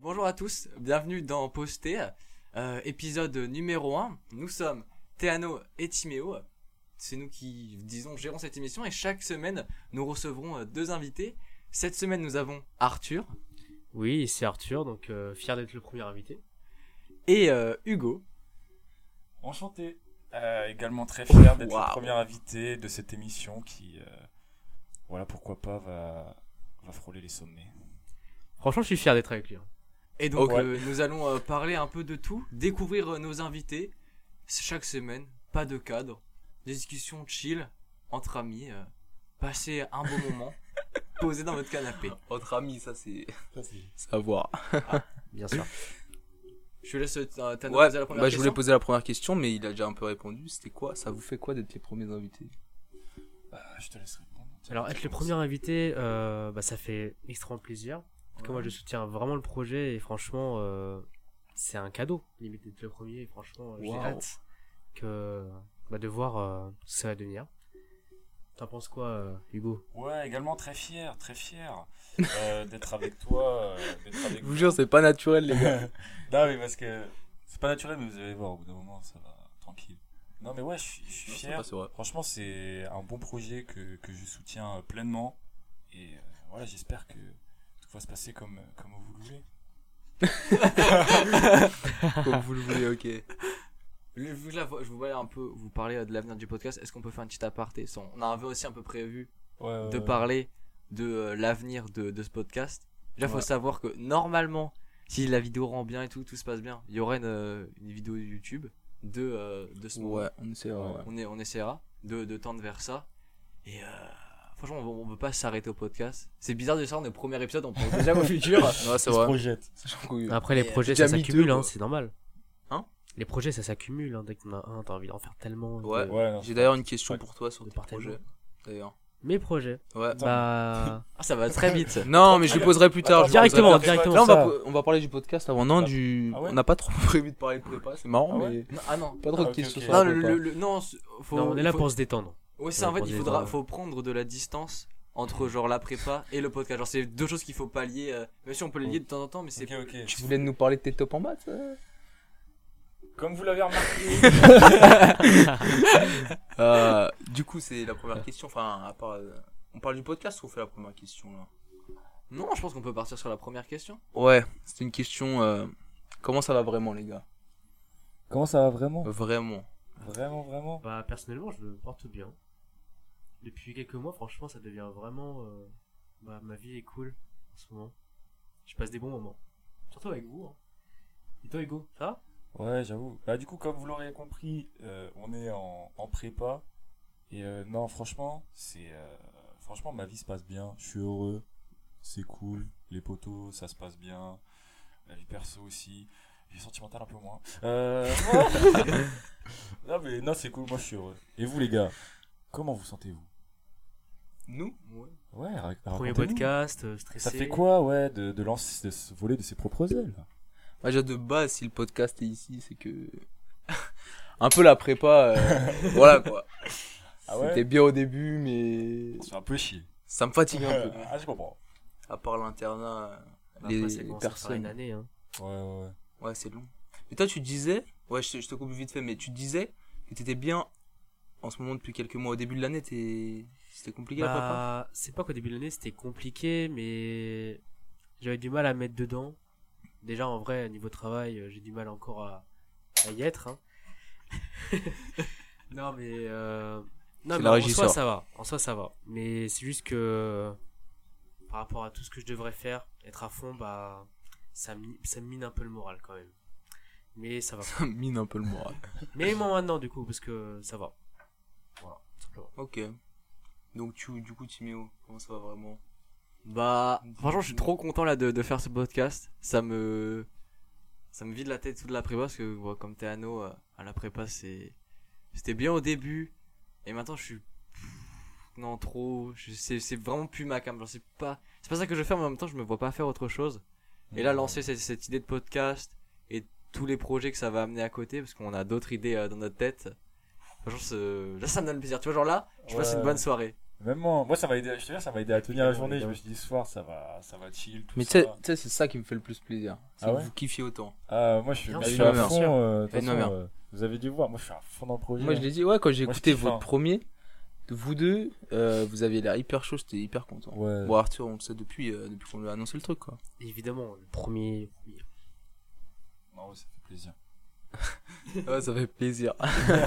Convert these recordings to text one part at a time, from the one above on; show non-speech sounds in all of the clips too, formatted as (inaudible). Bonjour à tous, bienvenue dans Posté, euh, épisode numéro 1. Nous sommes Théano et Timéo. C'est nous qui, disons, gérons cette émission et chaque semaine, nous recevrons euh, deux invités. Cette semaine, nous avons Arthur Oui, c'est Arthur, donc euh, fier d'être le premier invité. et euh, Hugo. Enchanté. Euh, également très fier d'être Waouh. le premier invité de cette émission qui, euh, voilà pourquoi pas, va, va frôler les sommets. Franchement, je suis fier d'être avec lui. hein. Et donc, Ok. euh, nous allons euh, parler un peu de tout, découvrir euh, nos invités C'est chaque semaine, pas de cadre, des discussions chill entre amis, euh, passer un bon (laughs) moment, posé dans votre canapé. Autre ami, ça c'est (laughs) savoir. Bien sûr. Je laisse euh, Thanos Ouais, poser la première bah, je voulais question. poser la première question, mais il a déjà un peu répondu. C'était quoi Ça vous fait quoi d'être les premiers invités Ah, je te laisse répondre. Alors, être le premier invité, euh, bah, ça fait extrêmement plaisir. En tout cas, moi, je soutiens vraiment le projet et franchement, euh, c'est un cadeau, limite, d'être le premier. Et franchement, euh, j'ai Waouh. hâte que, bah, de voir euh, ce que ça va devenir. T'en penses quoi, euh, Hugo Ouais, également très fier, très fier euh, (laughs) d'être avec toi. euh, d'être avec Je vous toi. jure, c'est pas naturel, les gars. (laughs) non, mais parce que c'est pas naturel, mais vous allez voir, au bout d'un moment, ça va, tranquille. Non, mais ouais, je suis je suis Non, c'est fier. pas- c'est vrai. Franchement, c'est un bon projet que, que je soutiens euh, pleinement. Et euh, voilà, j'espère que tout va se passer comme, comme vous le voulez. (laughs) Comme vous le voulez, ok. Le- vu que là, vo- je voulais un peu vous parler euh, de l'avenir du podcast. Est-ce qu'on peut faire un petit aparté Sans- On avait aussi un peu prévu Ouais, Euh. de parler de euh, l'avenir de, de ce podcast. Déjà, faut Ouais. savoir que normalement, si la vidéo rend bien et tout, tout se passe bien, il y aurait une, euh, une vidéo YouTube de, euh, de ce moment. Ouais, on essaie. ouais, ouais. On, est, on essaiera de, de tendre vers ça. Et euh, franchement, on ne peut pas s'arrêter au podcast. C'est bizarre de ça, on est au premier épisode, on pense déjà au (laughs) (laughs) futur. Ouais, c'est se vrai. projette. Sachant que- Après, les Et, euh, projets, déjà ça mis deux, s'accumule, hein, quoi. c'est normal. Hein Les projets, ça s'accumule. hein. Dès qu'on a un, t'as envie d'en faire tellement. de- Ouais. Ouais, non. J'ai d'ailleurs une question Ouais. pour toi sur Le tes partage. projets. D'ailleurs. Mes projets. Ouais. Attends. Bah. Ah, ça va très vite. Non, mais je le poserai plus tard. (laughs) je le poserai plus directement, tard. directement. Là, on ça. va, on va parler du podcast avant. Non, Ah. du. Ah ouais On n'a pas trop (laughs) prévu de parler de prépa. C'est marrant, Ah ouais mais. Non, ah non. Pas trop Ah, de ok, questions ok. sur Non, la le, prépa. le- le- non, c'est- faut, Non, on est là faut- pour se détendre. Ouais, c'est en fait, pour il les faudra, gens. faut prendre de la distance entre genre la prépa et le podcast. Genre, c'est deux choses qu'il faut pallier. euh, même si on peut les lier de temps en temps, mais c'est. Ok, ok. Tu voulais nous parler de tes tops en maths euh Comme vous l'avez remarqué. Euh, du coup, c'est la première question. Enfin, à part, euh, on parle du podcast ou on fait la première question là Non, je pense qu'on peut partir sur la première question. Ouais, c'est une question. euh, comment ça va vraiment, les gars Comment ça va vraiment Vraiment. Vraiment, vraiment Bah personnellement, je me porte bien. Depuis quelques mois, franchement, ça devient vraiment. euh, Bah, ma vie est cool en ce moment. Je passe des bons moments. Surtout avec vous. hein. Et toi, Hugo, ça va Ouais, j'avoue. Bah, du coup, comme vous l'aurez compris, euh, on est en, en prépa. Et euh, non, franchement, c'est. euh, franchement, ma vie se passe bien. Je suis heureux. C'est cool. Les poteaux, ça se passe bien. La vie perso aussi. Vie sentimentale un peu moins. Euh, non, mais non, c'est cool. Moi, je suis heureux. Et vous, les gars, comment vous sentez-vous Nous Ouais, rac- Premier Bah, racontez-nous. podcast, euh, stressé. Ça fait quoi, ouais, de, de, lancer, de se voler de ses propres ailes Bah, Déjà de base, si le podcast est ici, c'est que (laughs) un peu la prépa. (laughs) euh, voilà quoi. Ah ouais C'était bien au début, mais C'est un peu chier. ça me fatigue (laughs) un (laughs) peu. Ah, je comprends. À part l'internat, euh, Bah, les, après, ça les commence à faire une personnes. année. hein. Ouais, ouais, ouais. Ouais, c'est long. Mais toi, tu disais, ouais, je te, je te coupe vite fait, mais tu disais que t'étais bien en ce moment depuis quelques mois. Au début de l'année, t'es- c'était compliqué la prépa. Bah, c'est pas qu'au début de l'année c'était compliqué, mais j'avais du mal à mettre dedans. Déjà en vrai, niveau travail, euh, j'ai du mal encore à, à y être. hein. (laughs) non mais, euh, non, C'est mais la en régie soi sort. ça va, en soi ça va. Mais c'est juste que par rapport à tout ce que je devrais faire, être à fond, bah ça, mi- ça mine un peu le moral quand même. Mais (laughs) ça va. Ça Bah, mine un peu le moral. mais moi maintenant du coup parce que ça va. Voilà, tout simplement. (laughs) Ok. Donc tu, du coup Timéo, comment ça va vraiment Bah, franchement, je suis trop content là de, de faire ce podcast. Ça me. Ça me vide la tête sous de la prépa parce que, ouais, comme t'es anneau euh, à la prépa, c'est. C'était bien au début. Et maintenant, je suis. Non, trop. je- C'est c'est vraiment plus ma cam. Genre, C'est pas... c'est pas ça que je fais, mais en même temps, je me vois pas faire autre chose. Et là, lancer cette, cette idée de podcast et tous les projets que ça va amener à côté, parce qu'on a d'autres idées euh, dans notre tête. Franchement, c'est- là, ça me donne plaisir. Tu vois, genre là, je passe Ouais. une bonne soirée. Même moi, moi, ça m'a aidé, je te dis, ça m'a aidé à tenir la journée. Je Évidemment. me suis dit, ce soir, ça va, ça va chill. Tout Mais tu ça. sais, tu sais, c'est ça qui me fait le plus plaisir. C'est Ah que ouais vous kiffiez autant. Ah, moi, je suis, Bien je suis sûr, à bien fond. sûr. euh, de toute Et non, façon, merde. euh, vous avez dû voir, moi, je suis à fond dans le projet. Moi, je l'ai dit, ouais, quand j'ai Moi, je écouté kiffe, votre hein. premier, vous deux, euh, vous aviez l'air hyper chaud, j'étais hyper content. Ouais. Bon, Arthur, on le sait depuis, euh, depuis qu'on lui a annoncé le truc, quoi. Évidemment, le premier. premier. Non, Ah ouais, ça fait plaisir. Ouais, ça fait plaisir.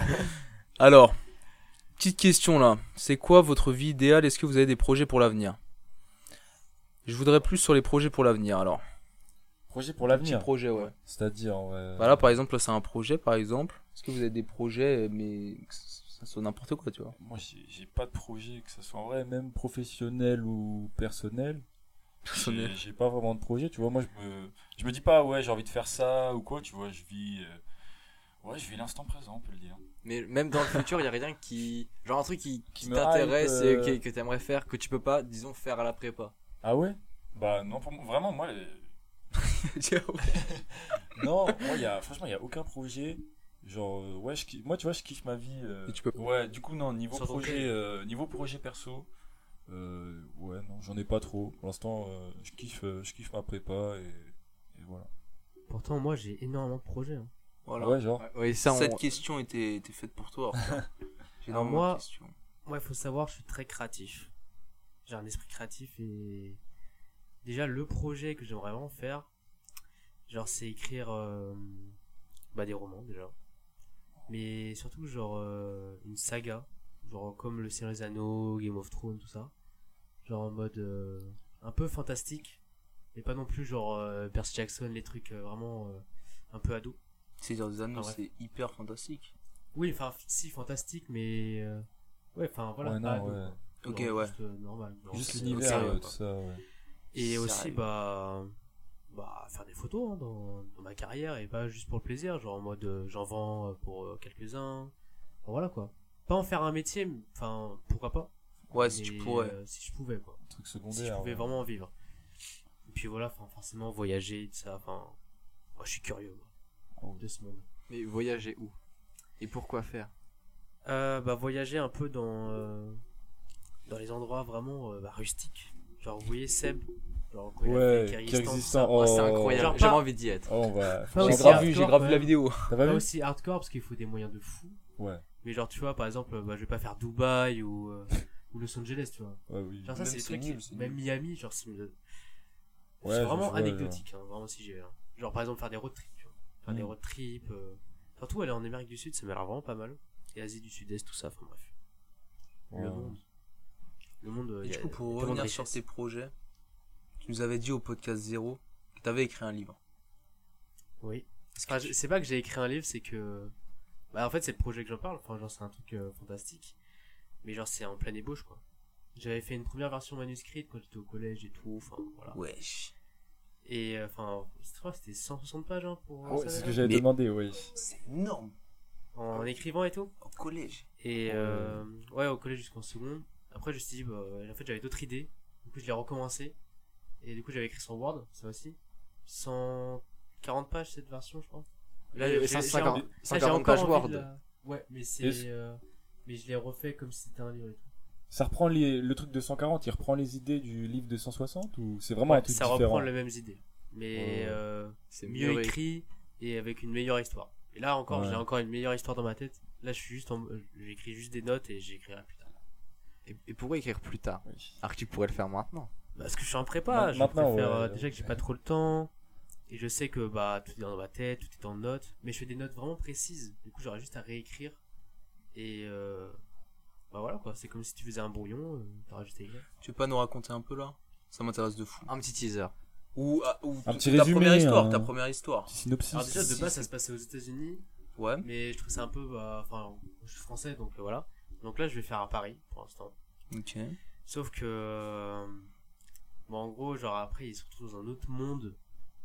(laughs) Alors, petite question là. C'est quoi votre vie idéale Est-ce que vous avez des projets pour l'avenir Je voudrais plus sur les projets pour l'avenir alors. Projet pour Petit l'avenir. projet, ouais. C'est-à-dire, ouais. Bah là, par exemple, là, c'est un projet, par exemple. Est-ce que vous avez des projets, mais que ça soit n'importe quoi, (laughs) tu vois Moi, j'ai j'ai pas de projet, que ce soit en vrai, même professionnel ou personnel. J'ai- J'ai pas vraiment de projet, tu vois. Moi, je me, je me dis pas, ouais, j'ai envie de faire ça ou quoi, tu vois. Je vis. euh, Ouais, je vis l'instant présent, on peut le dire. Mais même dans le futur, il y a rien qui. Genre un truc qui, qui me t'intéresse hype, euh. et que, que t'aimerais faire, que tu peux pas, disons, faire à la prépa. Ah ouais Bah, non, pour moi, vraiment, moi. euh, (laughs) Non, moi, il y a, franchement, il n'y a aucun projet. Genre, euh, ouais, je kiffe- moi, tu vois, je kiffe ma vie. euh, Et tu peux- Ouais, du coup, non, niveau Sur ton projet, crédit. euh, niveau projet perso, euh, ouais, non, j'en ai pas trop. Pour l'instant, euh, je, kiffe, euh, je kiffe ma prépa et, et voilà. Pourtant, moi, j'ai énormément de projets. hein. Voilà. Ouais, genre, Oui, ça, on... Cette question était, était faite pour toi. (laughs) Arthur. J'ai Alors, énormément moi- de questions. Moi, il faut savoir, je suis très créatif. J'ai un esprit créatif et. Déjà, le projet que j'aimerais vraiment faire, genre, c'est écrire euh, bah, des romans, déjà. Mais surtout, genre, euh, une saga. Genre, comme Le Seigneur des Anneaux, Game of Thrones, tout ça. Genre, en mode euh, un peu fantastique. Mais pas non plus, genre, euh, Percy Jackson, les trucs euh, vraiment euh, un peu ados. Seigneur des Anneaux, Ah ouais. c'est hyper fantastique. Oui, enfin, si, fantastique, mais. euh, ouais, enfin, voilà. Ouais, non, pas ados, ouais. quoi. Ok, Genre, ouais. juste, euh, normal. Genre, juste c'est- l'univers, sérieux, euh, quoi. tout ça, ouais. Et Ça aussi, arrive. bah, bah, faire des photos hein, dans, dans ma carrière et pas juste pour le plaisir, genre en mode euh, j'en vends euh, pour euh, quelques-uns. Enfin, voilà quoi. Pas en faire un métier, mais- enfin, pourquoi pas. Ouais, si mais, tu pourrais. euh, si je pouvais, quoi. Un truc Si je secondaire. pouvais ouais. vraiment en vivre. Et puis voilà, enfin, forcément, voyager, tout ça, enfin. Moi, je suis curieux, moi, Oh. de ce monde. Mais voyager où Et pourquoi faire Euh, bah, voyager un peu dans. euh, dans les endroits vraiment euh, bah, rustiques. Genre, vous voyez Seb, genre, quand il a fait le Ouais, Kyrgyzstan, tout Kyrgyzstan, ça. oh, Ah, C'est Genre incroyable, pas- j'avais envie d'y être. Oh, on Pas va. J'ai aussi grave hardcore, vu, j'ai ouais. grave vu la vidéo. T'as pas Ah Pas vu aussi hardcore parce qu'il faut des moyens de fou. Ouais, Mais genre, tu vois, par exemple, bah, je vais pas faire Dubaï ou, euh, ou Los Angeles, tu vois. ouais, oui. Genre, ça, Même c'est des c'est trucs. nul, qui- c'est même nul. Miami, genre, c'est euh, Ouais, c'est je- vraiment je vois, anecdotique, hein, vraiment, si j'ai. hein. Genre, par exemple, faire des road trips, tu vois. Faire des Mm. road trips. euh, Surtout aller en Amérique du Sud, ça m'a l'air vraiment pas mal. Et Asie du Sud-Est, tout ça, enfin bref. Ouais. Le monde. Le monde. euh, Et y a du coup, tellement pour de revenir richesses. sur tes projets, tu nous avais dit au podcast zéro que tu avais écrit un livre. Oui. Enfin, je- c'est pas que j'ai écrit un livre, c'est que. Bah, en fait, c'est le projet que j'en parle. Enfin, genre, c'est un truc euh, fantastique. Mais genre, c'est en pleine ébauche, quoi. J'avais fait une première version manuscrite quand j'étais au collège et tout. Enfin, voilà. Wesh. Et euh, enfin, je crois que c'était 160 pages hein, pour. euh, Ah Ouais, ça, c'est ce là, que j'avais Mais- demandé, oui. C'est énorme. En écrivant et tout. Au collège. Ah Et euh, ouais, au collège jusqu'en seconde. Après, je me suis dit, bah, en fait, j'avais d'autres idées. Du coup, je l'ai recommencé. Et du coup, j'avais écrit sur Word, ça aussi. 140 pages cette version, je crois. Là, Et j'ai- j'ai 150, Ça, j'ai 140 encore pages envie Word. de la- Ouais, mais c'est. Est-ce- euh, Mais je l'ai refait comme si c'était un livre. et tout. Ça reprend les, le truc de 140, il reprend les idées du livre de 160 ou c'est vraiment un truc ça différent reprend les mêmes idées, mais Ouais. euh, C'est mieux écrit. écrit et avec une meilleure histoire. Et là encore, Ouais. j'ai encore une meilleure histoire dans ma tête. Là, je suis juste, en... euh, j'écris juste des notes et j'écrirai plus tard. Et, et pourquoi écrire plus tard Oui. Alors que tu pourrais le faire maintenant. Parce que je suis en prépa, Ma- je maintenant, préfère, ouais. euh, déjà que j'ai pas trop le temps et je sais que bah tout est dans ma tête, tout est en notes, mais je fais des notes vraiment précises. Du coup, j'aurais juste à réécrire et euh, bah voilà quoi. C'est comme si tu faisais un brouillon, euh, t'aurais juste à écrire. Tu veux pas nous raconter un peu là Ça m'intéresse de fou. Un petit teaser. Ou, ah, ou Un t- petit ta résumé, première histoire, hein. ta première histoire. Petit synopsis. Alors déjà de Si, base si. ça se passait aux États-Unis, Ouais. mais je trouve ça un peu bah, enfin je suis français donc euh, voilà. Donc là je vais faire un pari pour l'instant. Ok. Sauf que euh, bon en gros genre après ils se retrouvent dans un autre monde,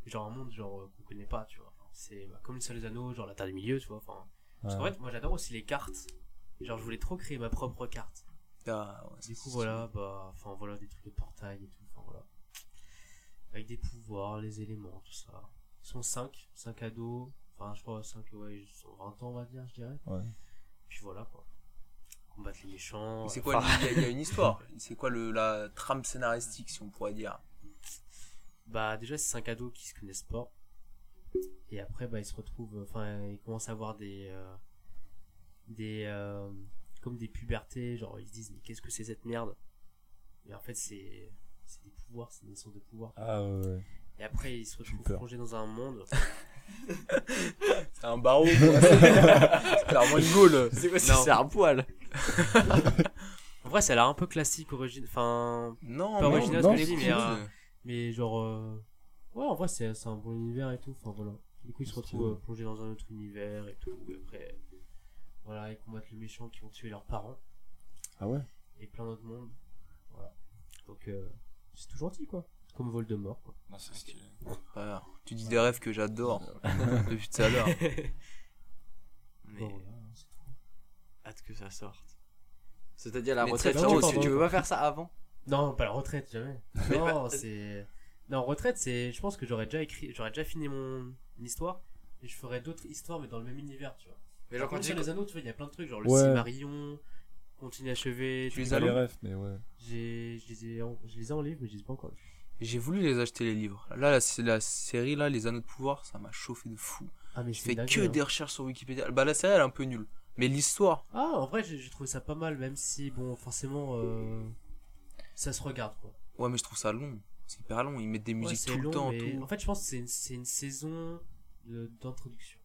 genre un monde genre euh, qu'on connaît pas, tu vois. Enfin, C'est bah, comme le Seigneur des Anneaux, genre la Terre du Milieu, tu vois. Enfin, parce Ouais. qu'en fait moi j'adore aussi les cartes. Genre je voulais trop créer ma propre carte. Ah, ouais, Du c'est- coup voilà, bah enfin voilà des trucs de portail et tout, enfin voilà. Avec des pouvoirs, les éléments, tout ça. Ils sont 5, 5 ados, enfin je crois 5 ouais, ils sont 20 ans on va dire, je dirais. Ouais. Puis voilà quoi. combattre les méchants. C'est euh, quoi enfin, le- Il y, a- il y a (laughs) une histoire. C'est quoi le, la trame scénaristique, si on pourrait dire Bah, déjà, c'est cinq ados qui se connaissent pas. Et après, bah, ils se retrouvent. Enfin, ils commencent à avoir des. euh, des. euh, comme des pubertés. Genre, ils se disent, mais qu'est-ce que c'est cette merde Et en fait, c'est. C'est des pouvoirs, c'est des sortes de pouvoirs. Ah ouais, ouais. Et après, ils se J'ai eu retrouvent peur. plongés dans un monde. C'est un barreau. quoi. (laughs) C'est clairement une gaule. (laughs) C'est quoi Non. C'est un poil. En vrai, ça a l'air un peu classique, origine. Enfin. Non, Pas Ah, mais- original, non, ce que c'est je dis, cool. mais, hein. euh, Mais genre. euh, Ouais, en vrai, c'est c'est un bon univers et tout. Enfin, voilà. Du coup, ils se C'est retrouvent vrai. euh, plongés dans un autre univers et tout. Et après, voilà, ils combattent les méchants qui ont tué leurs parents Ah ouais et plein d'autres mondes. Voilà. Donc, euh, c'est tout gentil, quoi. Comme Voldemort, (laughs) quoi. Non, c'est stylé. Voilà. Tu dis des rêves que j'adore Euh. (laughs) depuis tout à l'heure. Mais Bon, voilà, hein, c'est tout. hâte que ça sorte. C'est-à-dire la Mais retraite. très Saro, bien, tu- pardon. tu veux pas faire ça avant Non, pas la retraite, (laughs) jamais. Non, c'est. Non, retraite, c'est. Je pense que j'aurais déjà écrit. J'aurais déjà fini mon mon histoire. Et je ferais d'autres histoires, mais dans le même univers, tu vois. Mais genre quand tu sur dis les anneaux, tu vois, il y a plein de trucs, genre Ouais. le Cimarion, Continue achevé. Tu les Pas Allô les refs, mais ouais. J'ai, je les ai, en, je les ai en livre, mais je les ai pas encore. lus. J'ai voulu les acheter les livres. Là, la, la série, là, Les Anneaux de Pouvoir, ça m'a chauffé de fou. Ah, mais Je fais que des des. recherches sur Wikipédia. Bah, la série, elle est un peu nulle. Mais l'histoire, Ah, en vrai, j'ai j'ai trouvé ça pas mal, même si, bon, forcément, euh, ça se regarde, quoi. ouais, mais je trouve ça long. C'est hyper long. Ils mettent des Ouais, musiques c'est tout long, le temps. mais tout. En fait, je pense que c'est une, c'est une saison de- d'introduction.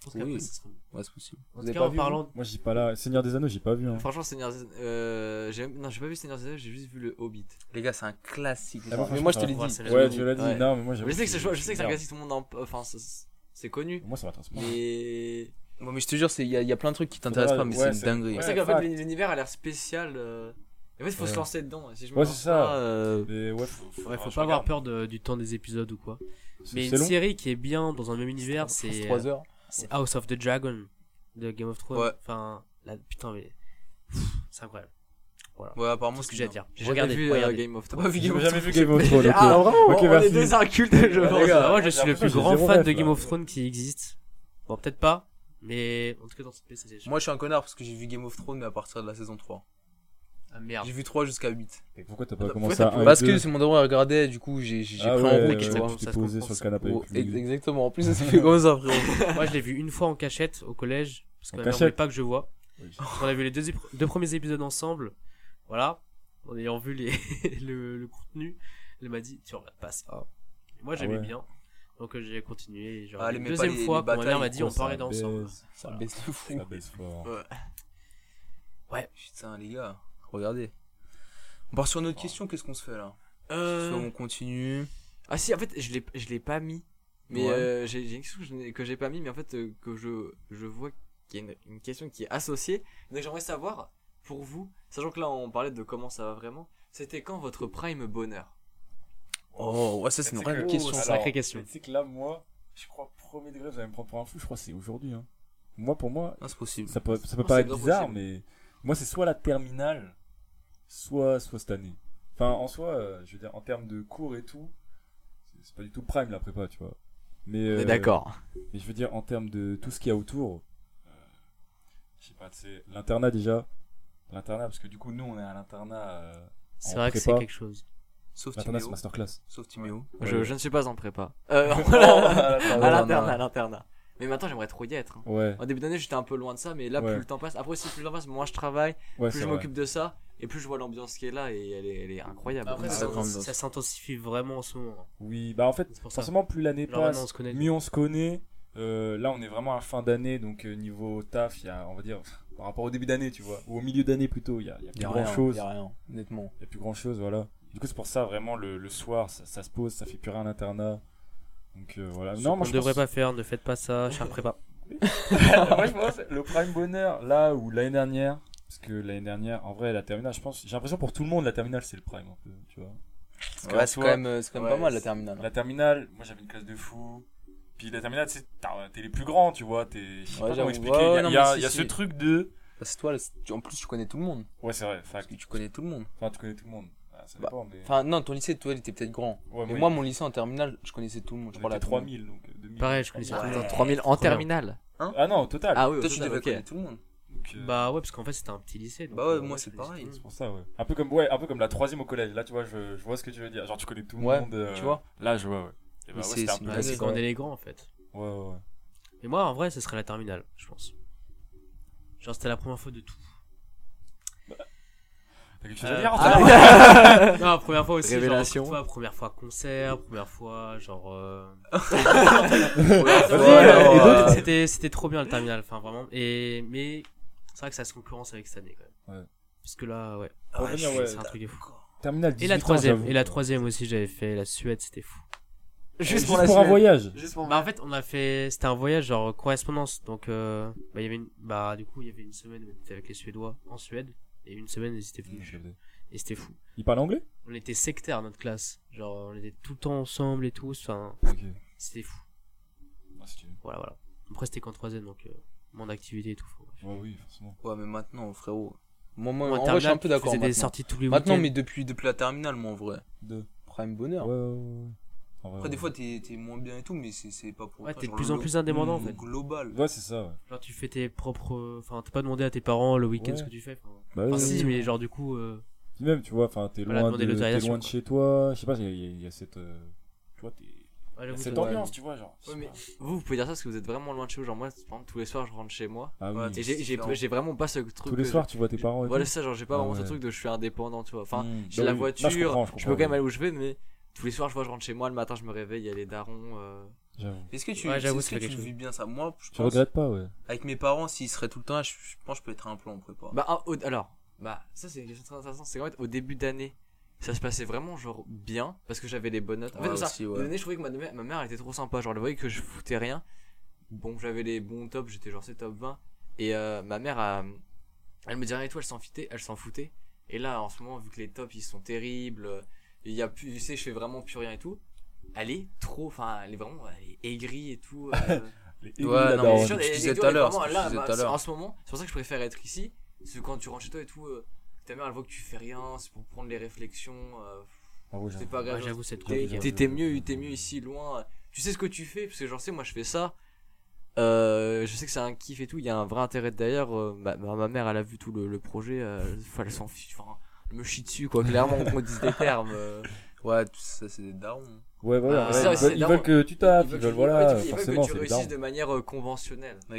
Je pense Oui. qu'après, ça sera mieux. Ouais, c'est possible. En tout cas, en parlant. Moi, j'ai pas là. Seigneur des Anneaux, j'ai pas vu. Hein. Franchement, Seigneur des- euh, j'ai- Non, j'ai pas vu Seigneur des Anneaux, j'ai juste vu le Hobbit. Les gars, c'est un classique. Ah bon, mais franchement, moi, je te ça l'ai va. Ouais, dit. c'est la- Ouais, tu l'as dit. Ouais. Non, mais moi, j'avoue Je sais que c'est je- je sais que ça merde. agace tout le monde en- enfin c'est- c'est connu. Moi, ça m'intéresse pas. Mais Ouais, mais je te jure, c'est- il y, a- il y a plein de trucs qui t'intéressent Ouais, pas, mais ouais, c'est une c'est- dinguerie. c'est Ouais, ça qu'en fact. fait l'univers a l'air spécial euh, En fait, il faut se Ouais. lancer dedans. Si je me Ouais, lance c'est ça. pas, euh, Mais ouais, Ouais, faudra- Ah, faut je pas avoir regarde. peur de- du temps des épisodes ou quoi. Mais C'est une long. série qui est bien dans un même univers, C'est c'est. euh, 3 heures. C'est House of the Dragon de Game of Thrones. Ouais. Enfin, là, putain, mais. C'est incroyable. Ouais, apparemment, C'est ce que c'est j'ai à bien. dire. J'ai jamais regardé. vu euh, regardez. Game of T'as pas Thrones. vu J'ai Game of jamais (laughs) Thrones vu Game of Thrones. ok. Ah, vraiment on Ok, on est merci. deux incultes, je (laughs) Ouais, pense. les gars. Ah, moi, je j'ai suis le plus l'impression que grand j'ai zéro fan ref, de là. Game of Thrones qui existe. Bon, peut-être pas, mais en tout cas, dans cette PC, c'est Moi, je suis un connard parce que j'ai vu Game of Thrones, mais à partir de la saison 3. Ah merde. J'ai vu 3 jusqu'à 8. Et Pourquoi t'as Attends, pas commencé pourquoi à t'as un et Parce que Ah, deux c'est mon devoir à regarder, du coup, j'ai j'ai- j'ai Ah pris ouais, en ouais, route, ouais, etc. tu t'es ça se posé comprend, sur le ça. canapé. Oh, avec lui. ex- exactement, en plus ça se fait comme ça, frérot. Moi, je l'ai vu une fois en cachette au collège, parce que En ma mère cachette voulait pas que je vois. Oui. On a vu les deux, épr- deux premiers épisodes ensemble. Voilà. En ayant vu les, (laughs) le, le contenu, elle m'a dit Tu regardes pas ça. Et moi, Ah j'aimais ouais. bien. Donc, euh, j'ai continué. et Genre, la Ah, elle aimait pas deuxième les- fois, les quand ma mère batailles, m'a dit On quoi, ça peut regarder ensemble. Ça baisse de fou. Ça baisse fort. Putain, les gars, regardez. On part sur notre question, qu'est-ce qu'on se fait là Euh, Soit on continue. Ah si, en fait, je l'ai je l'ai pas mis. Mais Ouais. euh, j'ai j'ai une question que je n'ai- que j'ai pas mis, mais en fait, euh, que je, je vois qu'il y a une, une question qui est associée. Donc j'aimerais savoir, pour vous, sachant que là on parlait de comment ça va vraiment, c'était quand votre prime bonheur Oh, ouais, ça c'est Mais une tu sais vraie que- question. alors, ça. sacrée question. mais Tu sais que là, moi, je crois, premier degré, vous allez me prendre pour un fou, je crois que c'est aujourd'hui. hein. Moi, pour moi, Ah, c'est possible. ça peut, ça peut Non, paraître c'est pas bizarre, possible. mais moi, c'est soit la terminale, soit, soit cette année. Enfin, en soi, euh, je veux dire, en termes de cours et tout, c'est- c'est pas du tout prime la prépa, tu vois. Mais, On est euh, d'accord. Mais je veux dire, en termes de tout ce qu'il y a autour, euh, je sais pas, tu sais, l'internat déjà. L'internat, parce que du coup, nous, on est à l'internat. euh, C'est en vrai que c'est prépa. quelque chose. Sauf L'internat, c'est Timéo. masterclass. Sauf Timéo. Je, Ouais. (laughs) je ne suis pas en prépa. Euh, à l'internat, à l'internat. Mais maintenant j'aimerais trop y être. hein. Ouais, En début d'année j'étais un peu loin de ça, mais là Ouais. plus le temps passe. Après aussi plus le temps passe, moins je travaille, ouais, plus c'est je vrai. m'occupe de ça, et plus je vois l'ambiance qui est là, et elle est, elle est incroyable. Après, Ah, ça, d'accord. ça s'intensifie vraiment en ce moment. Oui, bah en fait, C'est pour ça. forcément, plus l'année Genre, maintenant, on passe, se connaît. mieux on se connaît. Euh, là, on est vraiment à la fin d'année, donc euh, niveau taf, il y a, on va dire, (laughs) par rapport au début d'année, tu vois, ou au milieu d'année plutôt, il y a, il y a plus Y a grand rien, chose. y a rien, honnêtement. Il n'y a plus grand chose, voilà. Du coup, c'est pour ça, vraiment, le, le soir, ça, ça se pose, ça fait plus rien à l'internat. Donc euh, voilà. Non, moi, je je devrais pense- pas faire, ne faites pas ça, cher prépa. (laughs) moi je pense le prime bonheur là ou l'année dernière parce que l'année dernière en vrai la terminale je pense j'ai l'impression pour tout le monde la terminale c'est le prime un peu tu vois Parce qu'en Ouais, c'est soi, quand même, euh, c'est quand même ouais, pas mal la c'est- terminale. la terminale moi j'avais une classe de fou puis la terminale c'est t'as- t'es les plus grands tu vois t'es je sais Ouais, pas comment j'avoue. expliquer il y Ouais, a, non, il y a- mais si, il y a si. ce truc de Parce que toi, là, c'est- tu- en plus, tu connais tout le monde. ouais c'est vrai Parce fact. que tu connais tout le monde. enfin tu connais tout le monde Ah, ça Bah, dépend mais Enfin, non, ton lycée, toi, il était peut-être grand. ouais, Mais moi, mon lycée en terminale, je connaissais tout le monde. Je j'étais parlais à tout le monde. 3000 donc euh, 2000 Pareil, je connaissais Ouais. tout le monde. 3000 en Trop bien. terminale ah non au total Ah oui, au Toi, tu total, devais ok. connaître tout le monde. Donc, Donc, euh, Bah ouais, parce qu'en fait c'était un petit lycée. donc, Bah ouais, euh, moi, je c'est faisais pareil. tout. c'est pour ça, ouais. Un peu comme, ouais, un peu comme la troisième au collège. Là, tu vois, je, je vois ce que tu veux dire. Genre, tu connais tout le Ouais, monde. euh, tu vois. Là, je vois, ouais. Et Mais bah, ouais, c'est- c'était un c'est peu une Bah, Ouais, comme c'est c'est ça. quand on vrai. est les grands en fait. Ouais, ouais, ouais. Et moi en vrai, ce serait la terminale, je pense. Genre c'était la première fois de tout. T'as quelque chose Euh, à dire ah, Antoine non, première fois aussi. Révélation. Genre, toi, première fois concert, première fois genre. euh, Ouais, Vas-y, alors, ouais, Ah et ouais, d'autres c'était c'était trop bien le terminal, enfin vraiment. Et mais c'est vrai que ça se concurrence avec cette année quand même. Ouais. Parce que là, ouais, Pour revenir, ouais, c'est un truc de fou. Terminal Et la troisième, et la troisième aussi j'avais fait la Suède, c'était fou. Juste pour, un voyage. Juste pour Bah en fait on a fait, c'était un voyage genre correspondance, donc euh, bah il y avait une, bah du coup il y avait une semaine où on était avec les Suédois en Suède et une semaine ils étaient venus et c'était fou. Il parle anglais On était sectaires notre classe, genre on était tout le temps ensemble et tout, enfin Ok. c'était fou. Voilà voilà. Après c'était qu'en troisième donc euh, mon activité et tout. enfin, bref. Ouais, oui, forcément. Ouais, mais maintenant, frérot. Moi, moi, En en vrai, terminale, je suis un tu peu d'accord. faisais Maintenant. des sorties tous les Maintenant, week-ends. mais depuis, depuis la terminale, moi, en vrai. Deux. Prime Ouais, bonheur. ouais, ouais. En vrai, Après, des ouais. fois, t'es t'es moins bien et tout, mais c'est- c'est pas pour. Ouais, autant, t'es de genre, plus en le- plus indépendant en le fait. Global. Ouais, c'est ça, ouais. Genre tu fais tes propres. Enfin, t'es pas demandé à tes parents le week-end Ouais. ce que tu fais. Enfin, Bah, enfin, oui, si, oui, oui. mais genre du coup. euh, Puis même, tu vois, enfin, t'es Voilà, loin, de, demander t'es l'autorisation, loin de quoi. chez toi. Je sais pas, il y a- il y, a- il y a cette. euh, tu vois, t'es. il ouais, y a j'avoue, cette t'as- ouais. ambiance, tu vois, genre. je sais Ouais, mais- pas. Vous, vous pouvez dire ça parce que vous êtes vraiment loin de chez vous. Genre, moi, par exemple, tous les soirs, je rentre chez moi. Ah Ouais, Et oui. t'es- j'ai- j'ai différent. j'ai vraiment pas ce truc. Tous les que- soirs, tu vois tes parents et Voilà, tout. c'est ça, genre, j'ai pas Ah vraiment ce ouais. truc de je suis indépendant, tu vois. Enfin, Mm. j'ai Bah la oui. Là, je voiture, je, comprends, je peux quand comprends, même aller où je vais, mais tous les soirs, je vois, je rentre chez moi, le matin, je me réveille, il y a les darons. euh, J'avoue. Est-ce que tu, Ouais, j'avoue, est-ce c'est que quelque tu chose. vis bien ça Moi, je Je pense, regrette pas, ouais. avec mes parents, s'ils seraient tout le temps là, je, je pense que je peux être un plan en prépa. Bah, ah, au- alors, bah, ça c'est une question très intéressante. C'est qu'en fait, au début d'année, ça se passait vraiment genre bien parce que j'avais des bonnes notes. En fait, Ouais, ça, aussi, ouais. au début, je trouvais que ma, ma mère elle était trop sympa. Genre, elle voyait que je foutais rien. Bon, j'avais les bons tops, j'étais genre c'est top 20. Et euh, ma mère, euh, elle me disait rien et tout, elle s'en fitait- elle s'en foutait. Et là, en ce moment, vu que les tops ils sont terribles, euh, il y a plus, tu sais, je fais vraiment plus rien et tout. Elle est trop, enfin, elle est vraiment elle est aigrie et tout. euh, Ouais, Ah non, mais mais c'est ce sûr, que tu les- disais les tout doigts, à l'heure, vraiment, ce que tu là, disais bah, tout à c'est- l'heure. En ce moment, c'est pour ça que je préfère être ici. Parce que quand tu rentres chez toi et tout, euh, ta mère elle voit que tu fais rien, c'est pour prendre les réflexions. euh, Ah c'est pas grave. Ouais, j'avoue, c'est trop T'es- compliqué. T'es t'es mieux, t'es mieux ici, loin. Tu sais ce que tu fais, parce que genre, sais, moi je fais ça. Euh, je sais que c'est un kiff et tout, il y a un vrai intérêt derrière. euh, ma, ma- ma mère, elle a vu tout le, le projet, euh, enfin, elle s'en fiche, enfin, elle me chie dessus, quoi, clairement, on dise des termes. euh. Ouais, tout ça, c'est des darons. hein. Ouais, voilà. Ah, ouais, c'est ça, ils c'est veulent- ils là, veulent on- que tu Ils tapes, veulent ils que veulent, tu- ouais, voilà. ils veulent Forcément, que tu c'est réussisses énorme. de manière euh, conventionnelle. Ouais,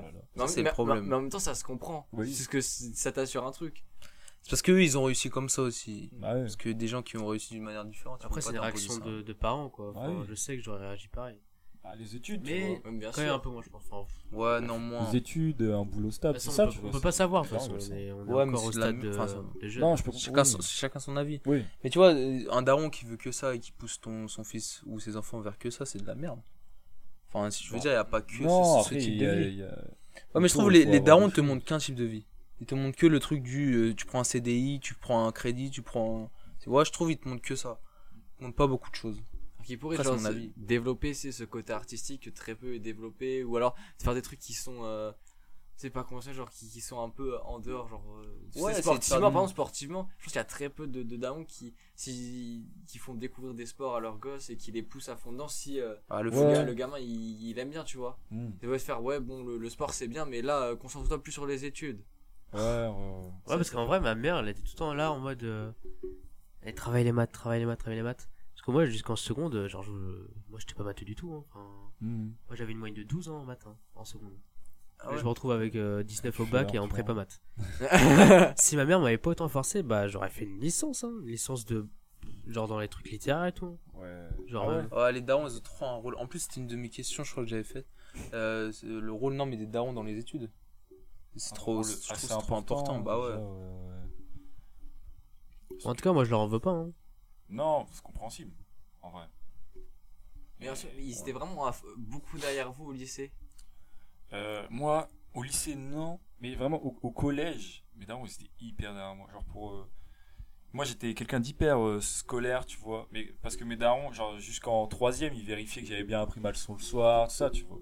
Mais en Ça, même- c'est le mais- problème. Mais en même temps, ça se comprend. Oui. C'est ce que c'est- ça t'assure un truc. C'est parce qu'eux, ils ont réussi comme ça aussi. Ah ouais. Parce que des gens qui ont réussi d'une manière différente. tu Après, peux c'est pas des t'imposer réactions ça. de, de parents quoi. Enfin, Ah oui. Je sais que j'aurais réagi pareil. bah, Ah, les études, tu Mais vois. Ouais, bien quand sûr. même un peu, moi je pense. Enfin, de Ouais, non, moins. Les études, un boulot stable, toute c'est façon, ça, on tu peut, vois. on peut pas savoir. De toute c'est façon, normal, on ça. est, on est Ouais, mais encore au c'est de la stade même- de, enfin, ça- des jeunes. Non, je peux Chacun, comprendre. son, chacun son avis. Oui. Mais tu vois, euh, un daron qui veut que ça et qui pousse ton, son fils ou ses enfants vers que ça, c'est de la merde. Enfin, si je veux Non. dire, il n'y a pas que Non, ce- ce, après, type il de y a- vie. il y a- Ouais, mais je Faut- trouve les, faut les avoir darons des te choses. montrent qu'un type de vie. Ils te montrent que le truc du euh, tu prends un CDI, tu prends un crédit, tu prends. un- Tu vois, je trouve ils te montrent que ça. Ils te montrent pas beaucoup de choses. qui pourrait Après, c'est genre, mon se- avis. développer c'est ce côté artistique que très peu est développé ou alors faire des trucs qui sont euh, c'est pas comment ça genre qui, qui sont un peu en dehors genre euh, tu sais, Ouais, c'est de faire sportivement du- par exemple, sportivement je pense qu'il y a très peu de, de darons qui si- qui font découvrir des sports à leurs gosses et qui les poussent à fond dedans si euh, Ah, le le, Ouais. foot, gars- le gamin il, il aime bien tu vois Hmm. tu vas se faire ouais bon le, le sport c'est bien mais là euh, concentre-toi plus sur les études Ouais, euh, ouais, ouais. Ouais, parce qu'en vrai, ma mère, elle était tout le temps là en mode. euh, elle travaille les maths, travaille les maths, travaille les maths. Parce que moi, jusqu'en seconde, euh, genre, je, moi, j'étais pas matheux du tout. hein. Enfin, Hmm. moi, j'avais une moyenne de 12 ans en maths, hein, en seconde. Ah Là, ouais. Je me retrouve avec euh, 19 au bac et en prépa (laughs) maths. ouais Si ma mère m'avait pas autant forcé, bah, j'aurais fait une licence, hein. Une licence de. Genre dans les trucs littéraires et tout. Ouais. Genre, Ah ouais. même- Ouais, les darons, ils ont trop un rôle. En plus, c'était une de mes questions, je crois que j'avais faite. Euh, c'est le rôle, non, mais des darons dans les études. C'est Ah, trop, je trouve c'est trop important. Bah ouais. déjà, ouais, ouais. En tout cas, moi, je leur en veux pas. hein. Non, c'est compréhensible, en vrai. mais bien sûr, ils étaient vraiment à f- beaucoup derrière vous au lycée Euh, moi, au lycée, non. Mais vraiment, au, au collège, mes darons, ils étaient hyper derrière moi. Genre pour. euh, Moi, j'étais quelqu'un d'hyper euh, scolaire, tu vois. Mais parce que mes darons, genre jusqu'en troisième, ils vérifiaient que j'avais bien appris ma leçon le soir, tout ça, tu vois.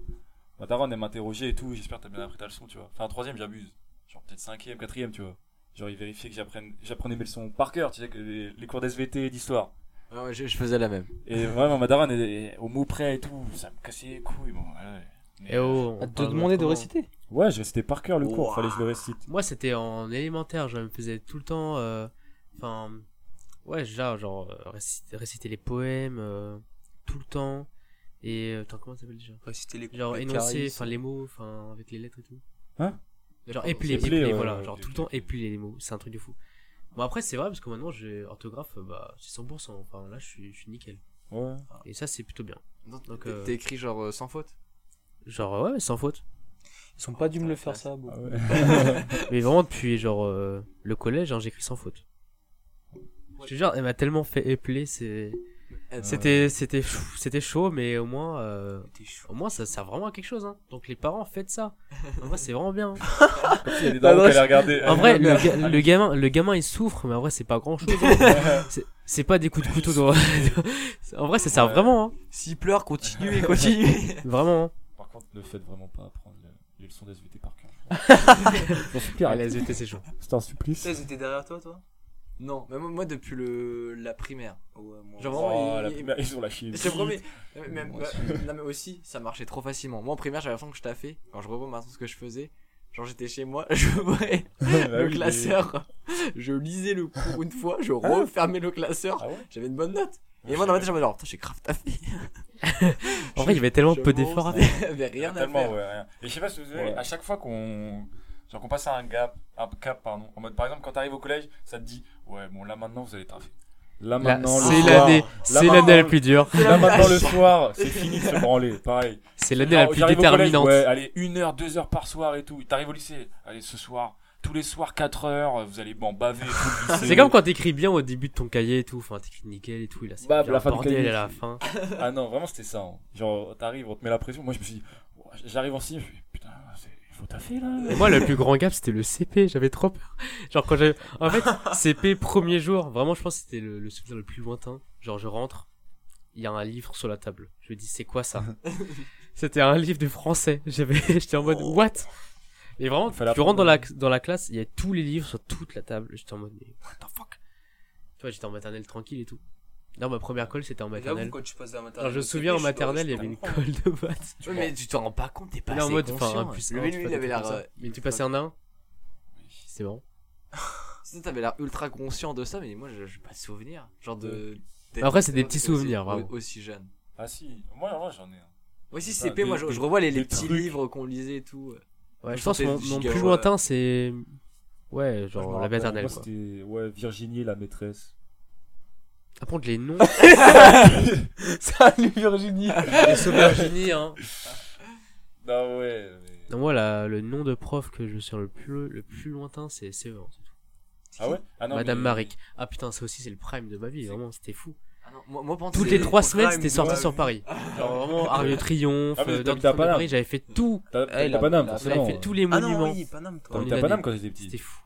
Ma daronne, elle m'interrogeait et tout. J'espère que t'as bien appris ta leçon, tu vois. Enfin, en troisième, j'abuse. Genre peut-être cinquième, quatrième, tu vois. Genre, ils vérifiaient que j'apprenne- j'apprenais mes leçons par cœur, tu sais, que les, les cours d'SVT, d'histoire. Ouais, ouais, je, je faisais la même Et vraiment, ma daronne, elle- elle- au mot près et tout, ça me cassait les couilles. Bon, voilà. Mais, Eh oh, on À parle te demander de autrement. réciter Ouais, je restais par cœur le cours, Ouah. fallait que je le récite. Moi, c'était en élémentaire, je me faisais tout le temps. euh, Enfin. ouais, genre, genre euh, récit- réciter, les poèmes, euh, tout le temps. Et. euh, Attends, comment ça s'appelle déjà Réciter les Genre les énoncer, caries. enfin les mots, enfin avec les lettres et tout. Hein Genre Pardon, épeler, épeler, épeler, ouais, voilà. ouais, genre ok, tout le ok, temps ok. épeler les mots, c'est un truc de fou. Bon après c'est vrai parce que maintenant j'ai orthographe, euh, bah c'est 100%, enfin là je suis, je suis nickel. Ouais. Et ça c'est plutôt bien. Donc, Donc, t'es euh, t'es écrit genre euh, sans faute Genre ouais, sans faute. Ils ont pas dû me le faire ça. bon. (laughs) Ah ouais. Mais vraiment depuis genre euh, le collège, genre, j'écris sans faute. Je te jure, elle m'a tellement fait épeler, c'est... Eh, c'est- C'était, c'était, chou- c'était chaud, mais au moins, euh, T'es chaud. au moins ça sert vraiment à quelque chose. Hein. Donc les parents, faites (laughs) ça. En vrai, c'est vraiment bien. hein. Il y a des darons qui allaient regarder. En (laughs) vrai, le, ga- le gamin, le gamin, il souffre, mais en vrai, c'est pas grand chose. (laughs) C'est pas des coups de couteau. dans- (laughs) en vrai, ça sert Ouais. vraiment, hein. S'il pleure, continuez, continuez Vraiment. hein. Par contre, ne faites vraiment pas apprendre le- les leçons d'SVT (laughs) par cœur. J'en suis Ah, pire. la SVT, c'est chaud. C'est un supplice. Ils étaient derrière toi, toi (laughs) Non, mais moi, moi, depuis le, la primaire. Genre vraiment, Oh, il- la il- première, ils ont lâché. (laughs) Je te promets. Non, mais, même- Moi aussi. bah, non, mais aussi, ça marchait trop facilement. Moi en primaire, j'avais l'impression que je taffais. Quand je revois maintenant ce que je faisais, genre j'étais chez moi, (laughs) j'ouvrais Bah le oui, mais- classeur, je lisais le cours une fois, je refermais le classeur, Ah ouais j'avais une bonne note. Et moi dans ma tête, j'avais genre, putain, j'ai grave taffé. En vrai, il y avait tellement Je peu d'efforts à mens, (laughs) J'avais rien à Totalement, faire. Ah, ouais, rien. Et je sais pas si vous avez, Ouais. à chaque fois qu'on genre qu'on passe à un gap, un cap pardon, en mode par exemple quand t'arrives au collège, ça te dit ouais bon là maintenant vous allez taffer. Là Là, maintenant C'est le soir. l'année, c'est maman- l'année la plus dure. Là maintenant (laughs) le soir, c'est fini de se branler, pareil. C'est l'année la Non, plus Ah, j'arrive au collège, déterminante. Ouais, allez une heure, deux heures par soir et tout. T'arrives au lycée, allez ce soir, tous les soirs 4 heures, vous allez bon baver. et tout (laughs) le lycée. C'est comme quand t'écris bien au début de ton cahier et tout. Enfin, t'écris nickel et tout. Et là, c'est Bah, bien la fin du bordel cahier, à la c'est- fin. Ah non vraiment c'était ça. hein. Genre t'arrives, on te met la pression. Moi je me suis, dit, ouais, j'arrive en signe, je me suis dit, putain c'est- faut taffer là. Et Moi, le plus grand gap, c'était le CP. J'avais trop peur. Genre, quand j'avais. En (laughs) fait, CP, premier jour. Vraiment, je pense que c'était le, le souvenir le plus lointain. Genre, je rentre. Il y a un livre sur la table. Je me dis, c'est quoi (laughs) ça C'était un livre de français. J'avais, (laughs) j'étais en mode, what Et vraiment, Fallait tu rentres dans la, apprendre. dans la classe, il y a tous les livres sur toute la table. J'étais en mode, mais what the fuck Tu vois, j'étais en maternelle tranquille et tout. Non, ma première colle, c'était en maternelle. quand tu passes de la maternelle. Alors, je me souviens, en maternelle, il y avait une colle de maths. Ouais, mais tu t'en rends pas compte, t'es pas Là, en assez mode, enfin, Ah, conscient. un plus Le un, mec, tu lui, vois, il des avait trucs l'air. comme ça. euh, Mais tu passais en un C'est marrant. Ça, t'avais l'air ultra conscient de ça, mais moi, je- j'ai pas de souvenir. Genre de. Après, c'est des petits aussi- souvenirs, au- vraiment. Aussi jeune. Ah si, moi en vrai, j'en ai hein. un. Moi aussi, Des- CP, moi, je, des- je revois les, les des petits trucs. livres qu'on lisait et tout. Ouais, Vous je pense sentez que mon, le mon giga, plus ouais. lointain, c'est. Ouais, Je me genre la rappelle, maternelle moi, quoi. c'était ouais, Virginie la maîtresse. Par contre, les noms. Salut Virginie les Saubergini, hein. Non ouais. mais- Non, moi, la- le nom de prof que je me souviens le plus, le plus lointain, c'est Sévère. c'est tout. Ah ouais. Ah non, Madame mais- Maric. Ah putain, ça aussi, c'est le prime de ma vie, vraiment, c'était fou. Ah non, moi, moi, pendant Toutes ces- les trois semaines, prime c'était de sorti ma sur Paris. Genre vraiment, Arc de Triomphe, Ah, mais euh, t'as- Dame t'as de pas là. Paris, j'avais fait tout. T'as Ah, il t'as a- Paname, il a- J'avais forcément. fait tous les Ah monuments. non, oui, Paname, toi. Dans T'habitais les à Paname années. quand t'étais petit. C'était fou.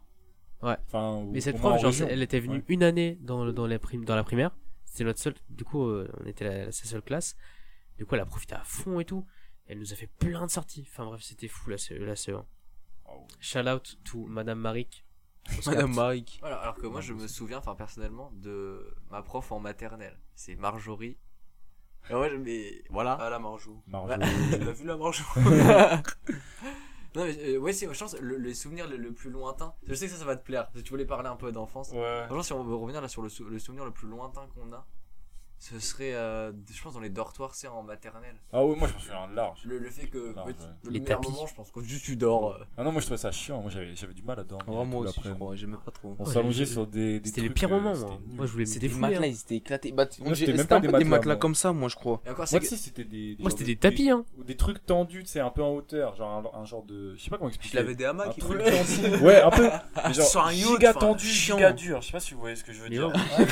Enfin, au- Mais cette au prof, moins en genre, région. elle était venue Ouais. une année dans, le- dans, les prim- dans la primaire. C'était notre seule. Du coup, euh, on était la, sa seule classe. Du coup, elle a profité à fond et tout. Elle nous a fait plein de sorties. Enfin bref, c'était fou la, CE la CE1. Ah ouais. Shout out to Madame Maric. Madame Maric. Voilà, alors que moi, je me souviens, enfin, personnellement, de ma prof en maternelle. C'est Marjorie. Et Ah ouais, je- mais voilà. Ah la Marjo. Marjo. (laughs) Tu l'as vu la Marjo (laughs) Non, mais euh, ouais, c'est, je pense, le, le souvenir le, le plus lointain. Je sais que ça, ça va te plaire. parce que Tu voulais parler un peu d'enfance. Ouais. Franchement, si on veut revenir là sur le, sou- le souvenir le plus lointain qu'on a, ce serait, euh, je pense, dans les dortoirs, c'est en maternelle. Ah ouais, moi je me souviens large. Le, le fait que. Large, petit- ouais. le Les meilleur tapis. moment, je pense, quand juste tu dors. euh, Ah non, moi je trouvais ça chiant. Moi j'avais j'avais du mal à dormir. Vraiment et moi tout aussi, je l'après-midi. crois. J'aimais pas trop. On Ouais, s'allongeait j'ai- sur des. des C'était le trucs, pire euh, moment, c'était moi. nul. hein. Moi, je voulais me C'était des défouler. matelas, hein. ils étaient éclatés. Bah, Moi, j'ai- c'était même c'était pas un des peu des matelas, matelas moi. comme ça, moi, je crois. Et encore, c'est Moi que- aussi, c'était des. Moi, genre c'était des tapis, hein. Ou des trucs tendus, tu sais, un peu en hauteur. Genre un, un genre de. Je sais pas comment expliquer. Je l'avais des un hamacs, truc tendu. Ouais, un peu. Mais genre, Sur un yacht, giga enfin, tendu, chiant. giga dur. Je sais pas si vous voyez ce que je veux Mais dire. ouais.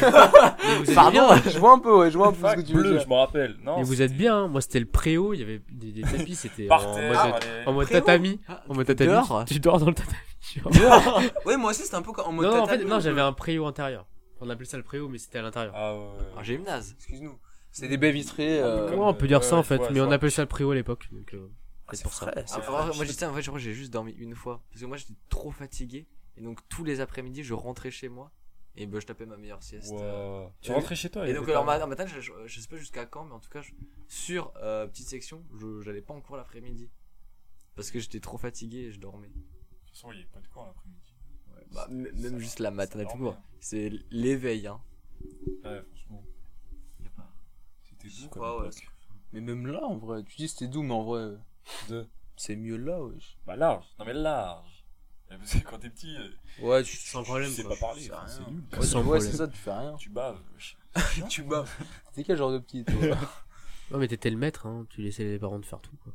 Pardon Je vois un peu, ouais, je vois un peu ce que Fac tu veux bleu, dire. je me rappelle. Non. Et vous êtes bien, hein. Moi, c'était le préau. Il y avait des, des tapis. C'était Par en terre. mode, allez. en mode Préau tatami. Ah, En mode tatami. dors tu dors dans le tatami. tu vois. Ouais, moi aussi, c'était un peu en mode. Non, en fait, tatami, non, un j'avais peu. un préau intérieur. On appelait ça le préau, mais c'était à l'intérieur. Ah ouais, ouais. en gymnase. Excuse-nous. C'était des baies vitrées. euh, Ouais, comme, on peut dire euh, ça en ouais, je fait, vois, mais je on vois. appelait ça le préau à l'époque. Donc, euh, c'est c'est pour ça. frais, c'est Ah, frais. moi, moi, j'étais- en fait, je crois que j'ai juste dormi une fois. Parce que moi, j'étais trop fatigué. Et donc, tous les après-midi, je rentrais chez moi. Et ben, je tapais ma meilleure sieste. euh. Wow. Tu Et rentrais chez toi Et il donc, était alors, tard. ma- en matin, je, je, je sais pas jusqu'à quand, mais en tout cas, je- sur euh, petite section, je j'allais pas en cours l'après-midi. Parce que j'étais trop fatigué et je dormais. De toute façon, il n'y avait pas de cours l'après-midi. Bah, C'est- m- ça même va, juste la ça matinée dort pour moi. bien. C'est l'éveil, hein. Ouais, franchement. Y a pas- C'était Je doux sais comme pas, ouais. époque. Mais même là, en vrai, tu dis c'était doux, mais en vrai, euh, Deux. c'est mieux là, wesh. Bah large, non mais large. Eh, Parce que quand t'es petit, euh, Ouais, tu, Sans tu problème, sais quoi. pas parler, sais enfin, rien. c'est nul. ouais, Sans ouais, problème. c'est ça, tu fais rien. Tu baves. wesh. tu bats. T'es quel genre de petit, toi Non, mais t'étais le maître, hein. Tu laissais les parents de faire tout, quoi.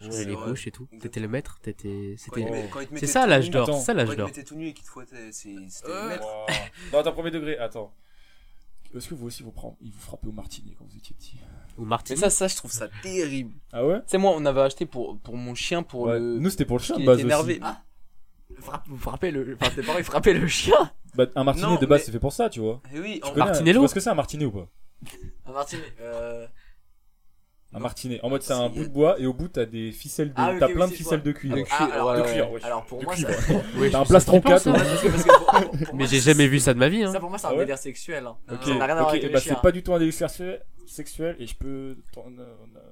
Genre Ouais, les ouais. couches et tout. T'étais le maître, t'étais. Quand il te C'était. Ouais. met- quand il te C'est mettait ça tout l'âge nu- d'or, c'est ça Quand l'âge il te d'or. mettait tout nu et qu'il te fouettait, c'est- c'était Euh. le maître. Wow. Non, attends, premier degré, attends. Est-ce que vous aussi vous prend... ils vous frappaient au martinet quand vous étiez petit Ou Mais Martin. ça, ça, je trouve ça terrible. Ah ouais, Tu sais, moi, on avait acheté pour, pour mon chien, pour le. Nous c'était pour le chien de il était base énervé. Ah. Frappe- vous frappez le. Enfin, tes parents ils frappaient le chien aussi. Bah, un martinet Non, de base mais- c'est fait pour ça, tu vois. Eh oui, Tu en- connais un- Martinello Tu vois ce que c'est un martinet ou pas Ah, Martine, euh. Un Non. martinet. En mode c'est un Si. bout de bois et au bout t'as des ficelles de. Ah, ok, t'as oui, plein de si, je ficelles vois. de cuir. De De cuir, Ah, alors, ouais, cuir, ouais. wesh. Alors, pour De moi, cuivre. ça. Oui, T'as un je- plastron c'est pas 4 ça. ou- Parce que- parce que pour- pour- pour Mais moi, j'ai c'est- jamais vu ça de ma vie, hein. Ça pour moi, c'est un Ah ouais délire sexuel. Hein. (laughs) Ok, Ça n'a rien à voir Ok, avec et le bah chien. c'est pas du tout un délire sexuel- sexuel et je peux. t'en- euh, on a-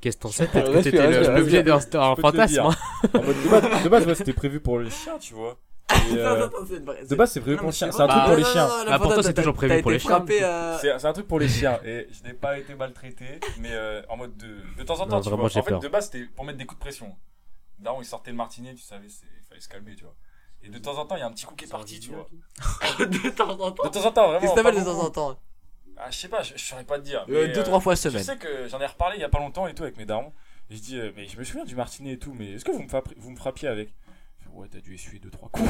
Qu'est-ce que t'en sais Peut-être que Ouais, je t'étais suis le- resté- l'objet je peux d'un te d'un le fantasme. dire. hein. En mode de base, de base, ouais, c'était prévu pour les chiens, tu vois. (laughs) Et, Attends, euh, attends, c'est une vraie- de base, c'est prévu Non, pour mais les chiens. c'est C'est un vrai. truc Ah, pour les non, chiens. non, non, Ah, pourtant, t'as- c'est t'as- toujours prévu t'as pour été les chiens. frappé, euh, C'est c'est un truc pour les chiens. Et je n'ai pas été maltraité, mais euh, en mode de, de temps en temps, Non, tu vraiment, vois. j'ai En fait, peur. de base, c'était pour mettre des coups de pression. Daron, il sortait le martinet, tu savais, c'est- il fallait se calmer, tu vois. Et de temps en temps, il y a un petit coup qui est parti, tu vois. (laughs) de temps en De temps. temps en temps, vraiment. Qu'est-ce que t'appelles pas de temps beaucoup. en temps Ah, je sais pas, je je saurais pas te dire. Euh, mais, Deux, euh, trois fois Je semaine. sais que j'en ai reparlé il y a pas longtemps et tout avec mes darons. Et je dis, euh, mais je me souviens du martinet et tout, mais est-ce que vous me, frappez- vous me frappiez avec Il fait, Ouais, t'as dû essuyer deux trois coups.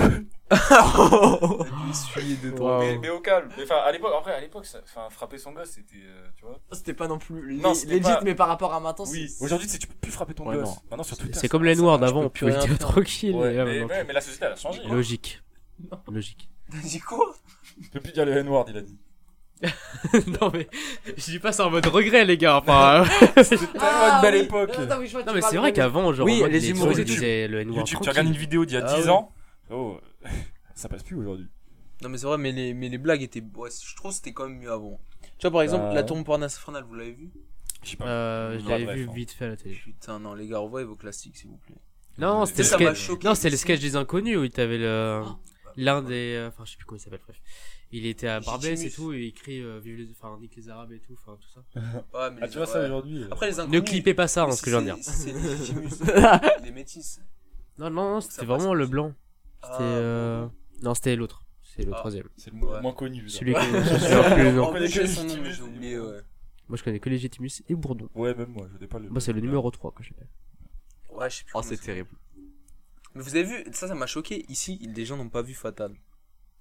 Ah, T'as dû essuyer deux Wow. (laughs) Mais, mais au calme. Mais Enfin, à l'époque, après, à l'époque, ça- enfin, frapper son gosse, c'était, euh, tu vois. C'était pas non plus Non, non, c'était legit, pas- mais par rapport à maintenant, c'est- Oui. Aujourd'hui, tu sais, tu peux plus frapper ton Ouais, gosse. non. Maintenant, sur Twitter, C'est comme hein. ça- les noirs ça- d'avant, on plus pouvait rien dire faire. tranquille. Ouais, et là, mais, maintenant, ouais, mais la société, elle a changé. tu- hein. Logique. Logique. T'as dit quoi Je peux plus dire le N-word, il a dit. Non, mais je dis pas ça en mode regret, les gars. Enfin, euh, Tellement une belle Ah, oui. époque. Euh, attends, oui, je vois, non, tu mais parles c'est de- vrai qu'avant, genre, Oui, en mode, les gens, humoristes ils et tout. disaient le N-word. YouTube, tu regardes une tranquille. vidéo d'il y a Ah 10 ouais. ans. Oh, (laughs) ça passe plus aujourd'hui. Non, mais c'est vrai, mais les, mais les blagues étaient. Ouais, je trouve que c'était quand même mieux avant. Tu vois, par exemple, Bah, la ouais. tour Montparnasse infernale, vous l'avez vu Je sais pas. Euh, Je Ouais, l'avais bref, vu hein. vite fait à la télé. Putain, non, les gars, envoyez vos classiques, s'il vous plaît. Non, c'était Mais le ça m'a sketch. choqué. Non, c'est le sketch des inconnus où il t'avait le. Ah. L'un des. euh, Enfin, je sais plus comment il s'appelle, bref. Il était à Barbès et Legitimus. tout, et il crie euh, Vive les. Enfin, nique les Arabes et tout, enfin, tout ça. Ouais, mais Ah, les- tu vois ça ouais. aujourd'hui. euh, Après, les inconnus. Ne clippez pas ça, hein, ce que je viens de dire. C'est- c'est- c'est Jimus. (laughs) Il est métis. Non, non, non, c'était passe vraiment le aussi. blanc. Ah, C'était. euh, Non, c'était l'autre. C'est le Ah. troisième. C'est le mo- Ouais. moins connu. ça. Celui que je suis sûr que le nom. En plus, connaît je que sais son nom, mais Légitimus, j'ai oublié, ouais. Moi, je connais que Legitimus et Bourdon. Ouais, même moi, je n'ai pas le. Moi, c'est le numéro 3 que j'appelle. Ouais, je sais plus. Oh, Ah, comment c'est ça s'appelle. terrible. Mais vous avez vu, ça, ça m'a choqué. Ici, les gens n'ont pas vu Fatal.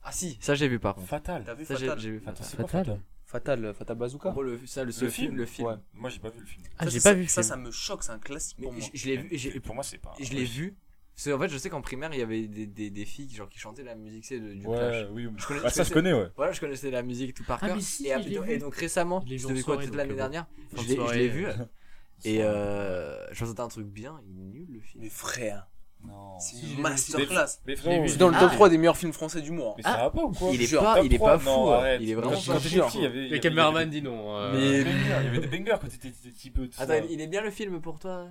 Ah, si, ça j'ai vu par contre. T'as Fatal. vu Ça j'ai Fatal j'ai vu. Attends, c'est quoi Fatal. Fatal Fatal, euh, Fatal En Bazooka gros, le, ça, le, ce Le film film, le film. Ouais. Moi, j'ai pas vu le film. Ah, Ça, j'ai ça- pas vu. Ça, ce ça film. me choque, c'est un classique Mais pour moi. je, je l'ai vu, j'ai- Et Pour moi, c'est pas. je l'ai vu. C'est en fait, je sais qu'en primaire, il y avait des, des, des filles genre, qui chantaient la musique c'est, de- du Clash. Ouais, oui. oui. Je connais- Bah, je ça, je connais- connais, ouais. Voilà, je connaissais la musique tout par Ah, cœur. mais si, et, je l'ai et vu. donc récemment, Je l'ai vu en c'était quoi soirée, toute donc, l'année euh, dernière Fin Je de l'ai je l'ai soirée, vu. euh, Et euh, je sentais un truc bien, il est nul le film. Mais frère, Non. c'est Si, je l'ai une vu. masterclass. Mais l'ai frérot, vu. C'est dans le Ah. top 3 des meilleurs films français hein. du mois. Mais Ah. ça va pas ou quoi Il est jure, pas, top il est 3, pas non, fou. hein. arrête. Il est Non, vraiment je pas Quand te fou. j'étais jure. petit, il y avait. il y Le avait- caméraman il dit non. y euh, avait des bangers, Il y avait des bangers quand t'étais t'étais petit peu. tout Attends, ça. il- il est bien le film pour toi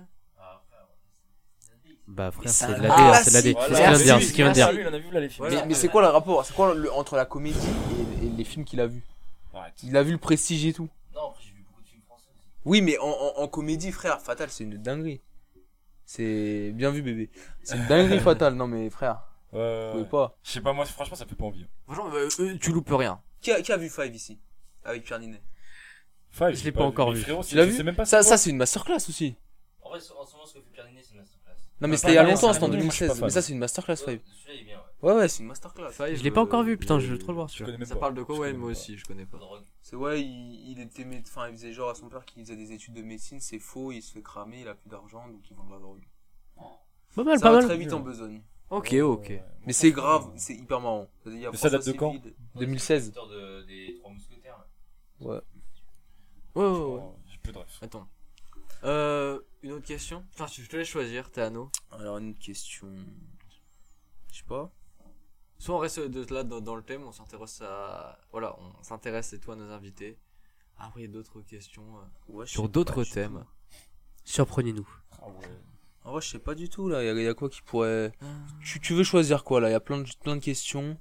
Bah, frère, c'est c'est de un la D, hein, c'est de la D. classique. C'est ce qu'il vient de dire, c'est ce qu'il vient de Merci. dire. Ah, Lui, il en a vu là les films. Voilà. Mais, mais c'est quoi le rapport C'est quoi le- entre la comédie et, et les films qu'il a vus Arrête. Il a vu le prestige et tout. Non, après, j'ai vu beaucoup de films français aussi. Oui, mais en, en- en comédie, frère, Fatal, c'est une dinguerie. C'est bien vu, bébé. C'est une (laughs) dinguerie, Fatal. Non, mais frère, Ouais, vous ouais, ouais. pouvez pas. Je sais pas, moi, franchement, ça fait pas envie. hein. Franchement, euh, euh, tu loupes rien. Qui a, qui a vu Five ici Avec Pierre Ninet. Five, Je j'ai l'ai pas encore mais vu. Frérot, c'est- l'as je vu sais même pas Ça, c'est ça c'est une masterclass aussi. En vrai, en ce moment, ce que fait Pierre Ninet, c'est une masterclass. Non, Ah, mais c'était il y a Five, longtemps, c'était en moi, je suis pas 2016. fan. Mais ça, c'est une masterclass, Five. Celui-là, il est bien, ouais. Ouais, ouais, c'est une Ah, masterclass. Je l'ai pas encore vu, putain, je veux trop le voir. je connais même Ça pas. parle de quoi Je Ouais, connais moi pas. aussi, je connais pas. Drogue. C'est ouais, il, il était mé- enfin il faisait genre à son père qu'il faisait des études de médecine, c'est faux, il se fait cramer, il a plus d'argent donc ils vont le vendre. Pas mal, Ça pas va mal. très hein. vite en besogne. Ok, Ouais, ok. ouais. Mais c'est grave, c'est hyper marrant. Il y a Mais ça date François de quand Civil. Ouais, 2016. C'est l'histoire de- des trois mousquetaires. là. Ouais, ouais, ouais. Oh, J'ai peu de ref. Attends. Euh, une autre question Enfin, je te laisse choisir, Théano. Alors une question je sais pas. Soit on reste de, là dans, dans le thème, on s'intéresse à. Voilà, on s'intéresse et toi à nos invités. Ah oui, d'autres questions euh, Ouais, je sur sais d'autres pas, je sais thèmes. Surprenez-nous. (laughs) Ah ouais. pas. En Oh, je sais pas du tout là. Il y, a- y a quoi qui pourrait. Ah. Tu, tu veux choisir quoi là Il y a plein de, plein de questions.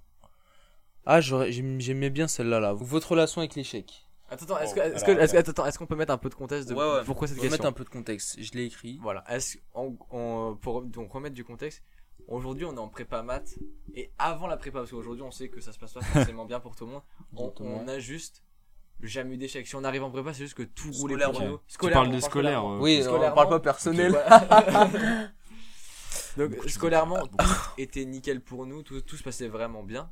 Ah, j'aurais- j'aim- j'aimais bien celle-là là. Votre relation avec l'échec. Attends, attends, est-ce que- Bon, est-ce que- alors, est-ce que- attends, attends, est-ce qu'on peut mettre un peu de contexte de Ouais, ouais. pourquoi cette Je vais question mettre un peu de contexte. Je l'ai écrit. Voilà, est-ce en- en- pour donc remettre du contexte, aujourd'hui on est en prépa maths et avant la prépa parce qu'aujourd'hui on sait que ça se passe pas forcément bien pour tout le monde, on, Exactement. on a juste jamais eu d'échec. Si on arrive en prépa, c'est juste que tout roulait Scolaire, pour ouais. nous. Tu Scolaire, parles on des parle scolaires. scolairement. euh, Oui, on Scolairement. parle pas personnel. Voilà. bah. (laughs) donc scolairement, Ah, donc, était nickel pour nous, tout, tout se passait vraiment bien.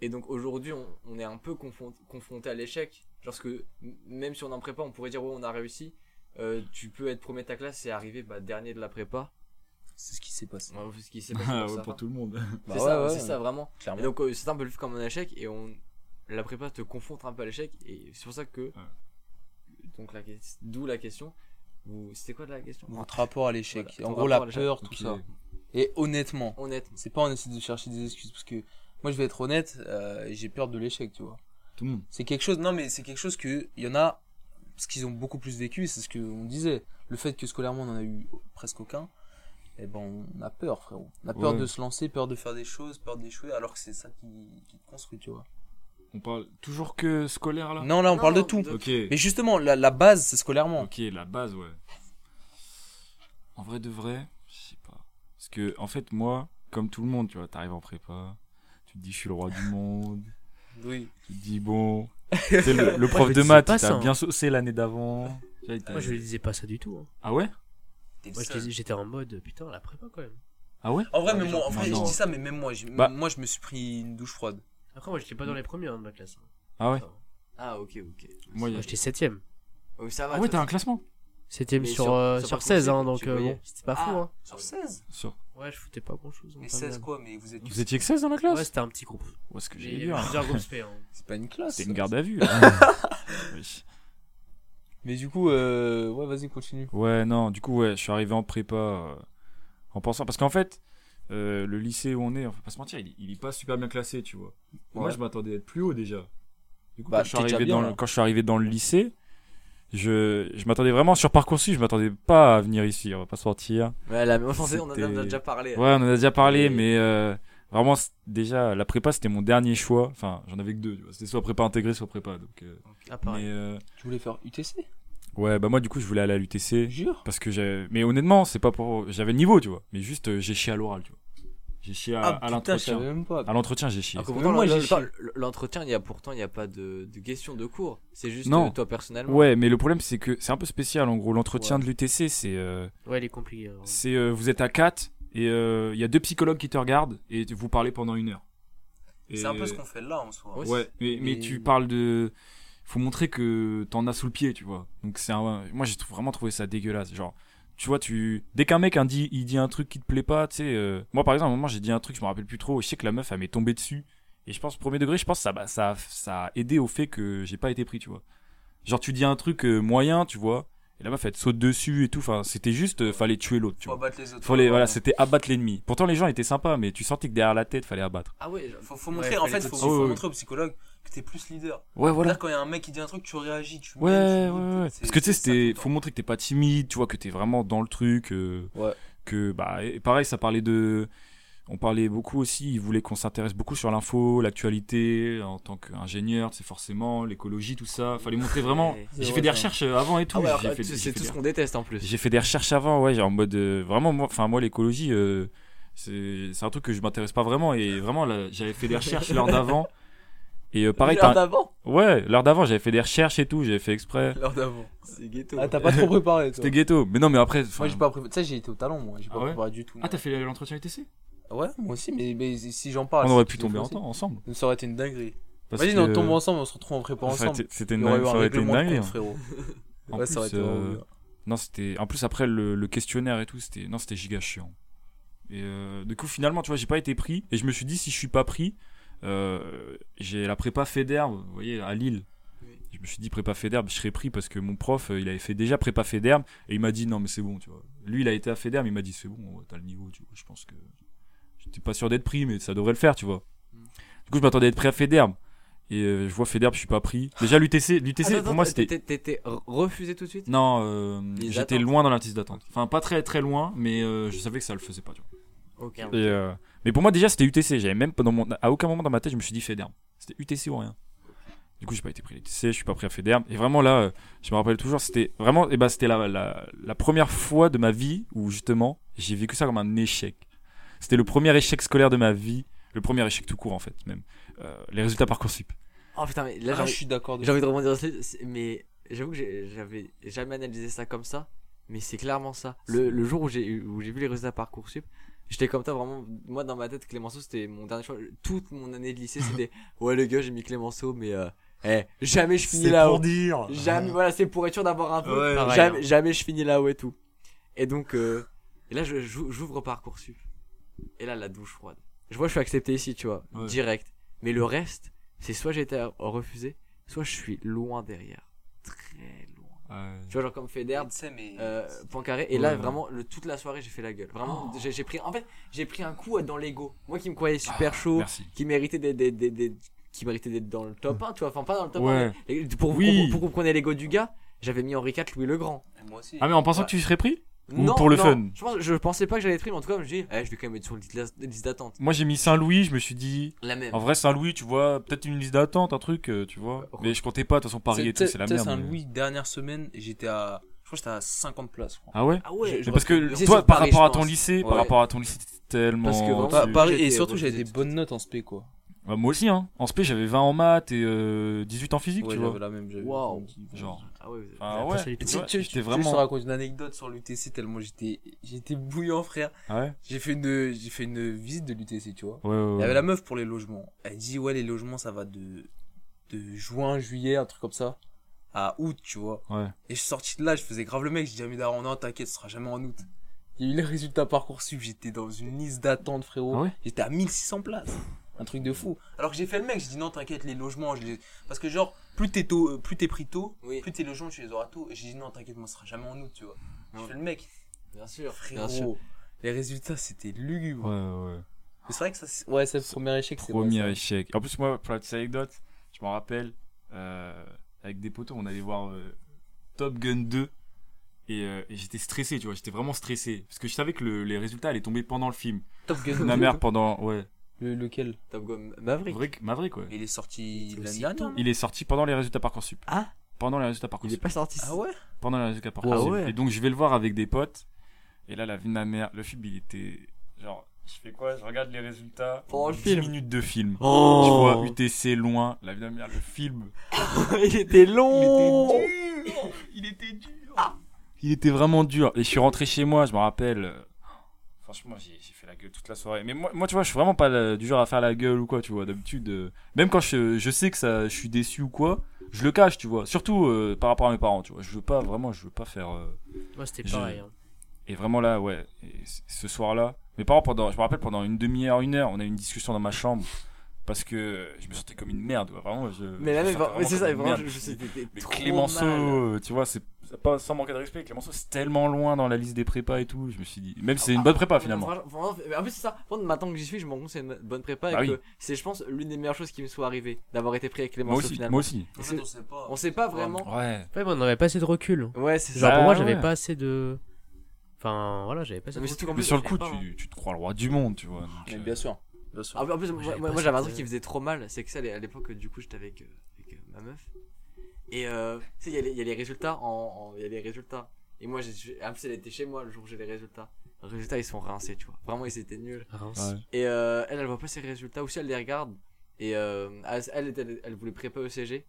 Et donc aujourd'hui, on, on est un peu confron- confronté à l'échec. Genre, ce que, m- même si on est en prépa, on pourrait dire, ouais, on a réussi. Euh, tu peux être premier de ta classe et arriver bah, dernier de la prépa. C'est ce qui s'est passé. Ouais, ce qui s'est passé pour (laughs) ouais, certains. pour tout le monde. C'est Bah ça, ouais, ouais. c'est ça, vraiment. Et Ah Clairement. donc, euh, c'est un peu le comme un échec. Et on, la prépa te confronte un peu à l'échec. Et c'est pour ça que. Donc, la que- d'où la question. Vous- C'était quoi la question Votre rapport à l'échec. Voilà, en ton gros, la rapport à l'échec. peur, tout ça. Et honnêtement, Honnêtement. c'est pas en essayant de chercher des excuses parce que moi, je vais être honnête, euh, j'ai peur de l'échec, tu vois. Tout le monde. C'est quelque chose, non mais c'est quelque chose que il y en a, parce qu'ils ont beaucoup plus vécu, c'est ce qu'on disait. Le fait que scolairement on en a eu presque aucun, eh ben on a peur frérot. On a peur Ouais. de se lancer, peur de faire des choses, peur d'échouer, alors que c'est ça qui, qui te construit, tu vois. On parle toujours que scolaire là Non là on Non, parle de non, tout. de- Ok. Mais justement, la, la base c'est scolairement. Ok, la base, ouais. En vrai de vrai, je sais pas. Parce que, en fait, moi, comme tout le monde, tu vois, t'arrives en prépa, tu te dis, je suis le roi du monde, Oui. tu te (laughs) dis, bon. Tu sais, le, le prof je de disais maths, pas il ça, t'a hein. bien saucé l'année d'avant. Tu vois, il Euh, t'a- Moi, je ne disais pas ça du tout. hein. Ah ouais Moi, je disais- j'étais en mode putain, la prépa quand même. Ah ouais En vrai, Non, même mais moi, en genre, vrai, non. je dis ça, mais même moi, je, Bah. moi, je me suis pris une douche froide. Après, moi, j'étais pas dans les premiers hein, de ma classe. hein. Ah ouais Enfin, Ah, ok, ok. Moi, il y a- moi, j'étais 7ème. Oh, ça va, Ah ouais, toi, t'as un classement Septième Mais sur, sur- euh, sur sur Parcoursup, 16, hein, donc tu euh, voyais. bon, c'était pas Ah. fou. Hein. Sur 16 Sûr. Ouais, je foutais pas grand chose. Mais 16 quoi Mais vous êtes. Vous étiez que 16 dans la classe Ouais, c'était un petit groupe. Où est-ce que Mais j'ai Il y vu avait hein plusieurs groupes spé. hein. C'est pas une classe. C'était ça. une garde à (laughs) vue. là. Oui. Mais du coup, euh... ouais, vas-y, continue. Ouais, non, du coup, ouais, je suis arrivé en prépa euh, en pensant. Parce qu'en fait, euh, le lycée où on est, on va pas se mentir, il, il est pas super bien classé, tu vois. Moi, Ouais. je m'attendais à être plus haut déjà. Du coup, Bah, quand, je suis t'es déjà arrivé bien, dans là. le, quand je suis arrivé dans le lycée, je, je m'attendais vraiment sur Parcoursup, je m'attendais pas à venir ici, on va pas se mentir. Ouais, la même offensive, on en a, on en a C'était- déjà parlé. Ouais, on en a déjà parlé, Et- mais euh, vraiment, c- déjà, la prépa, c'était mon dernier choix. Enfin, j'en avais que deux, tu vois. C'était soit prépa intégrée, soit prépa. Donc, euh, Ah, pareil. mais, euh, Tu voulais faire UTC ouais, bah moi, du coup, je voulais aller à l'UTC. Jure Parce que j'avais. Mais honnêtement, c'est pas pour. J'avais le niveau, tu vois. Mais juste, euh, j'ai chié à l'oral, tu vois. J'ai chié Ah, à, à l'entretien. même pas. À l'entretien, j'ai chié. Alors que Même pourtant, moi, le- j'ai le- chié. le- l'entretien, il y a pourtant, il n'y a pas de, de question de cours. C'est juste Non. euh, toi personnellement. Ouais, mais le problème, c'est que c'est un peu spécial. En gros, l'entretien de l'UTC, c'est. euh, Ouais, il est compliqué. hein. c'est euh, vous êtes à 4 et euh, il y a deux psychologues qui te regardent et tu- vous parlez pendant une heure. Et- C'est un peu ce qu'on fait là en soi. Ouais, Ouais, mais, mais Et- tu parles de. Faut montrer que t'en as sous le pied, tu vois. Donc c'est un. Moi j'ai trou- vraiment trouvé ça dégueulasse. Genre, tu vois, tu. Dès qu'un mec hein, dit, il dit un truc qui te plaît pas, tu sais. euh, Moi par exemple, à un moment j'ai dit un truc, je me rappelle plus trop. Je sais que la meuf elle m'est tombée dessus. Et je pense, premier degré, je pense que ça, bah, ça, ça a aidé au fait que j'ai pas été pris, tu vois. Genre, tu dis un truc euh, moyen, tu vois. Et la meuf elle te saute dessus et tout. Enfin, c'était juste, euh, fallait tuer l'autre, tu Faut vois. abattre les autres. Fallait, Oh, bah, Ouais. voilà, c'était abattre l'ennemi. Pourtant les gens étaient sympas, mais tu sentais que derrière la tête, fallait abattre. Ah ouais, genre, Faut, faut montrer, Ouais, en fallait fait, tout faut, de faut suite. montrer au psychologue que t'es plus leader. Ouais, Voilà. Là, quand il y a un mec qui dit un truc, tu réagis, tu Ouais, mènes, ouais, tu- ouais. c'est- Parce que tu sais, c'est ça c'était- tout le faut temps. montrer que t'es pas timide, tu vois, que t'es vraiment dans le truc. euh, Ouais. Que, bah, et pareil, ça parlait de. On parlait beaucoup aussi, ils voulaient qu'on s'intéresse beaucoup sur l'info, l'actualité, en tant qu'ingénieur, c'est forcément, l'écologie, tout ça. Fallait montrer vraiment. Ouais. J'ai C'est fait des vrai, ça. recherches euh, avant et tout. Ah ouais, alors, j'ai fait- c'est j'ai c'est fait tout des- ce qu'on déteste en plus. j'ai fait des recherches avant, ouais, genre en mode euh, vraiment moi, enfin moi l'écologie, euh, c'est c'est un truc que je m'intéresse pas vraiment et vraiment là, j'avais fait des recherches l'heure d'avant et euh, pareil, L'heure t'as- d'avant ouais, l'heure d'avant j'avais fait des recherches et tout, j'avais fait exprès. L'heure d'avant. C'est ghetto. Ah, t'as pas trop préparé, toi. C'était ghetto, mais non mais après. Moi, enfin- j'ai pas préparé. Tu sais, j'ai été au talent, moi. J'ai Ah pas ouais préparé du tout. Ah moi. t'as fait l'entretien UTC Ouais, moi aussi, mais, mais si j'en parle. On c'est aurait ce pu qu'il faut tomber en aussi. temps ensemble. Ça aurait été une dinguerie. Parce Vas-y, que- on tombe ensemble, on se retrouve en prépa ça aurait ensemble. été- C'était Il une y aurait dingue, eu ça un aurait été une règlement de dinguerie. hein. compte, frérot. En Ouais, ça aurait plus, été. euh, vraiment bien. Non, c'était. En plus, après le, le questionnaire et tout, c'était. Non, c'était giga chiant. Et euh, du coup, finalement, tu vois, j'ai pas été pris. Et je me suis dit, si je suis pas pris, euh, j'ai la prépa Federbe, vous voyez, à Lille. Oui. Je me suis dit, prépa Federbe, je serais pris parce que mon prof, euh, il avait fait déjà prépa Federbe. Et il m'a dit, non, mais c'est bon, tu vois. Lui, il a été à Federbe, il m'a dit, c'est bon, ouais, t'as le niveau, tu vois. Je pense que. J'étais pas sûr d'être pris, mais ça devrait le faire, tu vois. Du coup, je m'attendais à être pris à Federbe. Et euh, je vois Federer, je suis pas pris. Déjà, l'UTC, l'UTC Attends, pour attends, moi, c'était. t'es- t'es- t'es refusé tout de suite Non, euh, Les j'étais attentes. loin dans la liste d'attente. Enfin, pas très très loin, mais euh, je savais que ça le faisait pas. Tu vois. Ok. Et, euh, mais pour moi, déjà, c'était UTC. J'avais même pas dans mon, à aucun moment dans ma tête, je me suis dit Federer. C'était UTC ou rien. Du coup, j'ai pas été pris à l'UTC, je suis pas pris à Federer. Et vraiment là, euh, je me rappelle toujours, c'était vraiment, et bah, c'était la, la, la première fois de ma vie où justement, j'ai vécu ça comme un échec. C'était le premier échec scolaire de ma vie, le premier échec tout court en fait, même. Euh, les résultats parcoursup. Oh putain, mais là, j'ai Ah, je envie- suis d'accord. de- j'ai envie de rebondir dessus, c'est- mais j'avoue que j'ai- j'avais jamais analysé ça comme ça, mais c'est clairement ça. Le, le jour où j'ai eu- où j'ai vu les résultats Parcoursup, j'étais comme ça vraiment. Moi, dans ma tête, Clémenceau, c'était mon dernier choix. Toute mon année de lycée, c'était ouais, le gars, j'ai mis Clémenceau, mais euh, eh, jamais je finis là-haut. dire. Jamais, voilà, c'est pour être sûr d'avoir un peu. Ouais, Jamais- pareil, jamais, je finis là-haut et tout. Et donc, euh, et là, je- j'ou- j'ouvre Parcoursup. Et là, la douche froide. Je vois, je suis accepté ici, tu vois, Ouais. direct. Mais le reste, c'est soit j'étais à- refusé, soit je suis loin derrière. Très loin. Euh, Tu vois, genre comme Federer, Tu sais, mais. euh, Poincaré. Et là, Ouais. Oh. vraiment, le, toute la soirée, j'ai fait la gueule. Vraiment, j'ai j'ai pris. En fait, j'ai pris un coup euh, dans l'ego. Moi qui me croyais super chaud, Ah, Merci. qui méritait des, des, des, des- qui méritait d'être dans le top 1, tu vois. Enfin, pas dans le top 1, Ouais. et pour, vous Oui. compre- pour comprendre l'ego du gars, j'avais mis Henri IV, Louis le Grand. Moi aussi. Ah mais en pensant que tu serais pris Ou pour le fun. Je, pense- je pensais pas que j'allais être pris, mais en tout cas, je me suis dit, eh, je vais quand même être sur le liste d'as- liste d'attente. Moi j'ai mis Saint-Louis, je me suis dit La même. en vrai Saint-Louis, tu vois, peut-être une liste d'attente, un truc, euh, tu vois. Mais je comptais pas, de toute façon Paris et tout, T'sais- c'est la t'sais, merde. mais- Saint-Louis, dernière semaine, et j'étais à. Je crois que j'étais à 50 places. je crois. Ah ouais Ah ouais, je- Mais parce Mais que c'est toi sur par Paris, rapport je à ton pense. lycée, Ouais. par rapport à ton lycée, t'es tellement Parce que vraiment, Pa- tu- Paris, et j'étais surtout, j'avais des refusé. bonnes notes en spé, quoi. Bah, moi aussi hein. En SP, j'avais 20 en maths et euh, 18 en physique, Ouais, tu j'avais vois. la même. j'avais- Waouh. Genre. Ah ouais, vous avez- Ah Après, ouais. ça, il Et était- tu- Ouais, tu- J'étais Je te vraiment. raconte une anecdote sur l'UTC tellement j'étais j'étais bouillant frère. Ah Ouais. J'ai fait une j'ai fait une visite de l'UTC, tu vois. Ouais, ouais, Il y ouais. avait la meuf pour les logements. Elle dit ouais les logements ça va de de juin juillet un truc comme ça à août, tu vois. Ouais. Et je suis sorti de là, je faisais grave le mec, j'ai dit à mes darons, non, t'inquiète, ce sera jamais en août. Il y a eu les résultats Parcoursup, j'étais dans une liste d'attente, frérot. Ah ouais j'étais à 1600 places. Un truc de fou. Alors que j'ai fait le mec, j'ai dit non, t'inquiète, les logements, je les... Parce que genre, plus t'es tôt, euh, plus t'es pris tôt, Oui. plus tes logements, tu les auras tôt. Et j'ai dit non, t'inquiète, moi, ce sera jamais en août, tu vois. J'ai Ouais. fait le mec, Bien sûr, bien sûr. frérot. Les résultats, c'était lugubre. Ouais, ouais, ouais. Mais C'est vrai que ça, c'est- ouais, c'est le premier échec, c'est vrai, Premier ça. échec. En plus, moi, pour la petite anecdote, je m'en rappelle, euh, avec des potos, on allait voir euh, Top Gun 2. Et, euh, et j'étais stressé, tu vois, j'étais vraiment stressé. Parce que je savais que le- les résultats allaient tomber pendant le film. Top Gun. Ma mère, pendant. Ouais. Le- lequel Top Gun Maverick. Maverick, Maverick, ouais. Il est sorti Aussi l'année dernière. non Il est sorti pendant les résultats Parcoursup. Ah Pendant les résultats Il est Parcoursup. pas sorti. Ah ouais Pendant les résultats Parcoursup. Ah ouais. Et donc, je vais le voir avec des potes. Et là, la vie de ma mère, le film, il était. Genre, je fais quoi Je regarde les résultats. Pendant le 10 film. minutes de film. Je Oh vois UTC loin, la vie de ma mère, le film. (laughs) Il était long Il était dur. Il était vraiment dur. Et je suis rentré chez moi, je me rappelle. euh, Franchement, j'ai j'ai fait la gueule toute la soirée. Mais moi, moi, tu vois, je suis vraiment pas le- du genre à faire la gueule ou quoi, tu vois. D'habitude, euh, même quand je, je sais que ça, je suis déçu ou quoi, je le cache, tu vois. Surtout euh, par rapport à mes parents, tu vois. Je veux pas vraiment, je veux pas faire. euh, Moi, c'était Je- pareil. hein. et vraiment là, ouais, et c- ce soir-là, mes parents, pendant, je me rappelle, pendant une demi-heure, une heure, on a eu une discussion dans ma chambre parce que je me sentais comme une merde, ouais, vraiment. Je, Mais je la me même, sentais mais c'est vraiment ça, comme une vraiment, merde. je, je sais, t'étais Mais trop Clémenceau, mal. euh, tu vois, c'est c'est pas sans manquer de respect, Clémenceau c'est tellement loin dans la liste des prépas et tout, je me suis dit, même si c'est une bonne prépa finalement. Ah, Franchement, franchement, mais En plus, c'est ça. Franchement, Maintenant que j'y suis, je me rends compte que c'est une bonne prépa. Bah et que oui. c'est, je pense, l'une des meilleures choses qui me soit arrivée d'avoir été pris avec Moi Clémenceau aussi, finalement. moi aussi. En fait, on sait pas. On sait pas vraiment. Ouais. Ouais, mais on n'avait pas assez de recul. hein. Ouais, c'est Genre, ça. Ah, pour moi, j'avais ouais. pas assez de. Enfin, voilà, j'avais pas assez Non, de mais recul. surtout qu'en Mais plus, sur le je coup, savais pas, hein. tu, tu te crois le roi du monde, tu vois. donc, Mais euh, bien sûr. Bien sûr. Ah, En plus, moi, Moi, j'avais moi, pas j'avais un cette- truc qui faisait trop mal. C'est que ça, à l'époque, du coup, j'étais avec, euh, avec, euh, ma meuf. Et euh, tu sais, il y a les- il y, a les résultats. en- en- Il y a les résultats. Et moi, j'ai- j'ai- en plus, elle était chez moi le jour où j'ai les résultats. Les résultats, ils sont rincés, tu vois. Vraiment, ils étaient nuls. Reims. ouais. Et euh, elle, elle voit pas ses résultats. Ou si elle les regarde. Et euh, elle, elle, était- elle, voulait prépa ECG.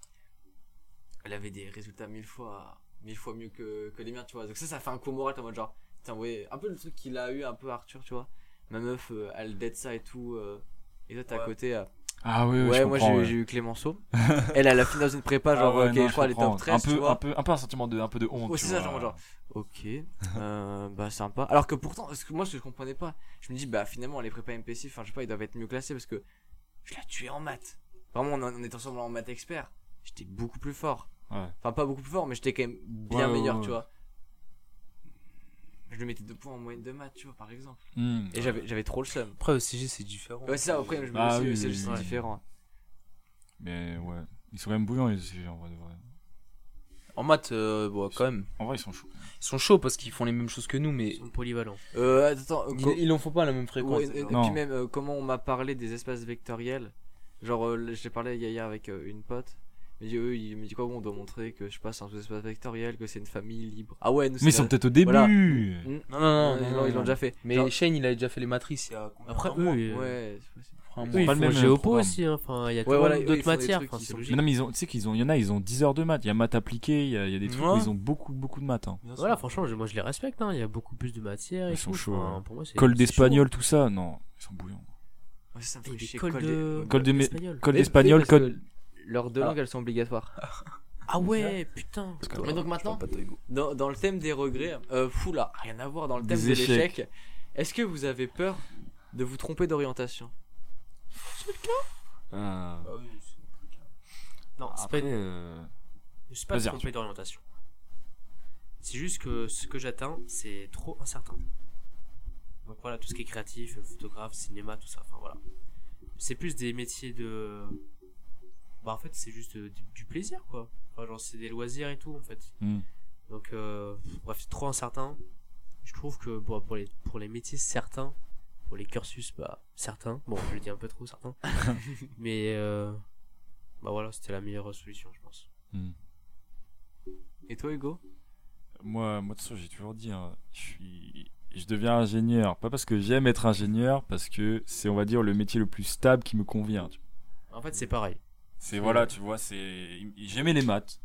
Elle avait des résultats mille fois, mille fois mieux que, que les miens, tu vois. Donc ça, ça fait un coup au moral, t'es en mode genre. Putain, ouais, un peu le truc qu'il a eu, un peu Arthur, tu vois. Ma meuf, euh, elle dette ça et tout. euh, et toi, t'es à Ouais. côté. euh, Ah ouais, ouais, ouais, je moi, j'ai comprends, eu- ouais. j'ai eu Clémenceau. elle, elle a fini dans une prépa, genre, Ah ouais, ok, non, je crois, elle est comprends. top 13. un peu, tu vois. un peu, un peu un sentiment de, un peu de honte. Ouais, tu c'est ça, vois. genre, genre, (laughs) Ok, euh, bah sympa. Alors que pourtant, parce que moi ce que je comprenais pas, je me dis bah finalement les prépa MPC, enfin je sais pas, ils doivent être mieux classés parce que je l'ai tué en maths. Vraiment, on, en- on est ensemble en maths expert. J'étais beaucoup plus fort. Ouais. Enfin, pas beaucoup plus fort, mais j'étais quand même Ouais, bien ouais, meilleur, ouais. tu vois. Je lui mettais deux points en moyenne de maths, tu vois, par exemple. Hmm. Et j'avais j'avais trop le seum. Après, au CG, c'est différent. Ouais, c'est ça, après, je me Ah suis oui, c'est oui, juste oui. différent. Mais ouais, ils sont quand même bouillants les ECG en vrai de vrai. En maths, euh, bon, quand même. En vrai, ils sont chauds. Ils sont chauds parce qu'ils font les mêmes choses que nous, Ils mais sont polyvalents. Euh, attends, euh, co- ils, ils en font pas à la même fréquence. Ouais, et, et Non. puis même, euh, comment on m'a parlé des espaces vectoriels. Genre, euh, j'ai parlé hier- hier avec euh, une pote. Il me dit, eux, il me dit quoi, bon, on doit montrer que je passe un sous-espace vectoriel, que c'est une famille libre. Ah ouais, nous, Mais ils c'est sont la- peut-être au Voilà. début. Mm. Non, Ouais, non, non, non, ils non, l'ont- ils l'ont non. déjà fait. hein. Mais Genre- Shane, il a déjà fait les matrices. il y a combien Après, un mois eux, euh, ouais, c'est possible. Enfin, un eux, mois. ils pas font le le même géopo programme. aussi. hein. Enfin, il y a Ouais, tellement voilà, eux, ils d'autres font des matières. trucs Enfin, qui c'est sont- Mais logique. non, mais ils ont, tu sais qu'ils ont, il y en a, ils ont 10 heures de maths. Il y a maths appliquées, il y a, il y a des trucs où Ouais. ils ont beaucoup, beaucoup de maths. Hein. Bien sûr. Voilà, franchement, je- moi je les respecte. hein. Il y a beaucoup plus de matières. et Ils sont tout. chauds, Enfin, ouais. Pour moi, c'est. Colle c'est d'espagnol, tout ça, non, ils sont bouillants. Ouais, ça me chaud. fait Et des chier, cols col de. des- colle de- d'espagnol. Colle Mais- d'espagnol, mais parce colle. que Leurs deux Ah. langues, elles sont obligatoires. Ah ouais, putain. Mais donc maintenant, Dans, dans le thème des regrets, euh, fou là, rien à voir dans le thème Des de échecs. l'échec. Est-ce que vous avez peur de vous tromper d'orientation Euh, Bah oui, Non, c'est après, pas euh, Je suis pas Vas-y, trompé d'orientation. C'est juste que ce que j'atteins, c'est trop incertain. Donc voilà, tout ce qui est créatif, euh, photographe, cinéma, tout ça, enfin voilà. C'est plus des métiers de... Bah en fait, c'est juste euh, du, du plaisir, quoi. Enfin, genre, c'est des loisirs et tout, en fait. Mm. Donc, euh, bref, c'est trop incertain. Je trouve que bon, pour, les, pour les métiers certains, pour les cursus, bah, certains. Bon, je le dis un peu trop certains. Mais, euh, bah voilà, c'était la meilleure solution, je pense. Et toi, Hugo moi, moi, de toute façon, j'ai toujours dit, hein, je suis, je deviens ingénieur. Pas parce que j'aime être ingénieur, parce que c'est, on va dire, le métier le plus stable qui me convient. tu vois. En fait, c'est pareil. C'est voilà, tu vois, c'est, j'aimais les maths.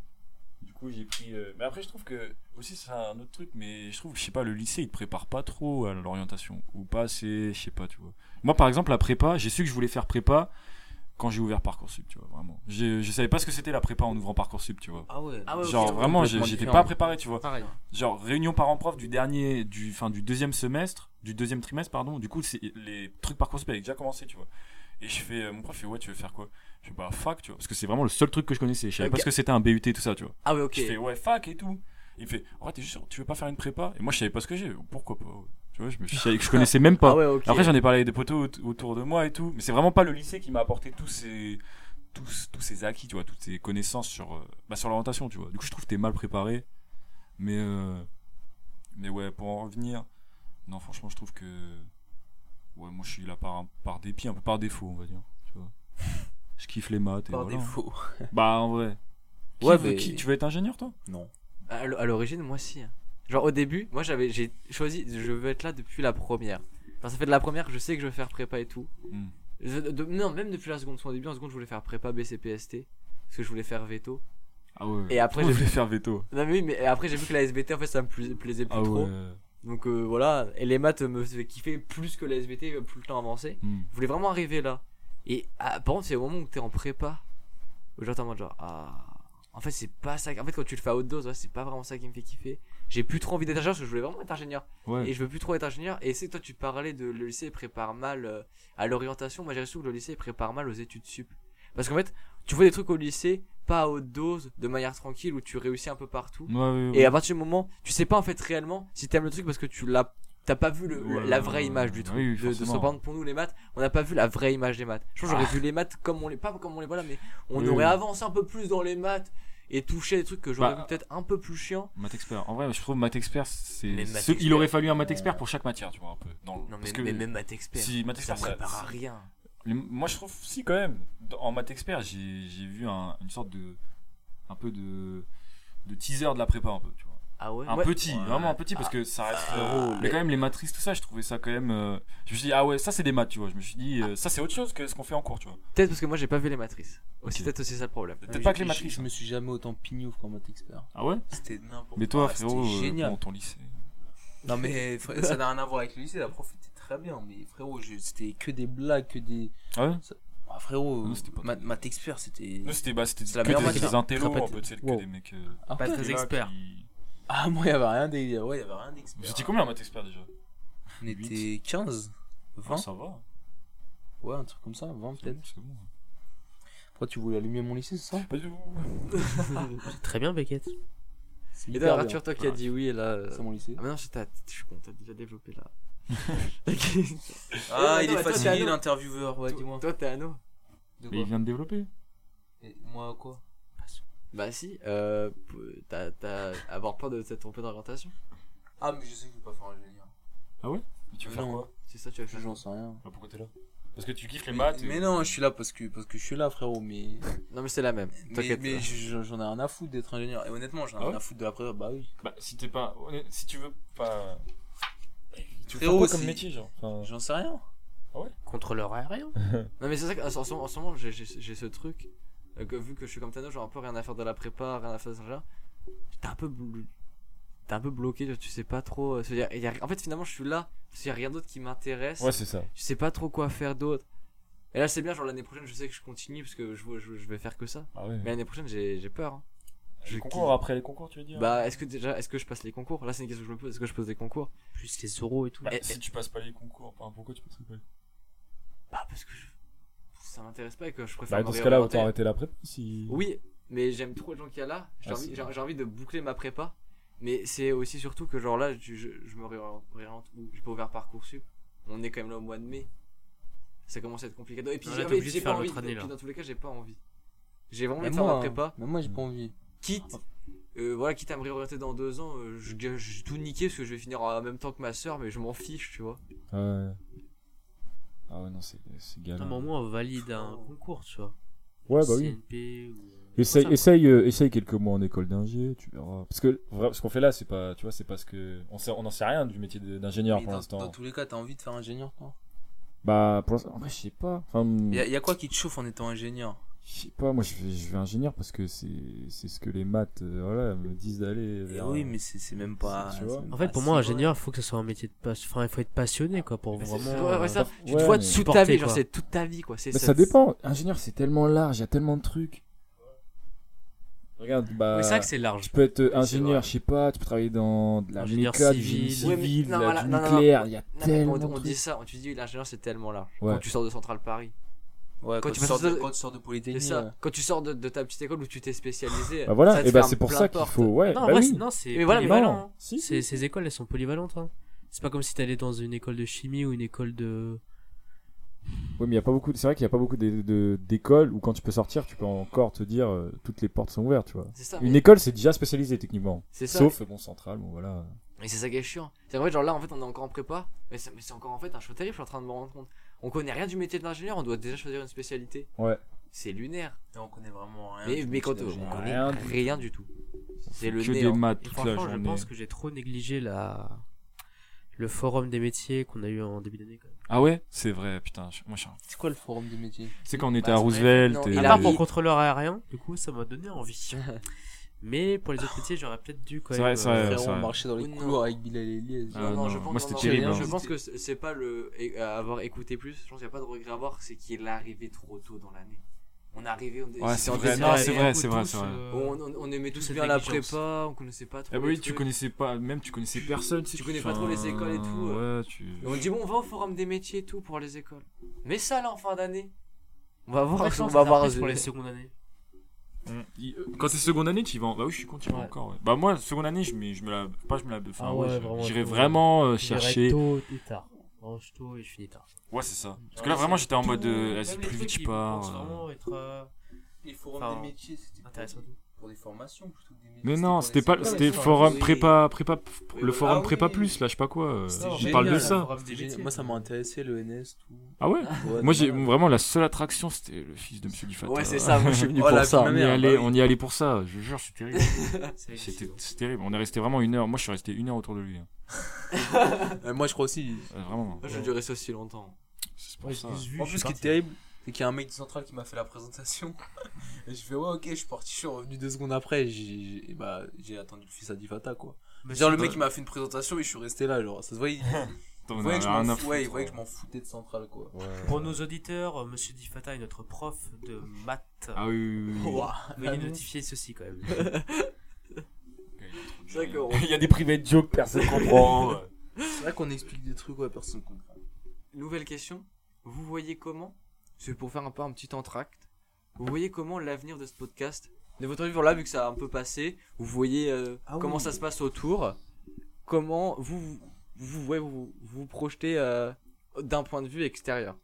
Du coup, j'ai pris. euh, Mais après, je trouve que aussi c'est un autre truc, mais je trouve, je sais pas, le lycée il te prépare pas trop à l'orientation ou pas assez, je sais pas, tu vois. Moi, par exemple, la prépa, j'ai su que je voulais faire prépa quand j'ai ouvert parcoursup, tu vois, vraiment. Je, je savais pas ce que c'était la prépa en ouvrant parcoursup, tu vois. Ah ouais. Ah ouais, ok, Genre donc, vraiment, j'ai- complètement j'étais différent. pas préparé, tu vois. Pareil. Genre réunion parents prof du dernier, du fin du deuxième semestre, du deuxième trimestre pardon. Du coup, c'est les trucs parcoursup avaient déjà commencé, tu vois. Et je fais, euh, mon prof fait ouais, tu veux faire quoi Je fais bah fac, tu vois, parce que c'est vraiment le seul truc que je connaissais. Je savais pas Ok. ce que c'était un BUT tout ça, tu vois. Ah ouais, ok. Je fais ouais fac et tout. Il me fait ouais t'es juste sûr, tu veux pas faire une prépa Et moi je savais pas ce que j'ai. Pourquoi pas ouais. Tu vois, je, me, je, savais- je connaissais même pas. Ah ouais, ok. Après j'en ai parlé avec des potos aut- autour de moi et tout, mais c'est vraiment pas le lycée qui m'a apporté tous ces tous, tous ces acquis, tu vois, toutes ces connaissances sur euh, bah, sur l'orientation, tu vois. Du coup je trouve que t'es mal préparé, mais euh, mais ouais pour en revenir, non franchement je trouve que ouais moi je suis là par par dépit, un peu par défaut on va dire, tu (laughs) vois. Je kiffe les maths et Par voilà. défaut. Bah en vrai. Qui Ouais, veut- mais- qui- tu veux être ingénieur toi Non. À l'o- à l'origine, moi si. hein. Genre au début, moi j'avais, j'ai choisi, je veux être là depuis la première. Enfin, ça fait de la première que je sais que je veux faire prépa et tout. Hmm. Je- de- non, même depuis la seconde. Parce qu'au début, en seconde, je voulais faire prépa BCPST. Parce que je voulais faire veto. Ah ouais. Et après, je j'ai voulais faire veto. Ah non, mais oui, mais après, j'ai vu que la SBT, en fait, ça me plu- plaisait plus trop. Donc euh, voilà. Et les maths me faisaient kiffer plus que la SBT, euh, plus le temps avançait. Hmm. Je voulais vraiment arriver là. Et ah, par contre, c'est au moment où t'es en prépa. où Genre, t'es en mode genre, ah. En fait, c'est pas ça. En fait, quand tu le fais à haute dose, ouais, c'est pas vraiment ça qui me fait kiffer. J'ai plus trop envie d'être ingénieur parce que je voulais vraiment être ingénieur. Ouais. Et je veux plus trop être ingénieur. Et c'est toi, tu parlais de le lycée prépare mal euh, à l'orientation. Moi, j'ai l'impression que le lycée prépare mal aux études sup. Parce qu'en fait, tu vois des trucs au lycée, pas à haute dose, de manière tranquille, où tu réussis un peu partout. Ouais, ouais, ouais. Et à partir du moment, tu sais pas en fait réellement si t'aimes le truc parce que tu l'as, t'as pas vu le- le- Ouais, la ouais, vraie ouais, image ouais. du truc. Oui, oui, de, de forcément. ça. Par exemple, pour nous les maths, on n'a pas vu la vraie image des maths. Je pense que j'aurais vu les maths comme on les, pas comme on les voit là, mais on Oui, aurait oui. avancé un peu plus dans les maths et touché des trucs que j'aurais Bah, vu peut-être un peu plus chiant. Math expert. En vrai, je trouve math expert, c'est. Mais ce- math Il expert. aurait fallu un math expert pour chaque matière, tu vois, un peu. Dans le- Non mais, parce que mais même maths expert, si math ça expert, ça- prépare à rien. les- moi je trouve si quand même. Dans- En math expert, j'ai j'ai vu un- une sorte de, un peu de, de teaser de la prépa un peu, tu vois. Ah ouais. Un Moi- petit, vraiment un petit parce que ça reste. mais, quand même les matrices tout ça, je trouvais ça quand même. euh, Je me suis dit ah ouais ça c'est des maths, tu vois. Je me suis dit euh, ça c'est autre chose que ce qu'on fait en cours, tu vois. Peut-être parce que moi j'ai pas vu les matrices. Aussi Ok. peut-être aussi ça le problème. Ah, Peut-être pas que les Je- matrices. Je me suis jamais autant pignouf qu'en maths expert. Ah ouais. c'était n'importe Mais toi quoi, c'était frérot, euh, génial. bon, ton lycée. Non mais frère, (laughs) ça n'a rien à voir avec le lycée, la prof était très bien, mais frérot, je- c'était que des blagues, que des... Ah ouais. Ah, frérot, Non, c'était pas ma- maths expert, c'était... Nous, c'était bah, c'était C'est la que meilleure des, matière. des intellos, Répète. un peu, tu sais, que Wow. des mecs. euh, Ah, Pas ouais. très là, experts. qui- Ah, moi, il y avait rien d'ex- ouais, il y avait rien Vous d'expert. étiez combien en maths expert Hein déjà On était 15 20 Ah, Ça va. Ouais, un truc comme ça, 20 C'est peut-être. bon, c'est bon. Pourquoi tu voulais allumer mon lycée, c'est ça Pas du tout. C'est très bien, Beckett. C'est Et hyper d'ailleurs, bien. Arthur, toi qui as dit oui, là. euh, C'est mon lycée. Ah, mais non, je t'as- je suis con, t'as déjà développé (laughs) là. Ah, Eh, il non, est mais toi, t'es fatigué ado. l'intervieweur, ouais, dis-moi. Toi, t'es Anno. De Mais quoi il vient de développer. Et moi, quoi Bah si, euh, p- t'as, t'as avoir peur de te tromper d'orientation. Ah, mais je sais que je vais pas faire ingénieur. Mais tu veux faire Non. quoi C'est ça, tu vas faire. J'en sais rien. Bah, Pourquoi t'es là Parce que tu kiffes les maths. et- Mais non, je suis là parce que, parce que je suis là, frérot. Mais, Non mais c'est la même. mais, T'inquiète. mais je- j'en ai rien à foutre d'être ingénieur. Et honnêtement, j'en ai Ah rien ouais à foutre de la prépa. Bah oui. Bah, si t'es pas. honnête- Si tu veux pas. Tu veux faire Frérot, quoi comme si- métier, genre Enfin, J'en sais rien. Contrôleur aérien Non mais c'est ça. que- En, ce- en ce moment, j'ai, j'ai, j'ai ce truc euh, que vu que je suis comme Thanos, j'ai un peu rien à faire de la prépa, rien à faire de ça. T'es un peu, bl- t'es un peu bloqué. tu- Tu sais pas trop. euh, se dire- il y a- en fait, finalement, je suis là parce qu'il y a rien d'autre qui m'intéresse. Ouais, c'est ça. je sais pas trop quoi faire d'autre. Et là, c'est bien, genre l'année prochaine, je sais que je continue parce que je, vois- je, je vais faire que ça. Ah ouais. Mais l'année prochaine, j'ai, j'ai peur. hein. Les je concours, kiffe. après les concours, tu veux dire Bah, est-ce que déjà, est-ce que je passe les concours Là, c'est une question que je me pose. Est-ce que je pose des concours Plus les euros et tout. Bah, eh, si tu passes pas les concours, enfin, pourquoi tu passes pas les concours Bah, parce que je- ça m'intéresse pas et que je préfère. Bah, me dans ce cas-là, réorienter. autant arrêter la prépa eh. si. Oui, mais j'aime trop les gens qu'il y a là. J'ai Ah, envie, c'est- j'ai- j'ai envie de boucler ma prépa. Mais c'est aussi surtout que, genre là, je, je, je me réoriente. réoriente ou J'ai pas ouvert Parcoursup. On est quand même là au mois de mai. Ça commence à être compliqué. Et puis, Ah, là, j'ai- t'es mais obligé de j'ai faire pas envie. l'autre année, et puis, là. dans tous les cas, j'ai pas envie. J'ai Bah, vraiment envie Même de faire ma moi, prépa. hein. même moi, j'ai pas envie. quitte euh, voilà quitte à me réorienter dans deux ans euh, je je- je vais tout niquer parce que je vais finir en même temps que ma sœur mais je m'en fiche tu vois Ah ouais. Ah ouais, non, c'est c'est galère. Non, mais au moins, on valide un concours, tu vois. Ouais, bah oui. CNP ou. Essaye, Ça, essaye, euh, essaye quelques mois en école d'ingé, tu verras. Parce que vra- ce qu'on fait là, c'est pas, tu vois, c'est parce que on sait, on n'en sait rien du métier de- d'ingénieur Mais pour dans, l'instant. dans tous les cas, t'as envie de faire ingénieur, toi. Bah, pour l'instant, en vrai, je sais pas. Enfin, Y a, y a quoi qui te chauffe en étant ingénieur je sais pas. Moi, je vais, je vais ingénieur parce que c'est, c'est ce que les maths, euh, voilà, me disent d'aller. Eh vers- Oui, mais c'est c'est même pas. ben, Tu vois. c'est même En fait, pas pour si moi, vrai. ingénieur, il faut que ce soit un métier de passion. Enfin, il faut être passionné, quoi, pour Ah, Mais c'est vraiment. ça, ouais, ouais, euh, ça tu te ouais, vois mais- toute ta Supporter, vie genre quoi. c'est toute ta vie quoi c'est Mais bah, ça dépend. Ingénieur, c'est tellement large, il y a tellement de trucs. Regarde, bah. Mais c'est vrai que c'est large. Tu peux être euh, c'est ingénieur, vrai. je sais pas, tu peux travailler dans de la Ingénieur méca, du génie civil. Ouais, mais- civil, de non, la- voilà, du non, non, non. nucléaire, il y a Non, mais tellement on, de on dit trucs. ça on te dit l'ingénieur c'est tellement large Ouais. quand tu sors de Centrale Paris Ouais, quand, tu tu passes sors de, de- quand tu sors de c'est Polytechnique. euh, ça quand tu sors de, de ta petite école où tu t'es spécialisé euh. Bah voilà, ça te et bah ferme c'est pour plein de ça qu'il portes. faut. Ouais, Non, en bah vrai, oui. c'est- non, c'est Mais voilà, mais polyvalent, non. hein. Si, Ces, ces écoles, elles sont polyvalentes. hein. C'est pas comme si t'allais dans une école de chimie ou une école de. Oui, mais il y a pas beaucoup. C'est vrai qu'il n'y a pas beaucoup de- de- d'écoles où quand tu peux sortir, tu peux encore te dire euh, toutes les portes sont ouvertes, tu vois. c'est ça Une mais- école, c'est déjà spécialisé techniquement. c'est ça Sauf bon central, bon voilà. Et c'est ça qui est chiant. C'est vrai, genre là, en fait, on est encore en prépa, mais c'est mais c'est encore en fait un show terrible, je suis en train de me rendre compte. On connaît rien du métier de l'ingénieur, on doit déjà choisir une spécialité. Ouais. C'est lunaire. Et on connaît vraiment rien. mais du mais métier quand euh, on d'ingénieur. connaît Rien rien, du du tout. C'est le que nez. des hein. maths Et toute la franchement, je journée. pense que j'ai trop négligé la... le forum des métiers qu'on a eu en début d'année. quoi. Ah ouais, c'est vrai, putain. je- Moi, je suis un- C'est quoi le forum des métiers c'est quand on était Bah, à c'est vrai. Roosevelt. Non, et- il À a- part pour contrôleur aérien, du coup, ça m'a donné envie. (laughs) Mais pour les autres métiers, j'aurais peut-être dû quand C'est même. vrai, c'est euh, vrai. Frérot, ça- on marchait dans les Oui, non. couloirs avec Bilal et Elias. Ah, Non, non, non, je pense, moi, non, c'était non, terrible, non, hein. Je pense que c'est c'est pas le et, euh, avoir écouté plus. Je pense qu'il n'y a pas de regret à avoir, c'est qu'il est arrivé trop tôt dans l'année. On est arrivé, on Ouais, c'est en vrai, décembre, non, c'est et vrai, on- c'est vrai, tous, c'est vrai. euh, On, on, on aimait tous Toute bien la négligence. prépa, on connaissait pas trop. Ah les oui, tu trucs. connaissais pas, même tu connaissais personne. tu connais pas trop les écoles et tout, euh. Ouais, tu. Et on dit bon, on va au forum des métiers et tout pour les écoles. Mais ça là en fin d'année. On va voir, Ouais, je on pense va que ça voir. sera plus pour les secondes années. Mm. Il- euh, Quand t'es seconde année, tu y vas. en- Bah oui, je suis content Ouais. encore. ouais. Bah moi, seconde année, je, mets- je me la. Pas je me la. Enfin, Ah ouais, ouais, je- vraiment, j'irais je- vraiment euh, Je dirais chercher. tôt et tard. Mange tôt et je finis tard. Ouais, c'est ça. Parce que là, vraiment, j'étais en mode. euh, Vas-y, Même les plus vite trucs tu qui pensent pars. euh. vraiment être, euh, Les forums Enfin, des métiers, c'était intéressant. intéressant. Euh, Pour des formations plutôt que des métiers. Mais non, pour c'était des pas. écoles. C'était Ouais, forum ouais. prépa. prépa le forum Ah oui. prépa plus, là, je sais pas quoi. euh, C'était On parle de génial, le ça. forum des C'était génial. métiers. Moi, ça m'a intéressé, le NS, (laughs) tout. Ah ouais Ouais, Moi, de j'ai malade. vraiment la seule attraction, c'était le fils de Monsieur euh. Lifata. Ouais, c'est ça, moi je (laughs) suis venu Oh, pour la ça. vie On de y, ma mère, allait, bah oui. on y allait pour ça, je jure, c'est terrible. C'est C'était difficile. c'est terrible. On est resté vraiment une heure. Moi, je suis resté une heure autour de lui. hein. Euh, Moi, je crois aussi. Euh, Vraiment. Moi, je durais ça aussi longtemps. C'est Ouais, pour je ça. l'ai juste vu, En je plus, suis ce qui est parti. terrible, c'est qu'il y a un mec de Centrale qui m'a fait la présentation. (laughs) Et je fais, ouais, ok, je suis parti, je suis revenu deux secondes après. J'ai j'ai- bah, j'ai attendu le fils à Divata, quoi. Mais Genre, le c'est- mec, il m'a fait une présentation et je suis resté là, genre. Ça se voyait, il T'en il as voyait que je rien à m'en fou- foutre, ouais, il voyait hein. que je m'en foutais de Centrale, quoi. Pour nos auditeurs, euh, Monsieur Difata est notre prof de maths. Ah oui, oui, oui. Ouah. Veuillez notifier ceci quand même. C'est (laughs) vrai qu'on- Il y a des private jokes, personne comprend. C'est vrai qu'on explique des trucs, ouais, personne comprend. Nouvelle question. Vous voyez comment C'est pour faire un peu un petit entracte. Vous voyez comment l'avenir de ce podcast De votre vivant là, vu que ça a un peu passé, vous voyez euh, Ah oui. comment ça se passe autour. Comment vous vous, vous, ouais, vous, vous vous projetez euh, d'un point de vue extérieur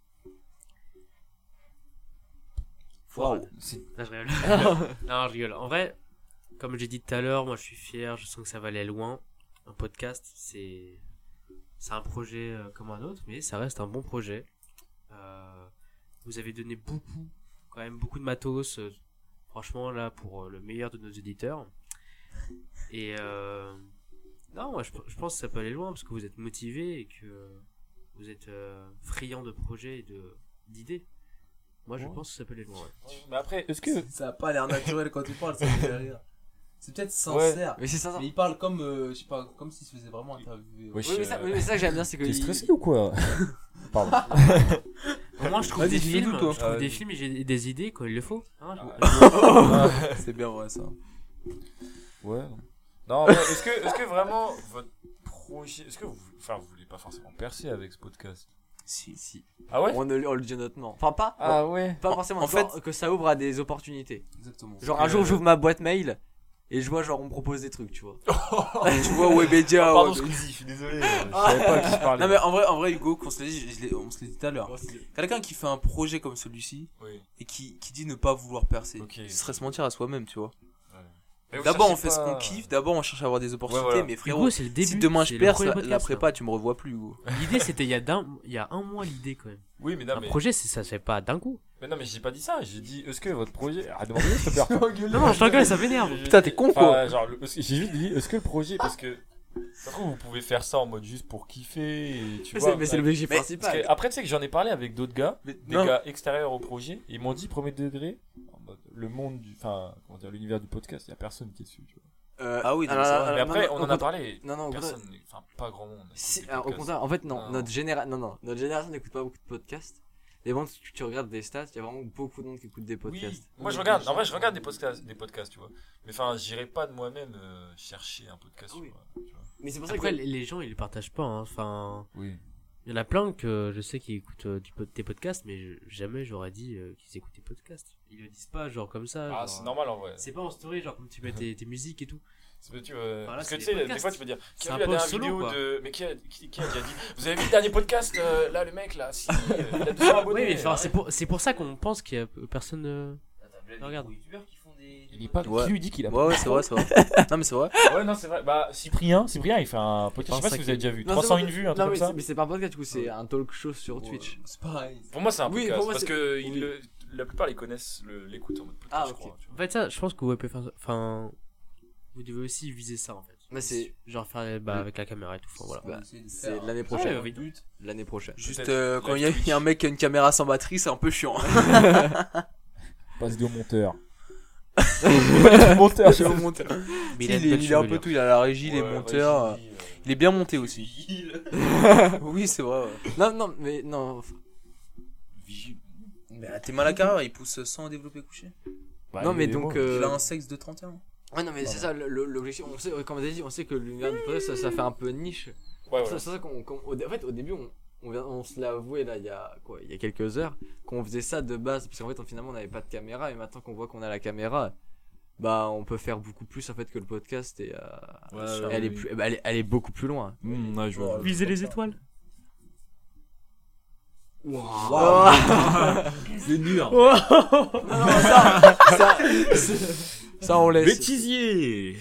Waouh. C'est- Non, je rigole. (laughs) non, je rigole. En vrai, comme j'ai dit tout à l'heure, moi je suis fier, je sens que ça va aller loin. Un podcast, c'est c'est un projet euh, comme un autre, mais ça reste un bon projet. Euh, vous avez donné beaucoup, quand même beaucoup de matos, euh, franchement là, pour euh, le meilleur de nos éditeurs. Et euh, non, moi je, je pense que ça peut aller loin, parce que vous êtes motivé et que vous êtes euh, friand de projets et de- d'idées. Moi je Ouais. pense que ça peut aller loin. ouais. (laughs) Mais après, est-ce que. Ça a pas l'air naturel quand tu parles, ça me fait rire. C'est peut-être sincère. Mais c'est ça. ça. Mais il parle comme, euh, je sais pas, comme s'il se faisait vraiment interviewer. Wesh, Oui, mais ça, euh, (laughs) oui, mais ça que j'aime bien, c'est que. T'es il- stressé ou quoi (laughs) Pardon. Au moins, je trouve Vas-y, des dis-le films, nous, toi. je trouve Ah, des oui. films et j'ai des idées quand il le faut. hein, je- C'est bien vrai ça. Ouais. Non, non mais est-ce que, est que vraiment votre projet. Est-ce que vous. Enfin, vous voulez pas forcément percer avec ce podcast Si, si. Ah ouais On, ne- on le dit honnêtement. Enfin, pas. Ah ouais Pas forcément. en fait- euh, genre que ça ouvre à des opportunités. Exactement. Genre, un jour, j'ouvre ma boîte mail et je vois, genre, on me propose des trucs, tu vois. (laughs) tu vois Webedia. Oh, Pardon, ouais, je dis, je suis désolé, je savais pas à qui je parlais. Non mais en vrai, en vrai Hugo, qu'on se l'ait dit, je- je l'ai- on se l'a dit tout à l'heure. Quelqu'un qui fait un projet comme celui-ci Oui. et qui, qui dit ne pas vouloir percer, Ok. ce serait se mentir à soi-même, tu vois. Mais vous D'abord on cherchez fait ce pas- qu'on kiffe, d'abord on cherche à avoir des opportunités, voilà. mais frérot, Hugo, c'est le début. si demain c'est je le perds premier la, la podcast, prépa, tu me revois plus Hugo. hein. L'idée, c'était il y a d'un- il y a un mois l'idée quand même. Oui, mais non, un mais, projet, c'est ça, c'est pas d'un coup. mais non, mais j'ai pas dit ça. J'ai dit, est-ce que votre projet. Ah, demandez-le, s'il te plaît. Non, non, je t'engueule, ça m'énerve. J'ai- Putain, t'es con, quoi. Enfin, genre, le- parce que j'ai juste dit, est-ce que le projet. Parce que. Ça se trouve, vous pouvez faire ça en mode juste pour kiffer. Et, tu Mais vois, bah, c'est- mais c'est l'objectif Mais- Parce principal. que après, tu sais que j'en ai parlé avec d'autres gars, Mais- des non. gars extérieurs au projet, et ils m'ont dit premier degré, en mode, le monde du, enfin, comment dire, l'univers du podcast, il y a personne qui est dessus. Tu vois. Euh, Ah oui, donc alors, ça va. alors, Mais après, non, on non, en a parlé, Non, non, au contraire. personne, enfin, pas grand monde. Si, écoute alors, les au podcasts. contraire, en fait, non, Ah, non. notre, généra... non, non, notre génération n'écoute pas beaucoup de podcasts. Les bandes, tu, tu regardes des stats, il y a vraiment beaucoup de monde qui écoute euh, des Oui, podcasts. moi je regarde, en vrai, je regarde des podcasts, des podcasts, tu vois. Mais enfin, j'irai pas de moi-même euh, chercher un podcast. Ah Oui. tu vois, tu vois. Mais c'est pour ça Après, que. les les gens, ils le partagent pas. hein. Enfin, Oui. il y en a plein que je sais qui écoutent euh, du pod- tes podcasts, mais je- jamais j'aurais dit euh, qu'ils écoutent tes podcasts. Ils le disent pas, genre comme ça. Ah, genre, c'est normal en vrai. C'est pas en story, genre comme tu mets tes, tes musiques et tout. C'est parce que tu veux- Voilà, parce que c'est tu des sais, des podcasts. fois tu peux dire. Qui C'est a un vu la peu dernière solo, vidéo quoi. de. Mais qui a, qui, qui a déjà dit Vous avez vu le dernier podcast euh, Là, le mec, là, si, euh, il (laughs) a 200 Oui, abonnés. euh, mais enfin, arrête. c'est pour, c'est pour ça qu'on pense qu'il y a personne. euh, Attends, mais là, Regarde. des youtubeurs qui font des. Il est pas. Ouais. Qui lui dit qu'il a Ouais, ouais, c'est (laughs) vrai, c'est vrai. non, mais c'est vrai. Ouais, non, c'est vrai. Bah, Cyprien, Cyprien, il fait un podcast. Je sais pas si vous avez déjà vu. Non, c'est 301 pas- vues, un non, truc comme mais ça. c'est- mais c'est pas un podcast, du coup, c'est un talk show sur Ouais, Twitch. C'est pareil. Pour moi, c'est un Oui, podcast. pour moi, parce c'est- que oui. ils le- la plupart, ils connaissent le- l'écoute en mode podcast, Ah, je ok. crois. tu vois. En fait, ça, je pense que vous pouvez faire ça. Enfin, vous devez aussi viser ça en fait. Mais c'est- Genre faire bah, avec la caméra et tout. Enfin, voilà. Bah, On essaie de C'est faire. l'année Ouais, prochaine. ouais, vite. l'année prochaine. Juste Peut-être euh, live quand il y, a- il y a un mec qui a une caméra sans batterie, c'est un peu chiant. Passe de monteur. (laughs) monteur, Je vais vous montrer. Mais il, a une est, bonne il est un peu chevelure. tout, il a la régie, il est monteur. euh, Il est bien monté aussi. (laughs) oui, c'est vrai. ouais. Non, non, mais non. Mais euh, t'es mal à carrière, il pousse 100 développé couché. non, mais donc. euh, Il a un sexe de 31. Ouais, non, mais c'est ça le- le- l'objectif. On sait, comme on a dit, on sait que l'univers du podcast, ça, ça fait un peu niche. Ouais, C'est voilà. ça qu'on. qu'on- au dé- en fait, au début, on, on, vient- on se l'a avoué là, il y, a, quoi, il y a quelques heures, qu'on faisait ça de base. Parce qu'en fait, on- finalement, on n'avait pas de caméra. Et maintenant qu'on voit qu'on a la caméra, bah, on peut faire beaucoup plus en fait que le podcast. Et, euh, Ah, elle, est plus, eh ben, elle, est, elle est beaucoup plus loin. Hmm, ouais, je vois. Oh, Viser les étoiles. C'est dur. Ah, (laughs) Ça, on laisse. Bêtisier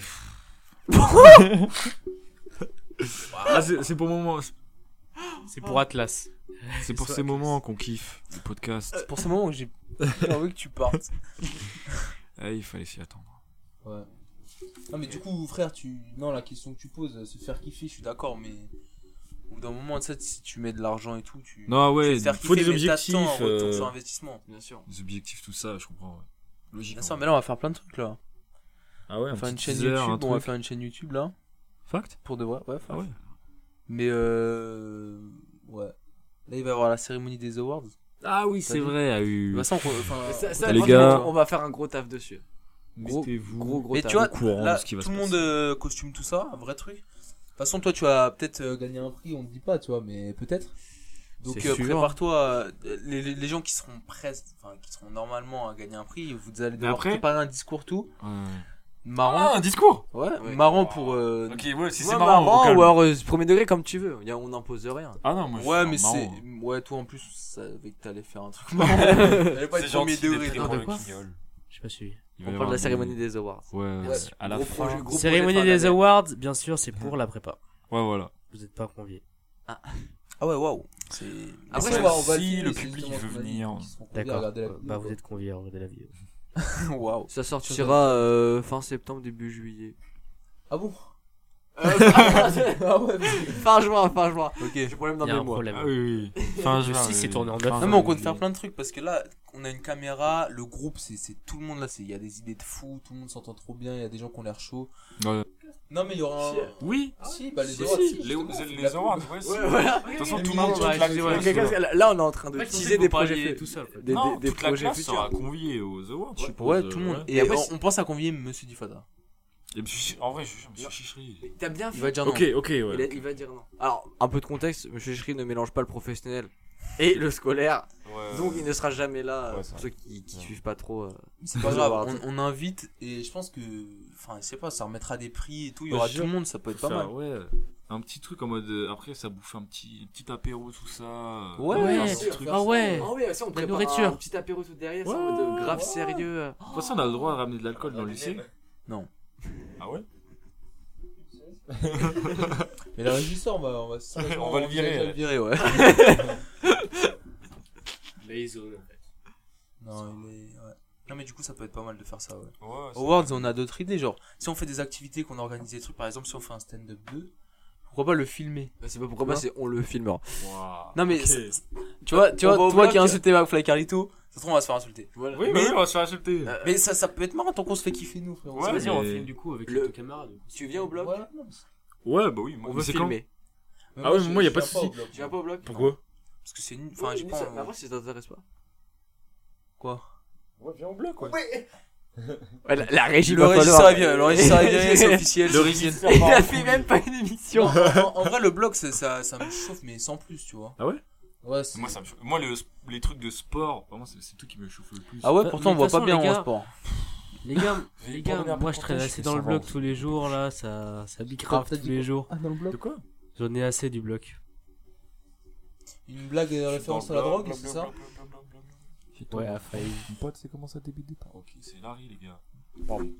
Ah, c'est c'est pour, moment, (laughs) C'est pour Atlas. c'est pour ces moments qu'on kiffe le podcast. C'est pour ce moment où j'ai j'ai envie que tu partes. Euh. Eh, Ah, il fallait s'y attendre. Ouais. Non, mais du coup, frère, tu. Non, la question que tu poses, euh, se faire kiffer, je suis d'accord, mais. Au bout d'un moment, tu sais, si tu mets de l'argent et tout, tu. Non, tu ouais, veux te il faire faut des kiffer, mais objectifs. t'attends un retour euh, sur investissement. Bien sûr. Des objectifs, tout ça, je comprends. ouais. Logique. Bien hein. sûr, mais là, on va faire plein de trucs là. Ah ouais, On va un faire une petit chaîne teaser, YouTube, un on va truc. faire une chaîne YouTube là. Fact Pour de vrai, ouais. faut- Ah ouais. Mais euh. Ouais. Là, il va y avoir la cérémonie des awards. Ah oui, T'as c'est vu vrai, a eu. Bah, ça, on- enfin, Mais ça- ça, les franchement, gars. On va faire un gros taf dessus. Gros, Mettez-vous gros, gros Mais taf. tu vois, au courant là, de ce qui va tout se le monde passer. euh, costume tout ça, un vrai truc. De toute façon, toi, tu vas peut-être euh, gagner un prix, on ne dit pas, tu vois, mais peut-être. Donc, Donc euh, euh, prépare. prépare-toi, euh, les, les- les gens qui seront presque, enfin qui seront normalement à gagner un prix, vous allez devoir après- préparer un discours tout. Ouais. Marrant. Ah, un discours ouais, ouais. marrant pour. euh, Ah, Ok, ouais, si Ouais, c'est marrant, au calme. ou alors euh, premier degré comme tu veux. Y a- on n'impose rien. Ah non, moi, je ouais, suis mais marrant. hein. c'est. Ouais, toi en plus, tu savais que t'allais faire (laughs) un truc marrant. T'allais pas C'est être premier gentil d'être degré. pris pour de le quoi quignol. J'ai pas suivi. Il va y On parle avoir de la des- cérémonie des awards. Ouais, Ouais, à la gros fin. projet, gros Cérémonie projet fin des d'année. awards, bien sûr, c'est pour la prépa. Ouais, voilà. Vous êtes pas conviés. Ah ouais, waouh. C'est. Après, Ouais, je vois, si on va le le filmer, c'est public justement veut ce qu'on a dit. venir. D'accord. Regardez la Euh, vidéo, Bah, quoi. vous êtes conviés à regarder la vidéo. Waouh. Ça sortira euh, fin septembre, début juillet. Ah (laughs) bon Ah (laughs) fin juin, fin juin. Ok. J'ai problème dans Il y a mes un mois. problème. Ah oui, oui. Fin Le juin. six, c'est oui. tourné en neuf. Fin Non, mais on juin. compte faire plein de trucs parce que là, on a une caméra, le groupe, c'est c'est tout le monde là. c'est- Il y a des idées de fou, tout le monde s'entend trop bien, il y a des gens qui ont l'air chaud. Ouais. Non, mais il y aura un. Oui, Ah Si, bah les Si, awards. si, si, Les, justement, les, on fait les la pub. awards, ouais, si. Ouais, voilà. De toute façon, oui, tout oui, le monde, oui, toute la oui, classe- oui, Quelqu'un- Là, on est en train de teaser des projets faits. tout seul. en fait. Des, Non, des- des toute la projets classe sera futurs. conviée aux awards, je suppose. Ouais, tout le euh, monde. ouais. Et, Et après, on, c'est- on pense à convier Monsieur Dufada. Et puis, en vrai, je je me suis chicherie. T'as bien Il fait. va dire non. Ok, ok, Il, a- ouais. il va dire non. Alors, un peu de contexte, Monsieur Chéri ne mélange pas le professionnel et le scolaire, Ouais, donc ouais. il ne sera jamais là. euh, ouais, ça. pour ceux qui, qui Ouais. suivent pas trop. euh. C'est pas Les grave, awards. (laughs) on, on invite et je pense que. Enfin, je sais pas, ça remettra des prix et tout. Il y Bah, aura je tout le monde, ça peut être pas Faire, mal. ouais, un petit truc en mode. euh, après, ça bouffe un petit, petit apéro, tout ça. euh, Ouais, faire ouais. un petit truc. Ah ouais. Ah ouais, ça on La prépare nourriture. un petit apéro tout derrière, c'est en Ouais, mode grave ouais. sérieux. euh. De toute façon, on a le droit de ramener de l'alcool dans le Ouais, lycée. même. Ah ouais Mais le régisseur, on (laughs) va, on va, ça, On va le virer. déjà le virer, ouais. Mais ils ont- en fait. Non, il est- ouais. Non, mais du coup, ça peut être pas mal de faire ça, ouais. Ouais, ça- Awards, on a d'autres idées. Genre, si on fait des activités, qu'on organise des trucs, par exemple, si on fait un stand-up 2, pourquoi pas le filmer Bah, c'est pas pourquoi pas, c'est on le filmera. Ouah. Non, mais Ok. c'est- Tu vois, tu On vois va au toi qui as bloc. insulté McFly et Carlito, ça se trouve, on va se faire insulter. Oui, Mais- Ah. mais on va se faire accepter. Euh, Mais ça, ça peut être marrant tant qu'on se fait kiffer, nous, frérot. Ouais, Vas-y, on mais- filme du coup avec Le- le caméra. du coup. Tu viens au bloc Voilà, non, mais c'est- Ouais, bah oui, moi, On mais veut c'est quand filmer. mais Ah ouais, mais moi, je- y a je pas viens de souci. au bloc. Tu viens pas au bloc Pourquoi Parce que c'est nul. Enfin, Oui, j'ai mais pas. ça- envie. mais Après, si ça t'intéresse pas. Quoi Ouais, viens au bloc, quoi. Ouais, la, la régie Le va régisseur falloir. (laughs) est viré, le régisseur est viré, c'est officiel. Le c'est régisseur officiel. Il a fait même pas une émission. En, en- en vrai, le bloc, c'est- ça, ça me chauffe, mais sans plus, tu vois. Ah ouais Ouais, c'est- Moi, ça me chauffe. Moi, le- les trucs de sport, vraiment, c'est c'est tout qui me chauffe le plus. Ah ouais, Mais pourtant, on de voit toute pas façon, bien les en gars- sport. Les gars, J'ai les pas donné gars un moi je traîne pourcentage, assez je dans le fais bloc 120. tous les jours là, ça, ça Ah, bicrave t'as tous dit les quoi jours. Ah, dans le bloc De quoi J'en ai assez du bloc. Une blague euh, Je suis référence à dans la le drogue, bloc, c'est bloc, ça bloc, bloc, bloc, bloc, bloc. Ouais, à failli. Mon pote, c'est comment ça début de départ Ok, c'est Larry, les gars. Pardon.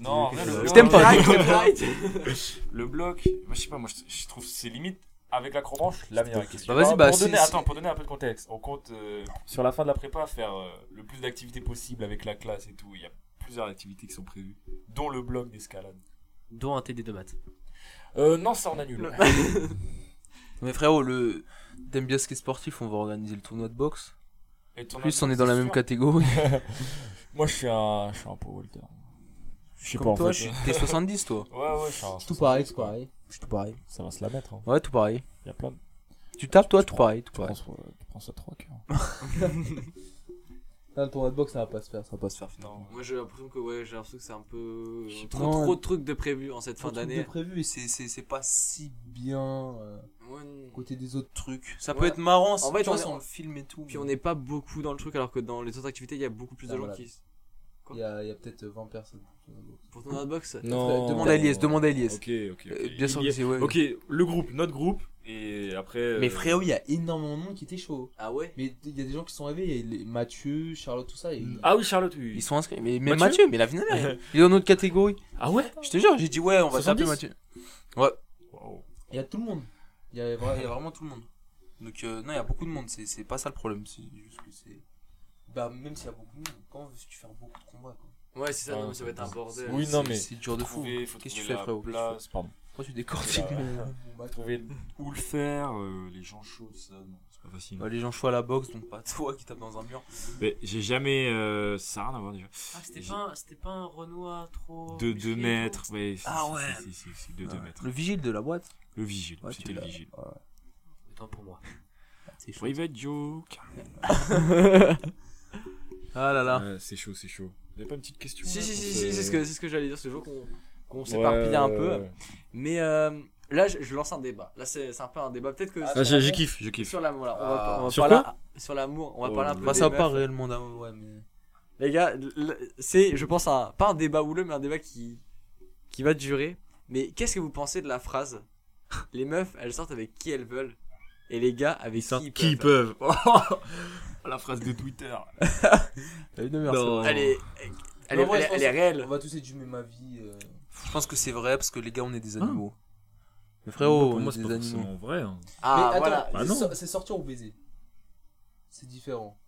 Non, en vrai, Je le t'aime pas. Right, right. (laughs) Le bloc, moi, je sais pas, moi, je- je trouve c'est limite avec l'acrobranche la meilleure. Qu'est-ce que- Bah, vas-y, Alors, bah, pour c'est- donner, c'est- attends, pour donner un peu de contexte, on compte euh, sur la fin de la prépa faire euh, le plus d'activités possible avec la classe et tout. Il y a plusieurs activités qui sont prévues, dont le bloc d'escalade. Dont un TD de maths. Euh, non, ça on annule. Mais frérot, le. T'aimes bien ce qui est sportif, on va organiser le tournoi de boxe. Et ton Plus, ami, on est dans la c'est même sûr. catégorie. Moi, je suis un, je suis un peu Walter. Je sais pas Comme en toi, fait. je suis- t'es 70, toi. Ouais, ouais, je suis un- Tout pareil, c'est pareil. je suis tout pareil. Ça va se la mettre. hein. Ouais, tout pareil. Il y a plein de. Tu tapes, toi, Tu tout prends- pareil. Tout Tu, pareil. prends, ça- tu prends ça 3 cœurs. Non, le tournoi de boxe, ça va pas se faire, ça va pas se faire. Non. Moi j'ai l'impression que ouais, j'ai l'impression que c'est un peu Je sais trop, pas. trop de trucs de prévus en cette fin C'est d'année. prévu et c'est- c'est c'est pas si bien euh, Ouais, non. côté des autres trucs. Ça peut Ouais. être marrant si fait, tu vois, on est- si on le film et tout. Puis on n'est pas beaucoup dans le truc alors que dans les autres activités, il y a beaucoup plus de Ah, gens voilà. qui Il y a, il y a peut-être 20 personnes. pour ton outbox. Non. Demande à Elias, demande à Elias. Ok, ok. ok. Euh, Bien sûr Il que y a- c'est, ouais. Ok, le groupe, notre groupe, et après. euh, Mais frérot, il y a énormément de monde qui était chaud. Ah ouais Mais il y a des gens qui sont arrivés, il y a les- Mathieu, Charlotte, tout ça. et- Ah oui, Charlotte, oui. Ils sont inscrits. Mais, mais Mathieu Mathieu, mais la vie n'a (laughs) rien. Il est dans notre catégorie. Ah ouais Je te jure, j'ai dit, ouais, on va 70? taper Mathieu. Wow. Il y a tout le monde. Il y a Ouais, vraiment. il y a vraiment tout le monde. Donc, euh, non, il y a beaucoup de monde, c'est c'est pas ça le problème. C'est juste que c'est. Bah, même s'il y a beaucoup de monde, comment veux-tu faire beaucoup de combats quoi Ouais, c'est ça, Ah, non, mais ça va être un bordel. Oui, C'est- non, mais- C'est dur de fou. Trouver- faut Qu'est-ce que trouver tu fais, la frérot Qu'est-ce que tu place, pardon. fais Pourquoi tu décortiques Voilà. le- bah, Trouver où le faire, euh, les gens chauds, ça, non, c'est pas facile. Bah, Les gens chouent à la boxe, donc pas toi qui tape dans un mur. Mais j'ai jamais. euh, ça n'a rien à voir déjà. Ah, c'était J'ai- pas, un- c'était pas un Renoir Oh, trop. De musclé 2 et tout mètres, ouais. c'est- Ah c'est- ouais. c'est- c'est- C'est de 2 mètres. Le vigile de la boîte. Le vigile, Ouais, tu c'était le l'as. vigile. Autant pour moi. C'est chaud. Private joke. Ah là là. Ouais, c'est chaud, c'est chaud. Vous avez pas une petite question Si, là, si, pour euh, si, se- si, c'est ce que, c'est ce que j'allais dire ce jour qu'on qu'on Ouais, s'éparpille un ouais, peu. ouais. Mais euh, là, je, je lance un débat. Là, c'est c'est un peu un débat. Peut-être que. Ah, j'ai- j'ai kiff, je kiffe. sur l'amour, là. On va, Ah. on va Sur parler- Sur l'amour, on va Oh, parler un peu. Bah, des ça va meufs. pas réellement d'amour, ouais, mais. Les gars, l- l- c'est, je pense, un, pas un débat houleux, mais un débat qui, qui va durer. Mais qu'est-ce que vous pensez de la phrase Les meufs, elles sortent avec qui elles veulent, et les gars, avec Putain, qui ils qui peuvent. peuvent euh, (laughs) La phrase de Twitter. Bah, Non. Elle est, elle est- Non, moi, elle je est- elle pense- est réelle. Bah, On va tous édumer ma vie. euh. Je pense que c'est vrai parce que les gars, on est Ah. des animaux. Mais Pour frérot, moi, moi, c'est c'est pas des animaux. forcément vrai. hein. Ah, Mais attends, voilà. Bah c'est non. so- c'est sortir ou baiser C'est différent.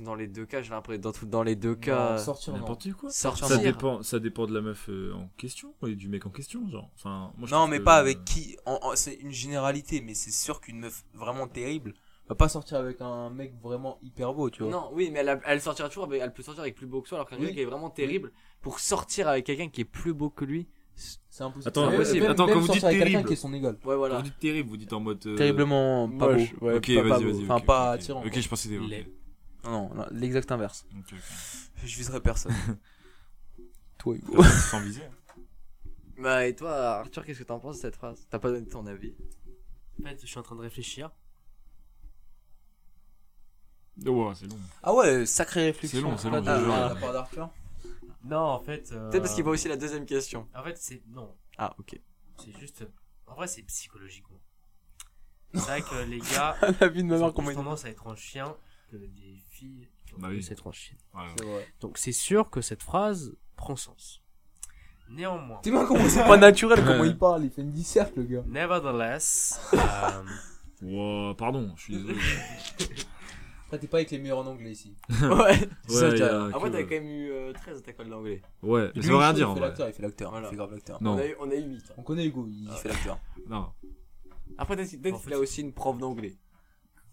Dans les deux cas, j'ai l'impression, dans, tout- dans les deux Non, cas, sortir, non. N'importe quoi. sortir. Ça dépend, ça dépend de la meuf euh, en question et du mec en question, genre. Enfin, moi, je Non, trouve mais que- euh, pas avec qui. en- en- C'est une généralité, mais c'est sûr qu'une meuf vraiment terrible va pas sortir avec un mec vraiment hyper beau, tu vois. Non, oui, mais elle, a- elle sortira toujours, avec- elle peut sortir avec plus beau que soi, alors qu'un Oui. gars qui est vraiment terrible, pour sortir avec quelqu'un qui est plus beau que lui. c'est- C'est impossible. Attends, Ah, Même- impossible. même- Attends, même quand vous sortir dites avec quelqu'un terrible. qui est son égal. Ouais, Quand voilà. vous dites terrible, vous dites en mode. euh, Terriblement pas beau. Moche, ouais, ok, pas- vas-y, pas vas-y. beau. ok, Enfin, ok, pas ok. attirant. Ok, je pensais des. ok. Non, non, l'exact inverse. Ok, (laughs) ok. Je viserai personne. Toi, Hugo. Sans viser. (laughs) Bah, et toi, Arthur, qu'est-ce que t'en penses de cette phrase T'as pas donné ton avis. En fait, je suis en train de réfléchir. Ouais, c'est long. Ah ouais, sacrée réflexion. C'est long, c'est Pas long. de- je jure. Ah, la part d'Arthur. Non, en fait. euh, Peut-être parce qu'il voit aussi la deuxième question. En fait, c'est. Non, Ah, ok. c'est juste. En vrai, c'est psychologiquement. C'est vrai que les (laughs) gars. (laughs) La vie de ma ils mère, ont comment plus il tendance à être en chien que des filles qui ont Bah tendance oui. à être en chien. Ouais, ouais. C'est vrai. Donc, c'est sûr que cette phrase prend sens. Néanmoins. T'es mal (laughs) comment c'est pas naturel comment il parle, il fait une disserte le gars. Nevertheless, euh, Wow, pardon, je suis (laughs) désolé. Après t'es pas avec les meilleurs en anglais ici. (laughs) ouais. Ouais, il y a Après, que- t'avais quand même eu euh, 13 à ta colle d'anglais. Ouais, mais ça veut rien dire en Il fait vrai. l'acteur, il fait l'acteur, Voilà. il fait grave l'acteur. On Non, a eu, on a eu 8. On connaît Hugo, il Ah. fait l'acteur. non. Après, peut-être peut-être En fait, qu'il a aussi une prof d'anglais.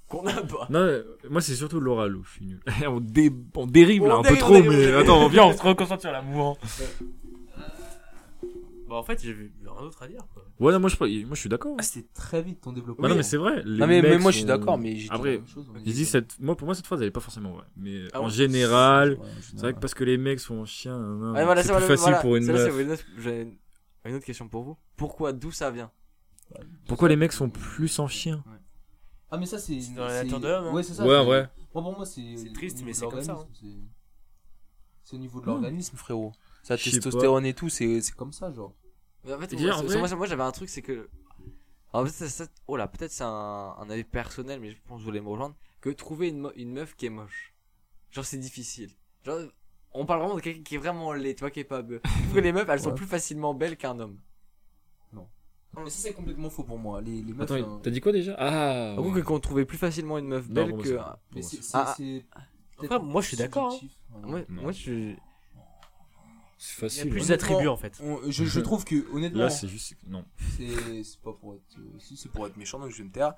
Qu'on a pas. Non, euh, moi c'est surtout l'oral où je suis nul. (laughs) on, dé- on dérive là On un peu dérive, on trop, dérive, on mais dérive. attends, viens, on se reconcentre sur l'amour. bah en fait, j'ai vu j'ai rien d'autre à dire. Quoi. Ouais, non, moi je, moi, je suis d'accord. Ah, c'était très vite ton développement. Bah non, mais c'est vrai. les Non, mais, mais mecs moi je suis sont- Ah, d'accord, mais j'ai dit Après, la même chose, on est Je dis d'accord. cette... moi, pour moi, cette phrase elle est pas forcément vraie. Mais Ah en ouais. général, Ouais, en c'est vrai général. que parce que les mecs sont en chien, nan, nan, Ouais, Ah, voilà, c'est ça, plus voilà, facile voilà. pour une Ça, meuf. c'est une autre- J'ai une- une autre question pour vous. Pourquoi D'où ça vient Pourquoi les mecs sont plus en chien Ah mais ça c'est. C'est dans la c'est- nature de l'homme, hein. Ouais c'est ça. Ouais, c'est- en vrai. Moi pour moi c'est. hein. C'est au triste, niveau mais de c'est comme ça, l'organisme, C'est c'est au niveau de l'organisme frérot. Sa Je sais pas. testostérone et tout, c'est. c'est- C'est comme ça genre. Mais en fait, Et moi, dire, c'est- en vrai- moi, c'est- moi, j'avais un truc, c'est que. En fait, ça- ça- oh là, peut-être c'est un, un avis personnel, mais je pense que vous voulez me rejoindre. Que trouver une, mo- une meuf qui est moche. Genre, c'est difficile. Genre, on parle vraiment de quelqu'un qui est vraiment laid, tu vois, qui est pas beau. Parce que les meufs, elles sont Ouais. plus facilement belles qu'un homme. Non mais ça c'est complètement faux pour moi. Les, les meufs. Attends, hein, t'as dit quoi déjà Ah Par contre, qu'on trouvait plus facilement une meuf belle bon, bah, que. hein, ça- Mais bon, c'est- c'est- Ah, ah. c'est peut-être Après, moi, je suis d'accord, subjectif, hein. en vrai. Moi, Non. moi, je suis. Il y C'est a facile. plus hein. d'attributs en fait. On- je, je trouve que honnêtement, Là, c'est juste. Non. c'est c'est pas pour être, euh, si c'est pour être méchant donc je vais me taire.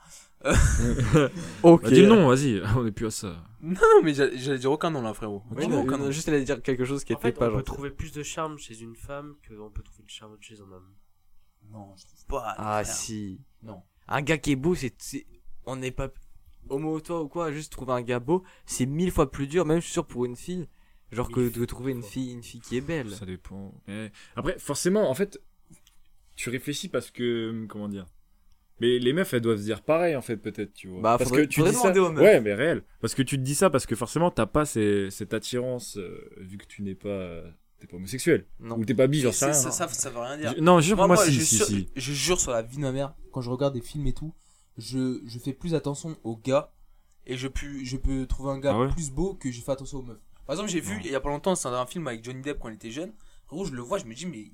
Ok. Bah, dis le nom, vas-y, (laughs) on est plus à ça. Non, mais j'a- j'allais dire aucun nom là, frérot. Oui, Vraiment mais aucun on a nom. juste allé dire quelque chose qui En était fait, pas on peut gentil. trouver plus de charme chez une femme qu'on peut trouver de charme chez un homme. Non, je trouve pas. Ah frère. si. Non. Un gars qui est beau, c'est. c'est- On n'est pas. Homo toi ou quoi, juste trouver un gars beau, c'est mille fois plus dur, même je suis sûr pour une fille. Genre que Mille de trouver une fois. fille, une fille qui est belle. Ça dépend. Eh, Après, forcément, en fait, tu réfléchis parce que. hum, Comment dire Mais les meufs, elles doivent se dire pareil, en fait, peut-être, tu vois. Bah, parce faudrait- que tu faudrait dis demander ça. aux meufs. Ouais, mais réel. Parce que tu te dis ça parce que forcément, t'as pas ces- cette attirance, euh, vu que tu n'es pas. euh, T'es pas homosexuel. Non. Ou t'es pas bi, j'en sais Ça, rien. hein. ça, ça, ça veut rien dire. Je- Non, jure, moi, si, je, si, jure, si. je jure sur la vie de ma mère, quand je regarde des films et tout, je, je fais plus attention aux gars Et je puis je peux trouver un gars Ah ouais plus beau que j'ai fait attention aux meufs. Par exemple, j'ai Non. vu il y a pas longtemps, c'est un, un film avec Johnny Depp quand il était jeune. Gros, je le vois, je me dis, mais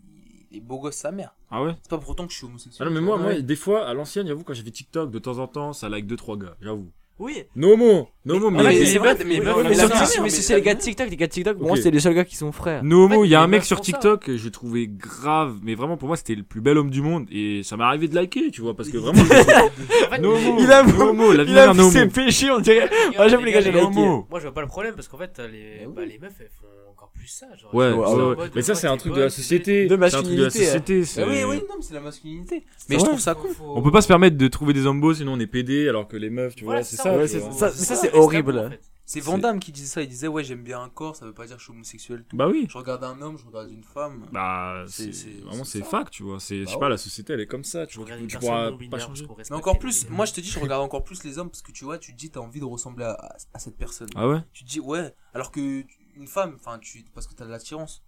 il est beau gosse sa mère. Ah ouais C'est pas pour autant que je suis ah homosexuel. non mais moi, moi des fois à l'ancienne j'avoue quand j'avais TikTok de temps en temps ça like 2-3 gars j'avoue. Oui. No homo No homo mais, Ah, mais mais c'est vrai, mais Mais, meuf, mais mais la- la- mais mais c'est la- les gars de TikTok, les gars de TikTok, pour Ok. moi c'est les seuls gars qui sont frères. No homo, il y a les un mec meufs sur font ça. TikTok que j'ai trouvé grave mais vraiment pour moi c'était le plus bel homme du monde et ça m'est arrivé de liker tu vois parce que vraiment En fait, No homo, Il a- no homo, la vie Il a d'un homo. ses péchés, on dirait. Ah, j'aime les gars, j'ai les liké. homos. Moi, je vois pas le problème parce qu'en fait, les, Mais oui. bah, les meufs, elles font encore plus ça. Genre, Ouais, elles sont ouais, en ouais. mode, mais ça ouais, c'est un t'es truc de bonne, la t'es société. De C'est un truc de la masculinité, société. Ah oui, c'est- oui, non, mais c'est la masculinité. Mais Ouais. je trouve ça belle. cool. Faut- On peut pas se permettre de trouver des homos sinon on est pédé alors que les meufs tu Voilà, vois c'est ça. ouais, tu c'est- vois. ça- c'est c'est restable, horrible. en fait. C'est C'est- Van Damme qui disait ça. Il disait, ouais, j'aime bien un corps, ça veut pas dire que je suis homosexuel. tout. Bah oui. Je regarde un homme, je regarde une femme. Bah, c'est C'est- c'est- vraiment, c'est c'est ça. fact, tu vois. C'est, je Bah sais ouais. pas, la société, elle est comme ça. Tu, Je regarde tu une pourras personne non pas binaire changer. pour respecter Mais encore plus, les- moi je te dis, je regarde encore plus les hommes parce que tu vois, tu te dis, t'as envie de ressembler à, à- à cette personne. Ah ouais Tu te dis, ouais, alors que tu- une femme, enfin, tu parce que t'as de l'attirance,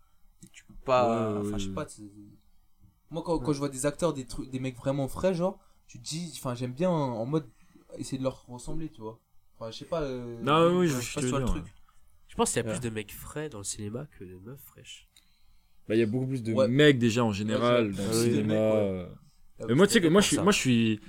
tu peux pas. Ouais, ouais, Enfin, je sais ouais. pas. c'est- Moi, quand, quand je vois des acteurs, des, trucs, des mecs vraiment frais, genre, tu te dis, enfin, j'aime bien en mode essayer de leur ressembler, tu vois. Enfin, je sais pas. euh, Non, oui, je- sais je te pas si tu vois le dis, truc. Je pense qu'il y a Ouais. plus de mecs frais dans le cinéma que de meufs fraîches. Bah, il y a beaucoup plus de Ouais. mecs déjà en Ouais, général c'est- dans le c'est des cinéma. mecs, ouais. euh, Ah, Mais moi, parce tu sais que que- moi, je suis, ça. moi, je suis,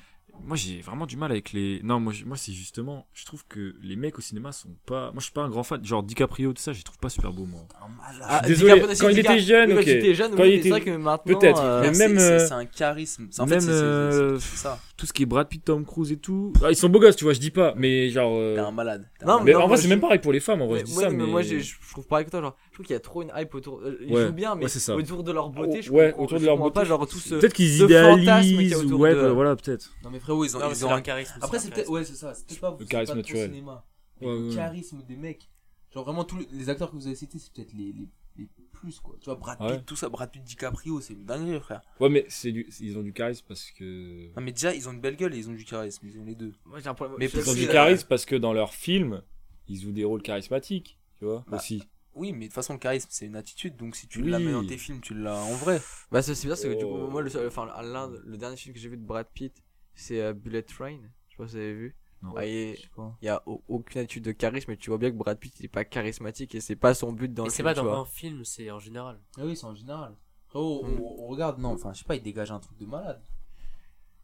moi, j'ai vraiment du mal avec les. Non, moi, je- moi, c'est justement, je trouve que les mecs au cinéma sont pas. Moi, je suis pas un grand fan. Genre DiCaprio, tout ça, je les trouve pas super beaux, moi. un malade. Ah, désolé, DiCaprio, c'est quand il Dica- était jeune, oui, bah, ok. Quand il était jeune, Quand oui, mais il c'est était- vrai que maintenant. Peut-être. euh, Mais C'est- même, c'est euh, c'est un charisme. C'est- En même, fait, c'est- c'est- c'est euh, c'est ça. Tout ce qui est Brad Pitt, Tom Cruise et tout. Ah, ils sont beaux gosses, tu vois, je dis pas. Mais genre. euh, T'es un malade. T'es un Non, malade. Mais Non, en moi, vrai, c'est je- même pareil pour les femmes, en vrai, Ouais, je dis ouais, ça, mais mais. moi j'ai- je trouve pareil que toi genre je trouve qu'il y a trop une hype autour euh, ils Ouais, jouent bien mais ouais, c'est ça. autour de leur beauté je Ouais, comprends- autour je de leur comprends beauté. pas genre euh, tout ce Peut-être qu'ils de fantasme qu'il y a idéalisent, ou autour ouais, de- bah, voilà, peut-être. Non, mais frérot, ils ont, ils ont un charisme. Après, c'est peut-être. Ouais, c'est ça. C'est peut-être pas. c'est charisme pas trop naturel. cinéma. Ouais, le ouais. charisme des mecs. Genre, vraiment, tous les- les acteurs que vous avez cités, c'est peut-être les, les, les plus, quoi. Tu vois, Brad Pitt, Ouais. tout ça, Brad Pitt, DiCaprio, c'est une dinguerie, frère. Ouais, mais c'est du... ils ont du charisme parce que. Non, mais déjà, ils ont une belle gueule et ils ont du charisme. Ils ont les deux. Moi, j'ai un problème- Mais je- pour- Ils ont Aussi, du euh, charisme parce que dans leurs films, ils jouent des rôles charismatiques, tu vois, Bah, aussi. Oui, mais de toute façon, le charisme, c'est une attitude. Donc, si tu Oui. l'as mis dans tes films, tu l'as Euh, en vrai. Bah ça c'est bien, c'est que du coup, Oh. moi, le, seul- enfin, l'un- le dernier film que j'ai vu de Brad Pitt, c'est euh, Bullet Train. Je sais pas si vous avez vu. Non. Bah, il est- pas. il y a au- aucune attitude de charisme, et tu vois bien que Brad Pitt il est pas charismatique et c'est pas son but dans Mais le c'est film. pas tu dans vois. un film, c'est en général. Ah oui, c'est en général. Hmm. Frérot, on, on regarde. Non, enfin, je sais pas, ils dégagent un truc de malade.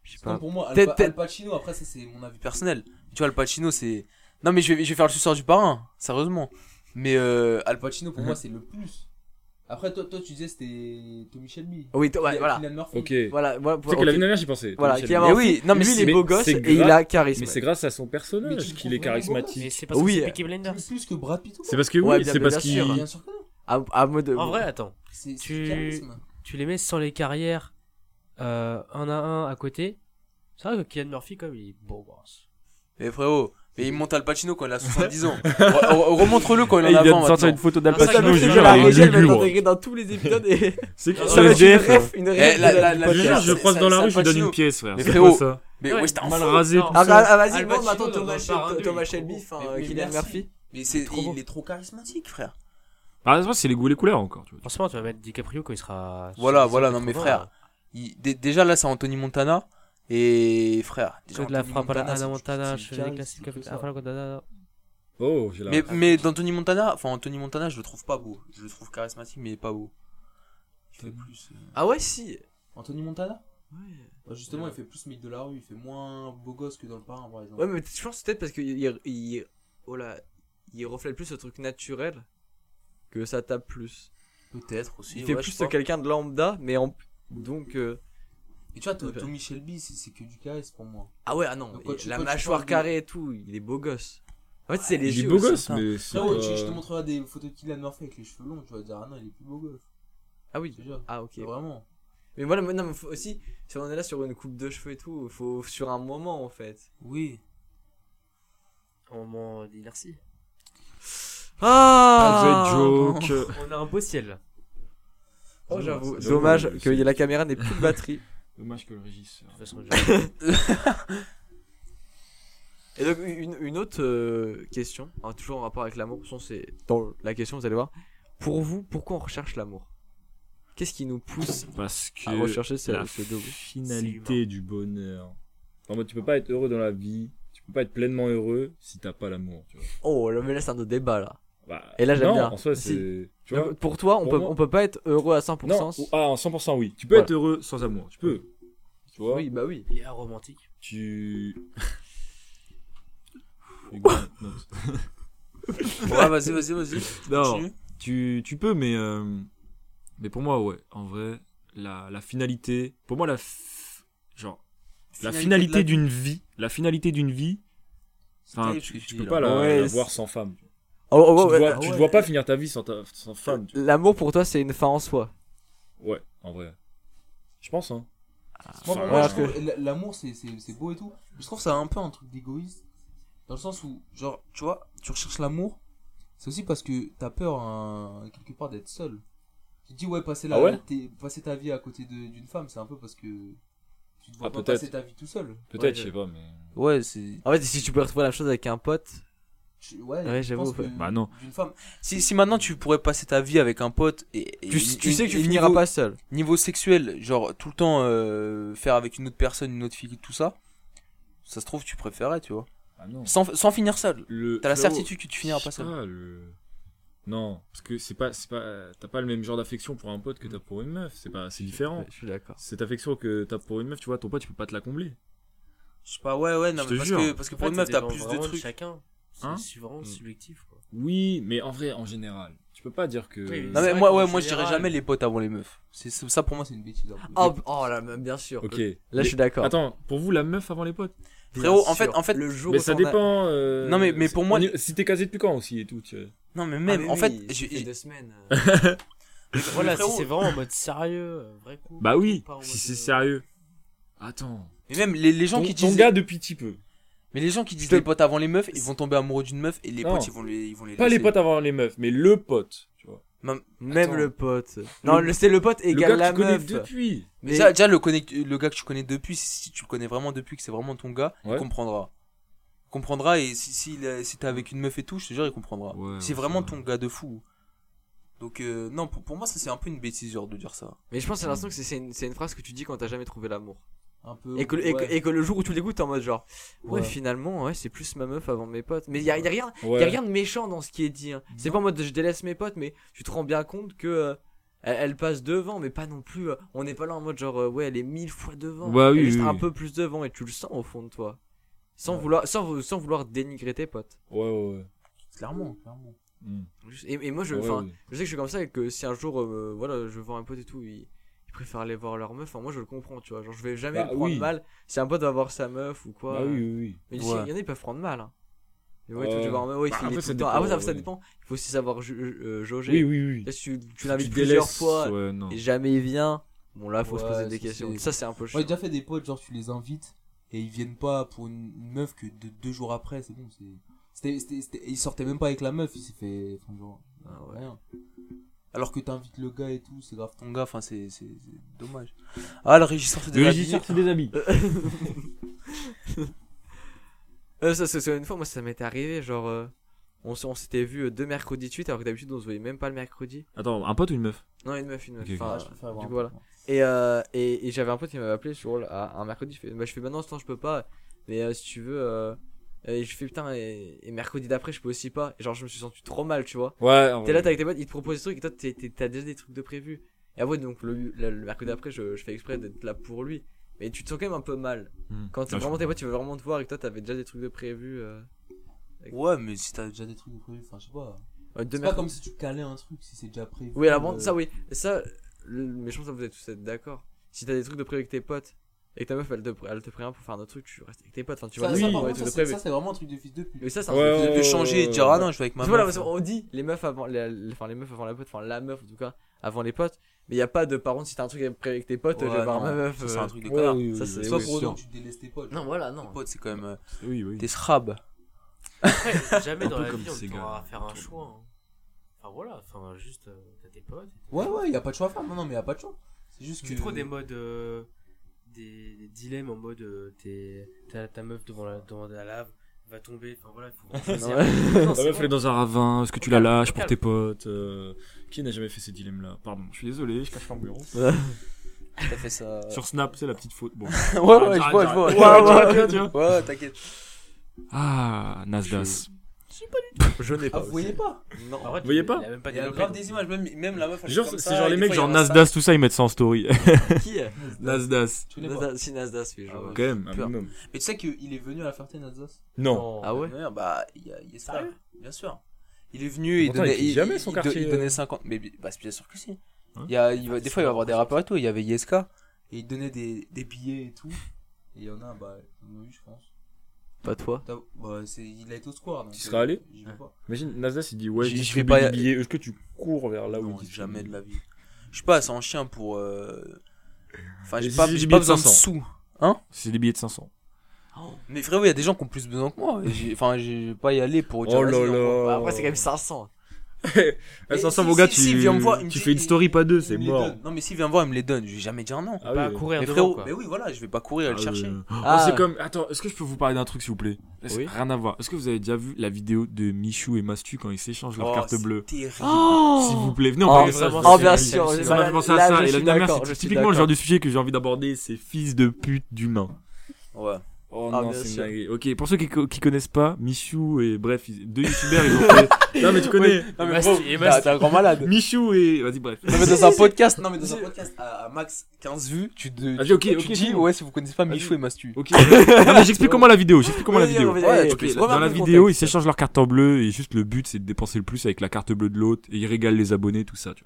Je sais C'est comme pas. pour moi, Al, Peut-être- Pa- peut-être- Al Pacino, après, ça, c'est mon avis personnel. Tu vois, Al Pacino, c'est. Non, mais je vais, je vais faire le suceur du parrain, sérieusement. Mais euh, Al Pacino, (laughs) pour moi, c'est le plus. Après, toi, toi tu disais, c'était Tommy Shelby. Oui, toi, ouais, Kylian- voilà. Kylian Murphy. Ok. Tu Voilà, voilà. sais que ok. la vie dernière, j'y pensais. Voilà, Michel qui a Blanc. Mais oui, non, mais lui c'est- il est mais beau gosse c'est et il a grave. charisme. Mais c'est grâce à son Mais personnage tu qu'il est comprends vraiment Mais charismatique. c'est parce que Oui, c'est euh, Peaky Blinders. Plus, plus que Brad Pitt. ou C'est quoi parce que Ouais, oui, bien- c'est bien parce qu'il. sûr. Bien sûr que non. À, à mode. En vrai, attends, C'est c'est Tu- du charisme. tu les mets sans les carrières, euh, un à un à côté. C'est vrai que Kylian Murphy, comme il est beau gosse. Mais frérot, mais il monte Al Pacino quand (laughs) il a 70 ans. Re- re- Remontre-le quand il en Il a vient 20 de sortir une maintenant. photo d'Al Bah, Ah, ça, Pacino, je je sais jure, pas, la elle est Régel va être lugubre. intégrée dans tous les épisodes et C'est qui ça va être une ref, une Eh, ref. la- de la- la- la- Je jure, je c'est- croise c'est- dans la c'est rue, Al je lui donne Pacino. une pièce, frère. Mais C'est frérot, quoi ça Mais Ouais, ouais, c'était un Mal fou. rasé, Non. tout Ah, ça. ah, vas-y, Al bon, Pacino maintenant dans Thomas, le Parrain Shelby, deux, Thomas il est trop Shelby, beau. enfin Mais- euh, mais Kylian merci. Murphy. Mais c'est trop beau. il est trop charismatique, frère. Ah, c'est vrai, c'est les goûts et les couleurs encore. tu vois. Forcément, tu vas mettre DiCaprio quand il sera. Voilà, 70, voilà, non, mais 80. frère. Il- dé- déjà là, c'est Anthony Montana. Et frère, déjà. Fais de la Anthony frappe à la Montana, Hannah c'est- Montana, c'est je du fais des charisme, classiques c'est avec que la ça. Hannah Montana. Oh, j'ai la. Mais, mais d'Anthony Montana, enfin Anthony Montana, je le trouve pas beau. Je le trouve charismatique, mais pas beau. Il fait plus. euh, Ah ouais, si. Anthony Montana Ouais. Bah, Justement, il fait plus mythe de la rue, il fait moins beau gosse que dans le parrain, par exemple. Ouais, mais je pense peut-être parce que il, il- oh là, il reflète plus ce truc naturel que ça tape plus. Peut-être aussi. Il fait ouais, je plus sais pas. quelqu'un de lambda, mais en donc euh, Et tu vois, To- Tommy Shelby, c'est- c'est que du charisme pour moi. ah ouais ah non, Donc, quand il- tu- la quand tu mâchoire parles de- carrée et tout, il est beau gosse. En fait, c'est les Il est yeux. beau aussi. gosse, mais c'est. Frérot, pas- tu- je te montrerai des photos de Kylian Murphy avec les cheveux longs, tu vas dire, ah non, il est plus beau gosse. Ah Je oui. te jure. Ah ok. C'est Vraiment. Mais voilà, mais non, mais faut aussi, si on est là sur une coupe de cheveux et tout, faut sur un moment en fait. Oui. Au moment d'inertie. Ah, Ah. the joke. On a un beau ciel là. Oh j'avoue. C'est Dommage dommage. que la caméra n'ait plus de batterie. Dommage que le régisseur. De toute façon, Et donc une, une autre euh, question, hein, toujours en rapport avec l'amour, de toute façon, c'est dans la question vous allez voir. Pour vous, pourquoi on recherche l'amour Qu'est-ce qui nous pousse Parce à que. rechercher ce, la ce double C'est finalité du bonheur. En mode, tu peux pas être heureux dans la vie, tu peux pas être pleinement heureux si t'as pas l'amour. tu vois. Oh là, mais là c'est un autre débat là. Bah, Et là, j'aime non, bien. En soi, Si. c'est. Tu vois Donc, pour toi, on pour peut moi- on peut pas être heureux à 100% Non, ou- ah, en 100% oui. Tu peux Voilà. être heureux sans amour, tu peux. Tu vois Oui, bah oui. il est aromantique. Tu. Ouais, vas-y, vas-y, vas-y. non, Continue. tu, tu peux, mais, euh, mais pour moi, ouais, en vrai, la, la finalité, pour moi, la, f- genre, la Finalité finalité de d'une vie, la finalité d'une vie, C'est enfin, terrible ce tu, que tu tu dis, peux là. pas la, Ouais, la c'est- voir sans femme. Oh, oh, tu, ouais, te vois, ouais. Euh, tu te vois pas finir ta vie sans, ta- sans femme. tu- L'amour pour toi, c'est une fin en soi. Ouais, en vrai. Je pense, hein. Moi, pour Enfin, moi, ouais, je parce trouve- l- l'amour, c'est- c'est c'est beau et tout. Je trouve ça un peu un truc d'égoïste. Dans le sens où, genre, tu vois, tu recherches l'amour, c'est aussi parce que t'as peur, hein, quelque part, d'être seul. Tu te dis, ouais, passer, la, Ah ouais t'es- passer ta vie à côté de- d'une femme, c'est un peu parce que tu te vois Ah, pas peut-être. passer ta vie tout seul. Peut-être, Ouais, je sais pas, mais. Ouais, c'est. En fait, si tu peux retrouver la chose avec un pote, Tu- ouais, Ouais, je j'avoue, pense que ouais. Bah non. D'une femme. Si, si maintenant tu pourrais passer ta vie avec un pote et. et- tu, tu et- sais que tu et finiras niveau- pas seul. Niveau sexuel, genre tout le temps euh, faire avec une autre personne, une autre fille, tout ça, ça se trouve tu préférais, tu vois. Ah non. Sans, sans finir seul. Le- T'as la Flo, certitude que tu finiras je pas sais seul. le- Non, parce que c'est pas, c'est pas, t'as pas le même genre d'affection pour un pote que t'as pour une meuf. C'est pas, c'est différent. Je suis d'accord. Cette affection que t'as pour une meuf, tu vois, ton pote, tu peux pas te la combler. Je sais pas, ouais, ouais, non, Je mais te parce, jure. que, parce que pour En fait, une ça meuf t'as dépend plus de vraiment trucs. Chacun. C'est Hein c'est vraiment Mm. subjectif, (laughs) quoi. Oui, mais en vrai, en général, tu peux pas dire que. Oui, oui. Non, C'est mais vrai moi, qu'en ouais, moi je dirais général- jamais les potes avant les meufs. C'est, c'est- ça, pour moi, c'est une bêtise. hein. un peu. Oh, oh là, mais bien sûr. Ok. euh, Là, je suis d'accord. Attends, pour vous, la meuf avant les potes Bien frérot, en sûr. fait- en fait- le jour Mais où ça t'en as- dépend. euh, Non, mais- mais pour moi- on est- Si t'es casé depuis quand aussi et tout, tu vois. Non, mais Ah, même, mais en oui, fait, ça j'ai- fait j'ai- deux semaines. euh. Voilà, si frérot- c'est vraiment en mode sérieux, euh, vrai coup. Bah oui, pas en si mode, c'est euh, sérieux. Attends. mais même les, les gens Ton, qui ton disent. Bah, gars depuis petit peu. Mais les gens qui disent te- les potes avant les meufs, ils vont tomber amoureux d'une meuf et les Non. potes ils vont les, ils vont les Pas les laisser. potes avant les meufs, mais le pote. Tu vois. Même Attends. le pote. Non, le- c'est le pote Le égale gars la que tu connais meuf. depuis. Mais- Mais déjà, déjà, le, connect- le gars que tu connais depuis, si si tu le connais vraiment depuis, que c'est vraiment ton gars, Ouais. il comprendra. Il comprendra et si, si, il a- si t'es avec une meuf et tout, je te jure, il comprendra. Ouais, c'est ouais, vraiment c'est vrai. ton gars de fou. Donc, euh, non, pour, pour moi, ça c'est un peu une bêtise genre de dire ça. Mais je pense à l'instant que c'est- c'est une, c'est une phrase que tu dis quand t'as jamais trouvé l'amour. Un peu. Et, que, et, que, ouais. et que le jour où tu l'écoutes, t'es en mode genre, ouais, Ouais. finalement, ouais, c'est plus ma meuf avant mes potes. Mais il y a, y a rien, Ouais. y a rien de méchant dans ce qui est dit. hein. C'est pas en mode je délaisse mes potes, mais tu te rends bien compte que euh, elle, elle passe devant, mais pas non plus. euh, on n'est pas là en mode genre, euh, ouais, elle est mille fois devant. Ouais, elle est Bah oui, juste oui, un oui. peu plus devant et tu le sens au fond de toi. Sans, vouloir, sans, vou- sans vouloir dénigrer tes potes. Ouais, ouais, ouais. Clairement, clairement. Mm. Juste- Et, et moi, je, Ouais, Bah enfin, ouais. Je sais que je suis comme ça et que si un jour, euh, voilà, je vois un pote et tout, il, il préfère aller voir leur meuf. Enfin, moi, je le comprends, tu vois. Genre, je vais jamais le Bah prendre oui. mal si un pote va voir sa meuf ou quoi. Bah oui, oui, oui. Mais il Ouais. y en a, ils peuvent prendre mal. hein. Et ouais, Ouais. tu vas voir, mais ouais, Bah, il après, est tout le ça temps. dépend, Ah ouais, ça, ça ouais. dépend. Il faut aussi savoir ju- euh, jauger. Oui, oui, oui. Là, si tu, tu Tu l'invites délaisses, plusieurs fois Ouais, non. et jamais il vient, bon, là, faut se Ouais, poser des ça, questions. c'est- Ça, c'est un peu chiant. Moi, j'ai déjà fait des potes, genre, tu les invites et ils viennent pas pour une une meuf que de- deux jours après, c'est bon. c'est c'était- c'était- c'était- et Ils sortaient même pas avec la meuf, il s'est fait. enfin, genre, Ah ouais. rien. Alors que t'invites le gars et tout, c'est grave ton Ton gars. gars, enfin, c'est c'est- c'est dommage. Ah, le régisseur c'est Le déjà régisseur, c'est des amis. Euh, ça, c'est c'est une fois, moi, ça m'était arrivé, genre. euh, on s- on s'était vu euh, deux mercredis de suite, alors que d'habitude on se voyait même pas le mercredi. Attends, un pote ou une meuf Non, une meuf, une meuf. Ok, ok. Enfin, Ah, je préfère avoir du un coup, voilà. pote, moi. Et, euh, et, et j'avais un pote qui m'avait appelé sur le- à- un mercredi. il fait, bah, je fais maintenant, ce temps je peux pas. Mais euh, si tu veux, euh, et je fais putain. Et, et mercredi d'après, je peux aussi pas. Et genre, je me suis senti trop mal, tu vois. Ouais, en T'es là, vrai. t'es avec tes potes, ils te proposent des trucs et toi, t'es- t'es- t'as déjà des trucs de prévu. Et après, donc le, le- le mercredi d'après, je, je fais exprès d'être là pour lui. Mais tu te sens quand même un peu mal. Hmm. Mm. Quand Ah, je vraiment tes potes, tu veux vraiment te voir et que toi, t'avais déjà des trucs de prévu. Euh, Ouais, mais si t'as- T'as déjà des trucs de prévu, enfin, je sais pas. euh, de C'est pas mercredi. comme si tu calais un truc, si c'est déjà prévu. Oui, à la bande, euh, ça, oui. Et ça, le- mais je pense que vous êtes tous être d'accord. Si t'as des trucs de prévu avec tes potes et que ta meuf elle te, elle te prévient pour faire un autre truc, tu restes avec tes potes. Enfin, tu vas ça, pas ça, faire par des contre, trucs ça, de c'est- prévu. ça, c'est vraiment un truc de fils de pute. Mais ça, c'est un Ouais, truc de- Euh, ouais, de, de changer et de dire ah non, je vais avec ma Tu vois, là, meuf. parce oh, qu'on dit les meufs avant, la, la- enfin, les meufs avant la pote, enfin la meuf en tout cas, avant les potes. Mais y a pas de par contre, si t'as un truc à- prévu avec tes potes, Ouais, je vais voir non, ma meuf. ça, c'est euh, un truc de Ouais, connard. Eh oui, oui, ça, oui, c'est- C'est oui, pas oui, pour oui. autant que tu délaisses tes potes. Non, voilà, non. Pote, c'est quand même. euh, Oui, oui. T'es scrab. (laughs) Après, jamais Un dans peu la comme vie, ces on pourra gars. faire un choix. hein. Enfin, voilà, enfin, juste, euh, t'as tes potes. Ouais, ouais, y a pas de choix à faire. Non, non, mais y a pas de choix. C'est juste que. C'est trop des modes. euh, des, des dilemmes en mode. euh, t'es- t'as ta meuf devant la, devant la lave, elle va tomber. Enfin, voilà, il faut. choisir. Non, La c'est meuf, elle vrai. est dans un ravin, est-ce que tu la Calme, lâches pour calme. tes potes euh, Qui n'a jamais fait ces dilemmes-là Pardon, je suis désolé, je cache mon bureau. T'as fait ça. Sur Snap, c'est la petite faute. Bon. Euh. ouais, ouais, je Arrête, vois, je vois. arrête. Ouais, Ouais, ouais, ouais, tu vois. ouais, ouais, t'inquiète. Ah, Nasdas. Je n'ai pas. Ah, vous voyez pas Non. En vrai, Vous voyez pas il a même pas Il y a développé, grave donc. des images, même, même la meuf. elle est Genre, comme c'est ça, genre et les des mecs, fois, genre il y a un Nasdas, tout ça, ils mettent ça en story. Qui est Nasdas. Tu l'es pas. Nasda- Si Nasdas, oui, je Ah vois. ouais. Quand même, un Pur. minimum. sac. Mais tu sais qu'il est venu à la Ferté, Nasdas Non. Ah ouais Ouais, bah, il y a, il y a ça, Sérieux bien sûr. Il est venu, il Pourtant, il donnait. quitte jamais son il do- quartier, il euh. donnait 50. Mais bi- bah, c'est bien sûr que si. Hein il y a, il va, des c'est fois, il va bon, avoir des c'est rappeurs et tout. Il y avait Yeska. Et il donnait des, des billets et tout. Et il y en a, bah, il y en a eu, je pense. Pas toi. T'as- Bah, c'est- il a été au square. donc, Tu euh, serais allé J'y Ah, vais pas. Imagine, Nasdas, il dit Ouais, J'y- je j'y distribue vais pas- des billets. Est-ce que tu cours vers là où Non, bah il dit jamais de la vie. Je sais pas, c'est en chien pour. euh, Enfin, Et j'ai si pas, c'est des j'ai billets pas de besoin de 500. sous. C'est des billets de 500. Mais frérot, il y a des gens qui ont plus besoin que moi. Et j'ai- Enfin, je vais pas y aller pour dire. Oh vas-y, là on prend- là. Bah, après, c'est quand même 500. Mais Eh, ça sent Eh, si, mon gars, si, tu, si, viens me voir, il me tu dit- fais une story, pas deux, c'est Il me les mort. donne. Non, mais s'il vient me voir, il me les donne. Je vais jamais dire non. Ah pas à oui. courir mais devant, frérot, quoi. mais oui, voilà, je vais pas courir et le Ah chercher. oui. Ah. Oh, c'est comme. Attends, est-ce que je peux vous parler d'un truc, s'il vous plaît Est-ce- Oui. Rien à voir. Est-ce que vous avez déjà vu la vidéo de Michou et Mastu quand ils s'échangent leur Oh, carte c'est bleue terrible. Ah. S'il vous plaît, venez, on Oh, Ah, parle de Ah ça. vraiment, je vous oh, bien prie. sûr, Ça bah, m'a là- fait penser à là, ça. je Et la suis dernière, d'accord, c'est je suis typiquement le d'accord. genre de sujet que j'ai envie d'aborder c'est fils de pute d'humain. Ouais. Oh Ah, non, bien c'est une sûr. dinguerie. Ok, pour ceux qui, co- qui connaissent pas, Michou et bref, ils- deux youtubeurs, ils ont fait. Non, mais tu connais. Non, mais Basti- gros, et t'es (laughs) un grand malade. Michou et. Vas-y, bref. Non, mais dans un podcast, non, mais dans un podcast à, à max 15 vues, tu, te, Vas-y, ok, tu- tu ok, dis, c'est bon. ouais, si vous connaissez pas Michou et Mastu. Ok. Non, mais j'explique comment la vidéo. J'explique comment la Oui, vidéo. oui, oui, Ouais, oui. Ok, tu peux- dans remets la le vidéo, ils contexte. s'échangent leur carte en bleu et juste le but c'est de dépenser le plus avec la carte bleue de l'autre et ils régalent les abonnés, tout ça, tu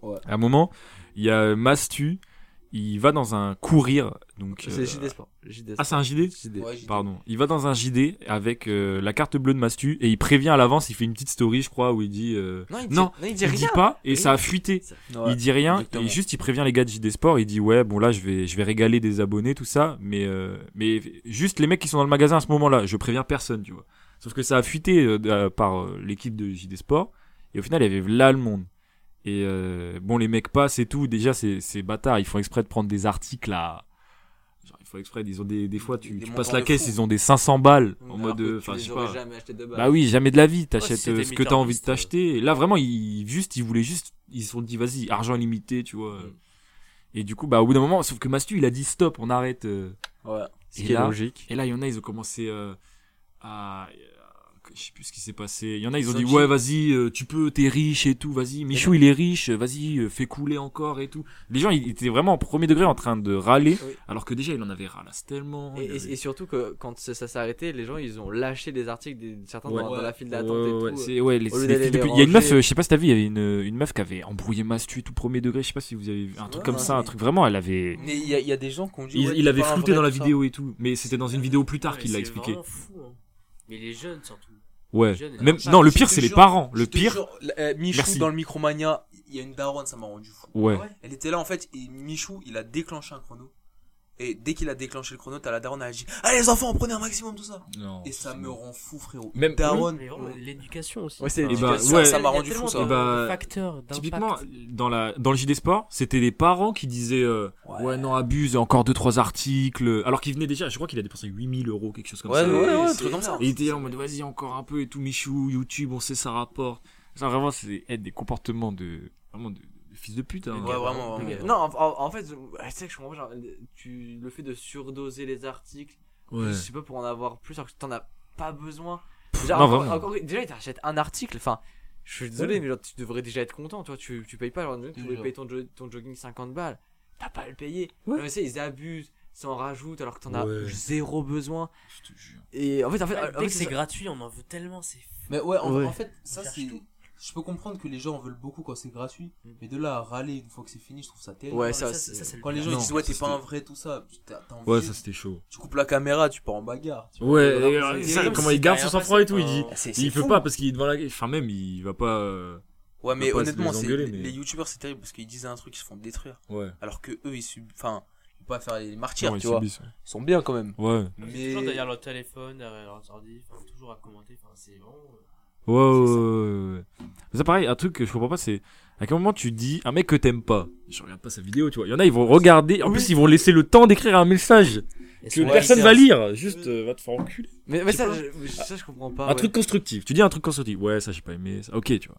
vois. Ouais. À un moment, il y a Mastu, il va dans un courir, donc. euh, C'est JD Sport. JD Ah, Sport. c'est un JD JD. Ouais, j'ai- Pardon. Il va dans un JD avec euh, la carte bleue de Mastu et il prévient à l'avance, il fait une petite story, je crois, où il dit. euh, Non, il dit, Non, il dit il dit rien. pas et Oui. ça a fuité. Ouais. il dit rien exactement. et juste il prévient les gars de JD Sport, il dit ouais bon là je vais je vais régaler des abonnés tout ça mais euh, mais juste les mecs qui sont dans le magasin à ce moment-là, je préviens personne, tu vois. Sauf que ça a fuité euh, de- euh, par euh, l'équipe de JD Sport et au final il y avait là le monde. Et euh, bon les mecs passent et tout, déjà c'est c'est bâtard, ils font exprès de prendre des articles à genre ils font exprès, ils ont des des fois tu, Des tu montants passes la de caisse, fou. Mmh. ils ont des 500 balles en Alors mode que euh, tu enfin je les sais aurais pas. jamais acheté de base. Bah oui, jamais de la vie, t'achètes c'était euh, ce que t'as envie de Mitterrand, t'acheter. Et Là, vraiment, ils, juste, ils voulaient juste, ils se sont dit, vas-y, argent illimité, tu vois. Mm. Et du coup, bah, au bout d'un moment, sauf que Mastu, il a dit stop, on arrête. euh. Ouais. Ce Et qui est là- logique. Et là, il y en a, ils ont commencé euh, à. euh, Je sais plus ce qui s'est passé. Il y en a, ils ont Ils ont dit, dit- ouais, vas-y, euh, tu peux, t'es riche et tout, vas-y, Michou, il est riche, euh, vas-y, euh, fais couler encore et tout. Les gens, ils étaient vraiment en premier degré en train de râler, Oui. alors que déjà, il en avait râlasse tellement. Et, il avait- et- et surtout que quand ça, ça s'est arrêté, les gens ils ont lâché des articles des, certains Ouais. dans, dans la file Ouais, d'attente ouais, et ouais, tout. euh. euh, c'est- ouais, les- Au lieu les d'aller filles de les pute. Il y a une meuf, ranger. euh, je sais pas si t'as vu, il y avait une, une meuf qui avait embrouillé Mastu tout premier degré. Je sais pas si vous avez vu un truc comme Ouais, ça, un mais- truc vraiment, elle avait. Mais il y, a- il y a des gens qui ont dit. Il, ouais, il c'est avait pas un flouté vrai, dans la tout ça. vidéo et tout, mais c'était dans une vidéo plus tard Ouais, qu'il l'a c'est expliqué. vraiment fou, hein. Mais les jeunes surtout. Ouais. jeune, elle Même, a pas- non, le je pire te c'est les jure, parents. Je Le te pire, jure, la- euh, Michou Merci. dans le Micromania, il y a une daronne, ça m'a rendu fou. ouais. Elle était là en fait, et Michou, il a déclenché un chrono. Et dès qu'il a déclenché le chrono, t'as la daronne, elle a dit Allez les enfants, prenez un maximum, tout ça. Et ça me rend fou, frérot. Même- daronne. Mais vraiment, l'éducation aussi. Ouais, c'est Et bah, ça, ouais. ça Il y m'a a rendu tellement fou, ça. de- Et bah, de facteurs d'impact. Typiquement, dans, la, dans le JD Sport, c'était les parents qui disaient euh, ouais. Ouais. non, abuse, encore 2-3 articles. Alors qu'il venait déjà, je crois qu'il a dépensé 8000 euros, quelque chose comme Ouais, ça. ouais, ouais, Et un c'est- truc comme ça. Et il était là en mode vas-y encore un peu et tout, Michou, YouTube, on sait ça rapporte. Ça vraiment c'est eh, des comportements de vraiment de, de fils de pute. Hein, Ouais, vraiment. Ok. vraiment. Non, en, en- en fait, je- tu sais que je comprends pas, genre, tu, le fait de surdoser les articles, Ouais. je sais pas, pour en avoir plus, alors que t'en as pas besoin. Déjà, non, encore- vraiment. encore- déjà, ils t'achètent un article, enfin, je suis désolé, mais genre, tu devrais déjà être content, tu vois, tu, tu payes pas, genre, tu voulais Déjà. payer ton, jo- ton jogging 50 balles, t'as pas à le payer. Non, Ouais. mais tu sais, ils abusent, ça en rajoute, alors que t'en as Ouais. zéro besoin. Je te jure. Et en fait, en fait, en euh, Ah, fait, dès que c'est ça- gratuit, on en veut tellement, c'est fou. Mais ouais, en, Ouais. en fait, ça Cherche c'est. tout. Je peux comprendre que les gens en veulent beaucoup quand c'est gratuit, mais de là à râler une fois que c'est fini, je trouve ça terrible. Ouais, Non, ça, mais c'est- c'est le Quand les gens pire. ils Non, disent ouais, ça, t'es pas c'était- un vrai, tout ça, putain, t'as envie. Ouais, ça c'était chaud. tu coupes la caméra, tu pars en bagarre. tu vois. Ouais, Voilà, et, c'est- euh, C'est ça, comme comment si il garde t'as son rien sang-froid et passé. tout, il dit. Euh, Ah, c'est- c'est Il peut fou. pas parce qu'il est devant la. Enfin, même, il va pas. euh, Ouais, mais pas se honnêtement, les c'est- engueuler, mais- les youtubeurs c'est terrible parce qu'ils disent un truc, ils se font détruire. Ouais. Alors que eux ils subissent. Enfin, ils peuvent pas faire les martyrs, Non, ils tu vois. subissent, Ils sont bien quand même. Ouais. Ouais, Mais... Mais- Toujours derrière leur téléphone, derrière leur ordi, enfin, toujours à commenter, enfin, c'est vraiment... euh, ouais, ouais, ouais, ouais. Mais ça, pareil, un truc que je comprends pas, c'est à quel moment tu dis un mec que t'aimes pas. Je regarde pas sa vidéo, tu vois. Il y en a, ils vont regarder. En plus, ils vont laisser le temps d'écrire un message que Ouais, personne c'est va un- lire. Juste, euh, va te faire enculer. mais, mais je ça, sais je, ça, je comprends pas. un Ah ouais. truc constructif. Tu dis un truc constructif. Ouais, ça j'ai pas aimé. ça- Ok, tu vois.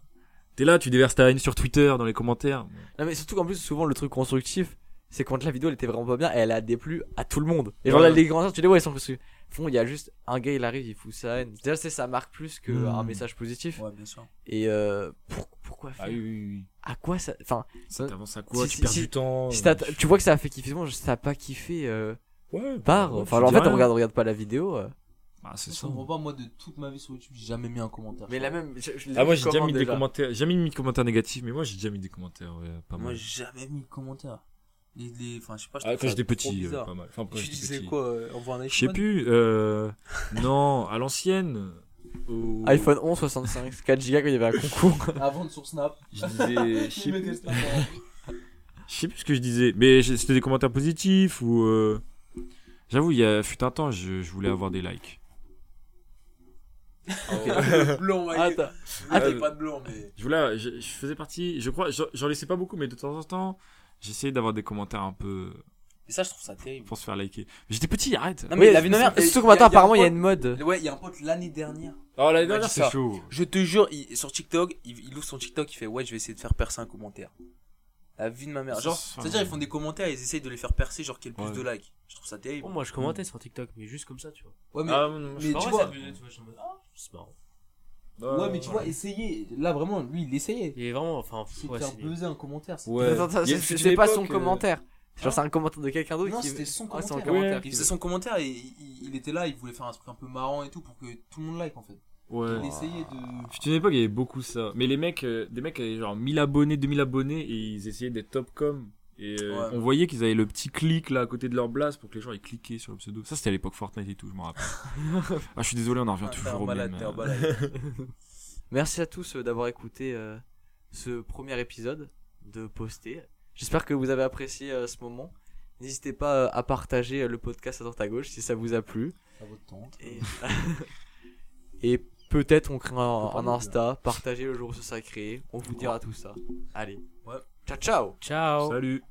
T'es là, tu déverses ta haine sur Twitter, dans les commentaires. Non mais surtout qu'en plus souvent le truc constructif c'est quand la vidéo elle était vraiment pas bien et elle a déplu à tout le monde. Et genre Ouais. là, les grands tu dis ouais ils sont constructifs. Fond il y a juste un gars il arrive il fout sa haine. Déjà c'est ça marque plus que Mm. un message positif. Ouais, bien sûr. Et euh, pour- pourquoi faire Ah oui, À quoi ça Enfin Ça t'avance à quoi Si- Tu si- perds si- du temps. si t'as- euh, tu vois que ça a fait kiffer, bon je- ça a pas kiffé euh, Ouais. par. ouais, enfin tu en dis fait rien. on regarde on regarde pas la vidéo. euh. Ah, c'est Je ça. comprends pas, moi de toute ma vie sur YouTube, j'ai jamais mis un commentaire. Mais la même. je- je l'ai Ah, moi vu j'ai déjà comment, mis des commentaires. J'ai jamais mis de commentaires négatifs, mais moi j'ai déjà mis des commentaires. ouais, pas Moi mal. j'ai jamais mis de commentaire. Les, les... Enfin, je sais pas, je Ah, trouve quand ça j'étais trop petit, euh, bizarre. pas mal. Enfin, quand Tu j'étais disais petit. quoi euh, Envoie un Je sais iPhone plus. euh, Non, à l'ancienne. au- iPhone 11 65 4 Go quand il y avait un concours. Avant sur Snap. Je disais. je sais (laughs) Il mettait plus- Snap en- (laughs) Je sais plus ce que je disais, mais j'ai- c'était des commentaires positifs ou. euh, J'avoue, il y a fut un temps, je, je voulais avoir des likes. (laughs) Blanc, ouais. Ah, t'as- Ah, t'es pas de blanc, mais. Je voulais, je, je faisais partie, je crois, j'en j'en laissais pas beaucoup, mais de temps en temps, j'essayais d'avoir des commentaires un peu Et ça, je trouve ça terrible. pour se faire liker. J'étais petit, arrête. Non, Oui, mais la vie de ma mère. Surtout que maintenant, apparemment, il y a une mode. Ouais, il y a un pote l'année dernière. Oh, l'année m'a dernière, dit c'est ça. chaud. Je te jure, il- sur TikTok, il, il ouvre son TikTok, il fait Ouais, je vais essayer de faire percer un commentaire. La vie de ma mère. Genre, Ça, c'est-à-dire, ouais. ils font des commentaires et ils essayent de les faire percer, genre, qu'il y ait le plus de likes. Je trouve ça terrible. Bon, moi je commentais sur TikTok, mais juste comme ça, tu vois. Ouais, mais, Ah, non, non, mais Ah tu ouais, vois, ça peut- tu vois, je suis en mode, ah, C'est marrant. ouais, Ah. mais tu vois, essayer. Là, vraiment, lui, il essayait. Il est vraiment, enfin, pff, C'est ouais, de faire c'est- buzzer un commentaire. c'est- Ouais. Attends, attends, Il c'est- y a une c'est certaine pas son époque, euh, commentaire. Genre, c'est un commentaire de quelqu'un d'autre Non, qui. c'était son Ah, c'est un commentaire. commentaire. Il faisait son commentaire et il, il était là, il voulait faire un truc un peu marrant et tout pour que tout le monde like en fait. Ouais. Il essayait de. Fut une époque, il y avait beaucoup ça. Mais les mecs, euh, des mecs avaient genre 1000 abonnés, 2000 abonnés et ils essayaient d'être top com. Et euh, Ouais. on voyait qu'ils avaient le petit clic là à côté de leur blase pour que les gens ils cliquaient sur le pseudo. Ça c'était à l'époque Fortnite et tout, je m'en rappelle. (laughs) ah, je suis désolé, on en revient Ah, t'es un toujours au malade, même. t'es euh. (laughs) un balade. Merci à tous euh, d'avoir écouté euh, ce premier épisode de Poster. J'espère que vous avez apprécié euh, ce moment. N'hésitez pas euh, à partager euh, le podcast à droite à gauche si ça vous a plu. À votre tante. (laughs) Et, Et peut-être on crée un, pas un nous, là. Insta, partagez le jour où ce sera créé. On vous dira tout ça. Allez. Ouais. Ciao, ciao Ciao! Salut.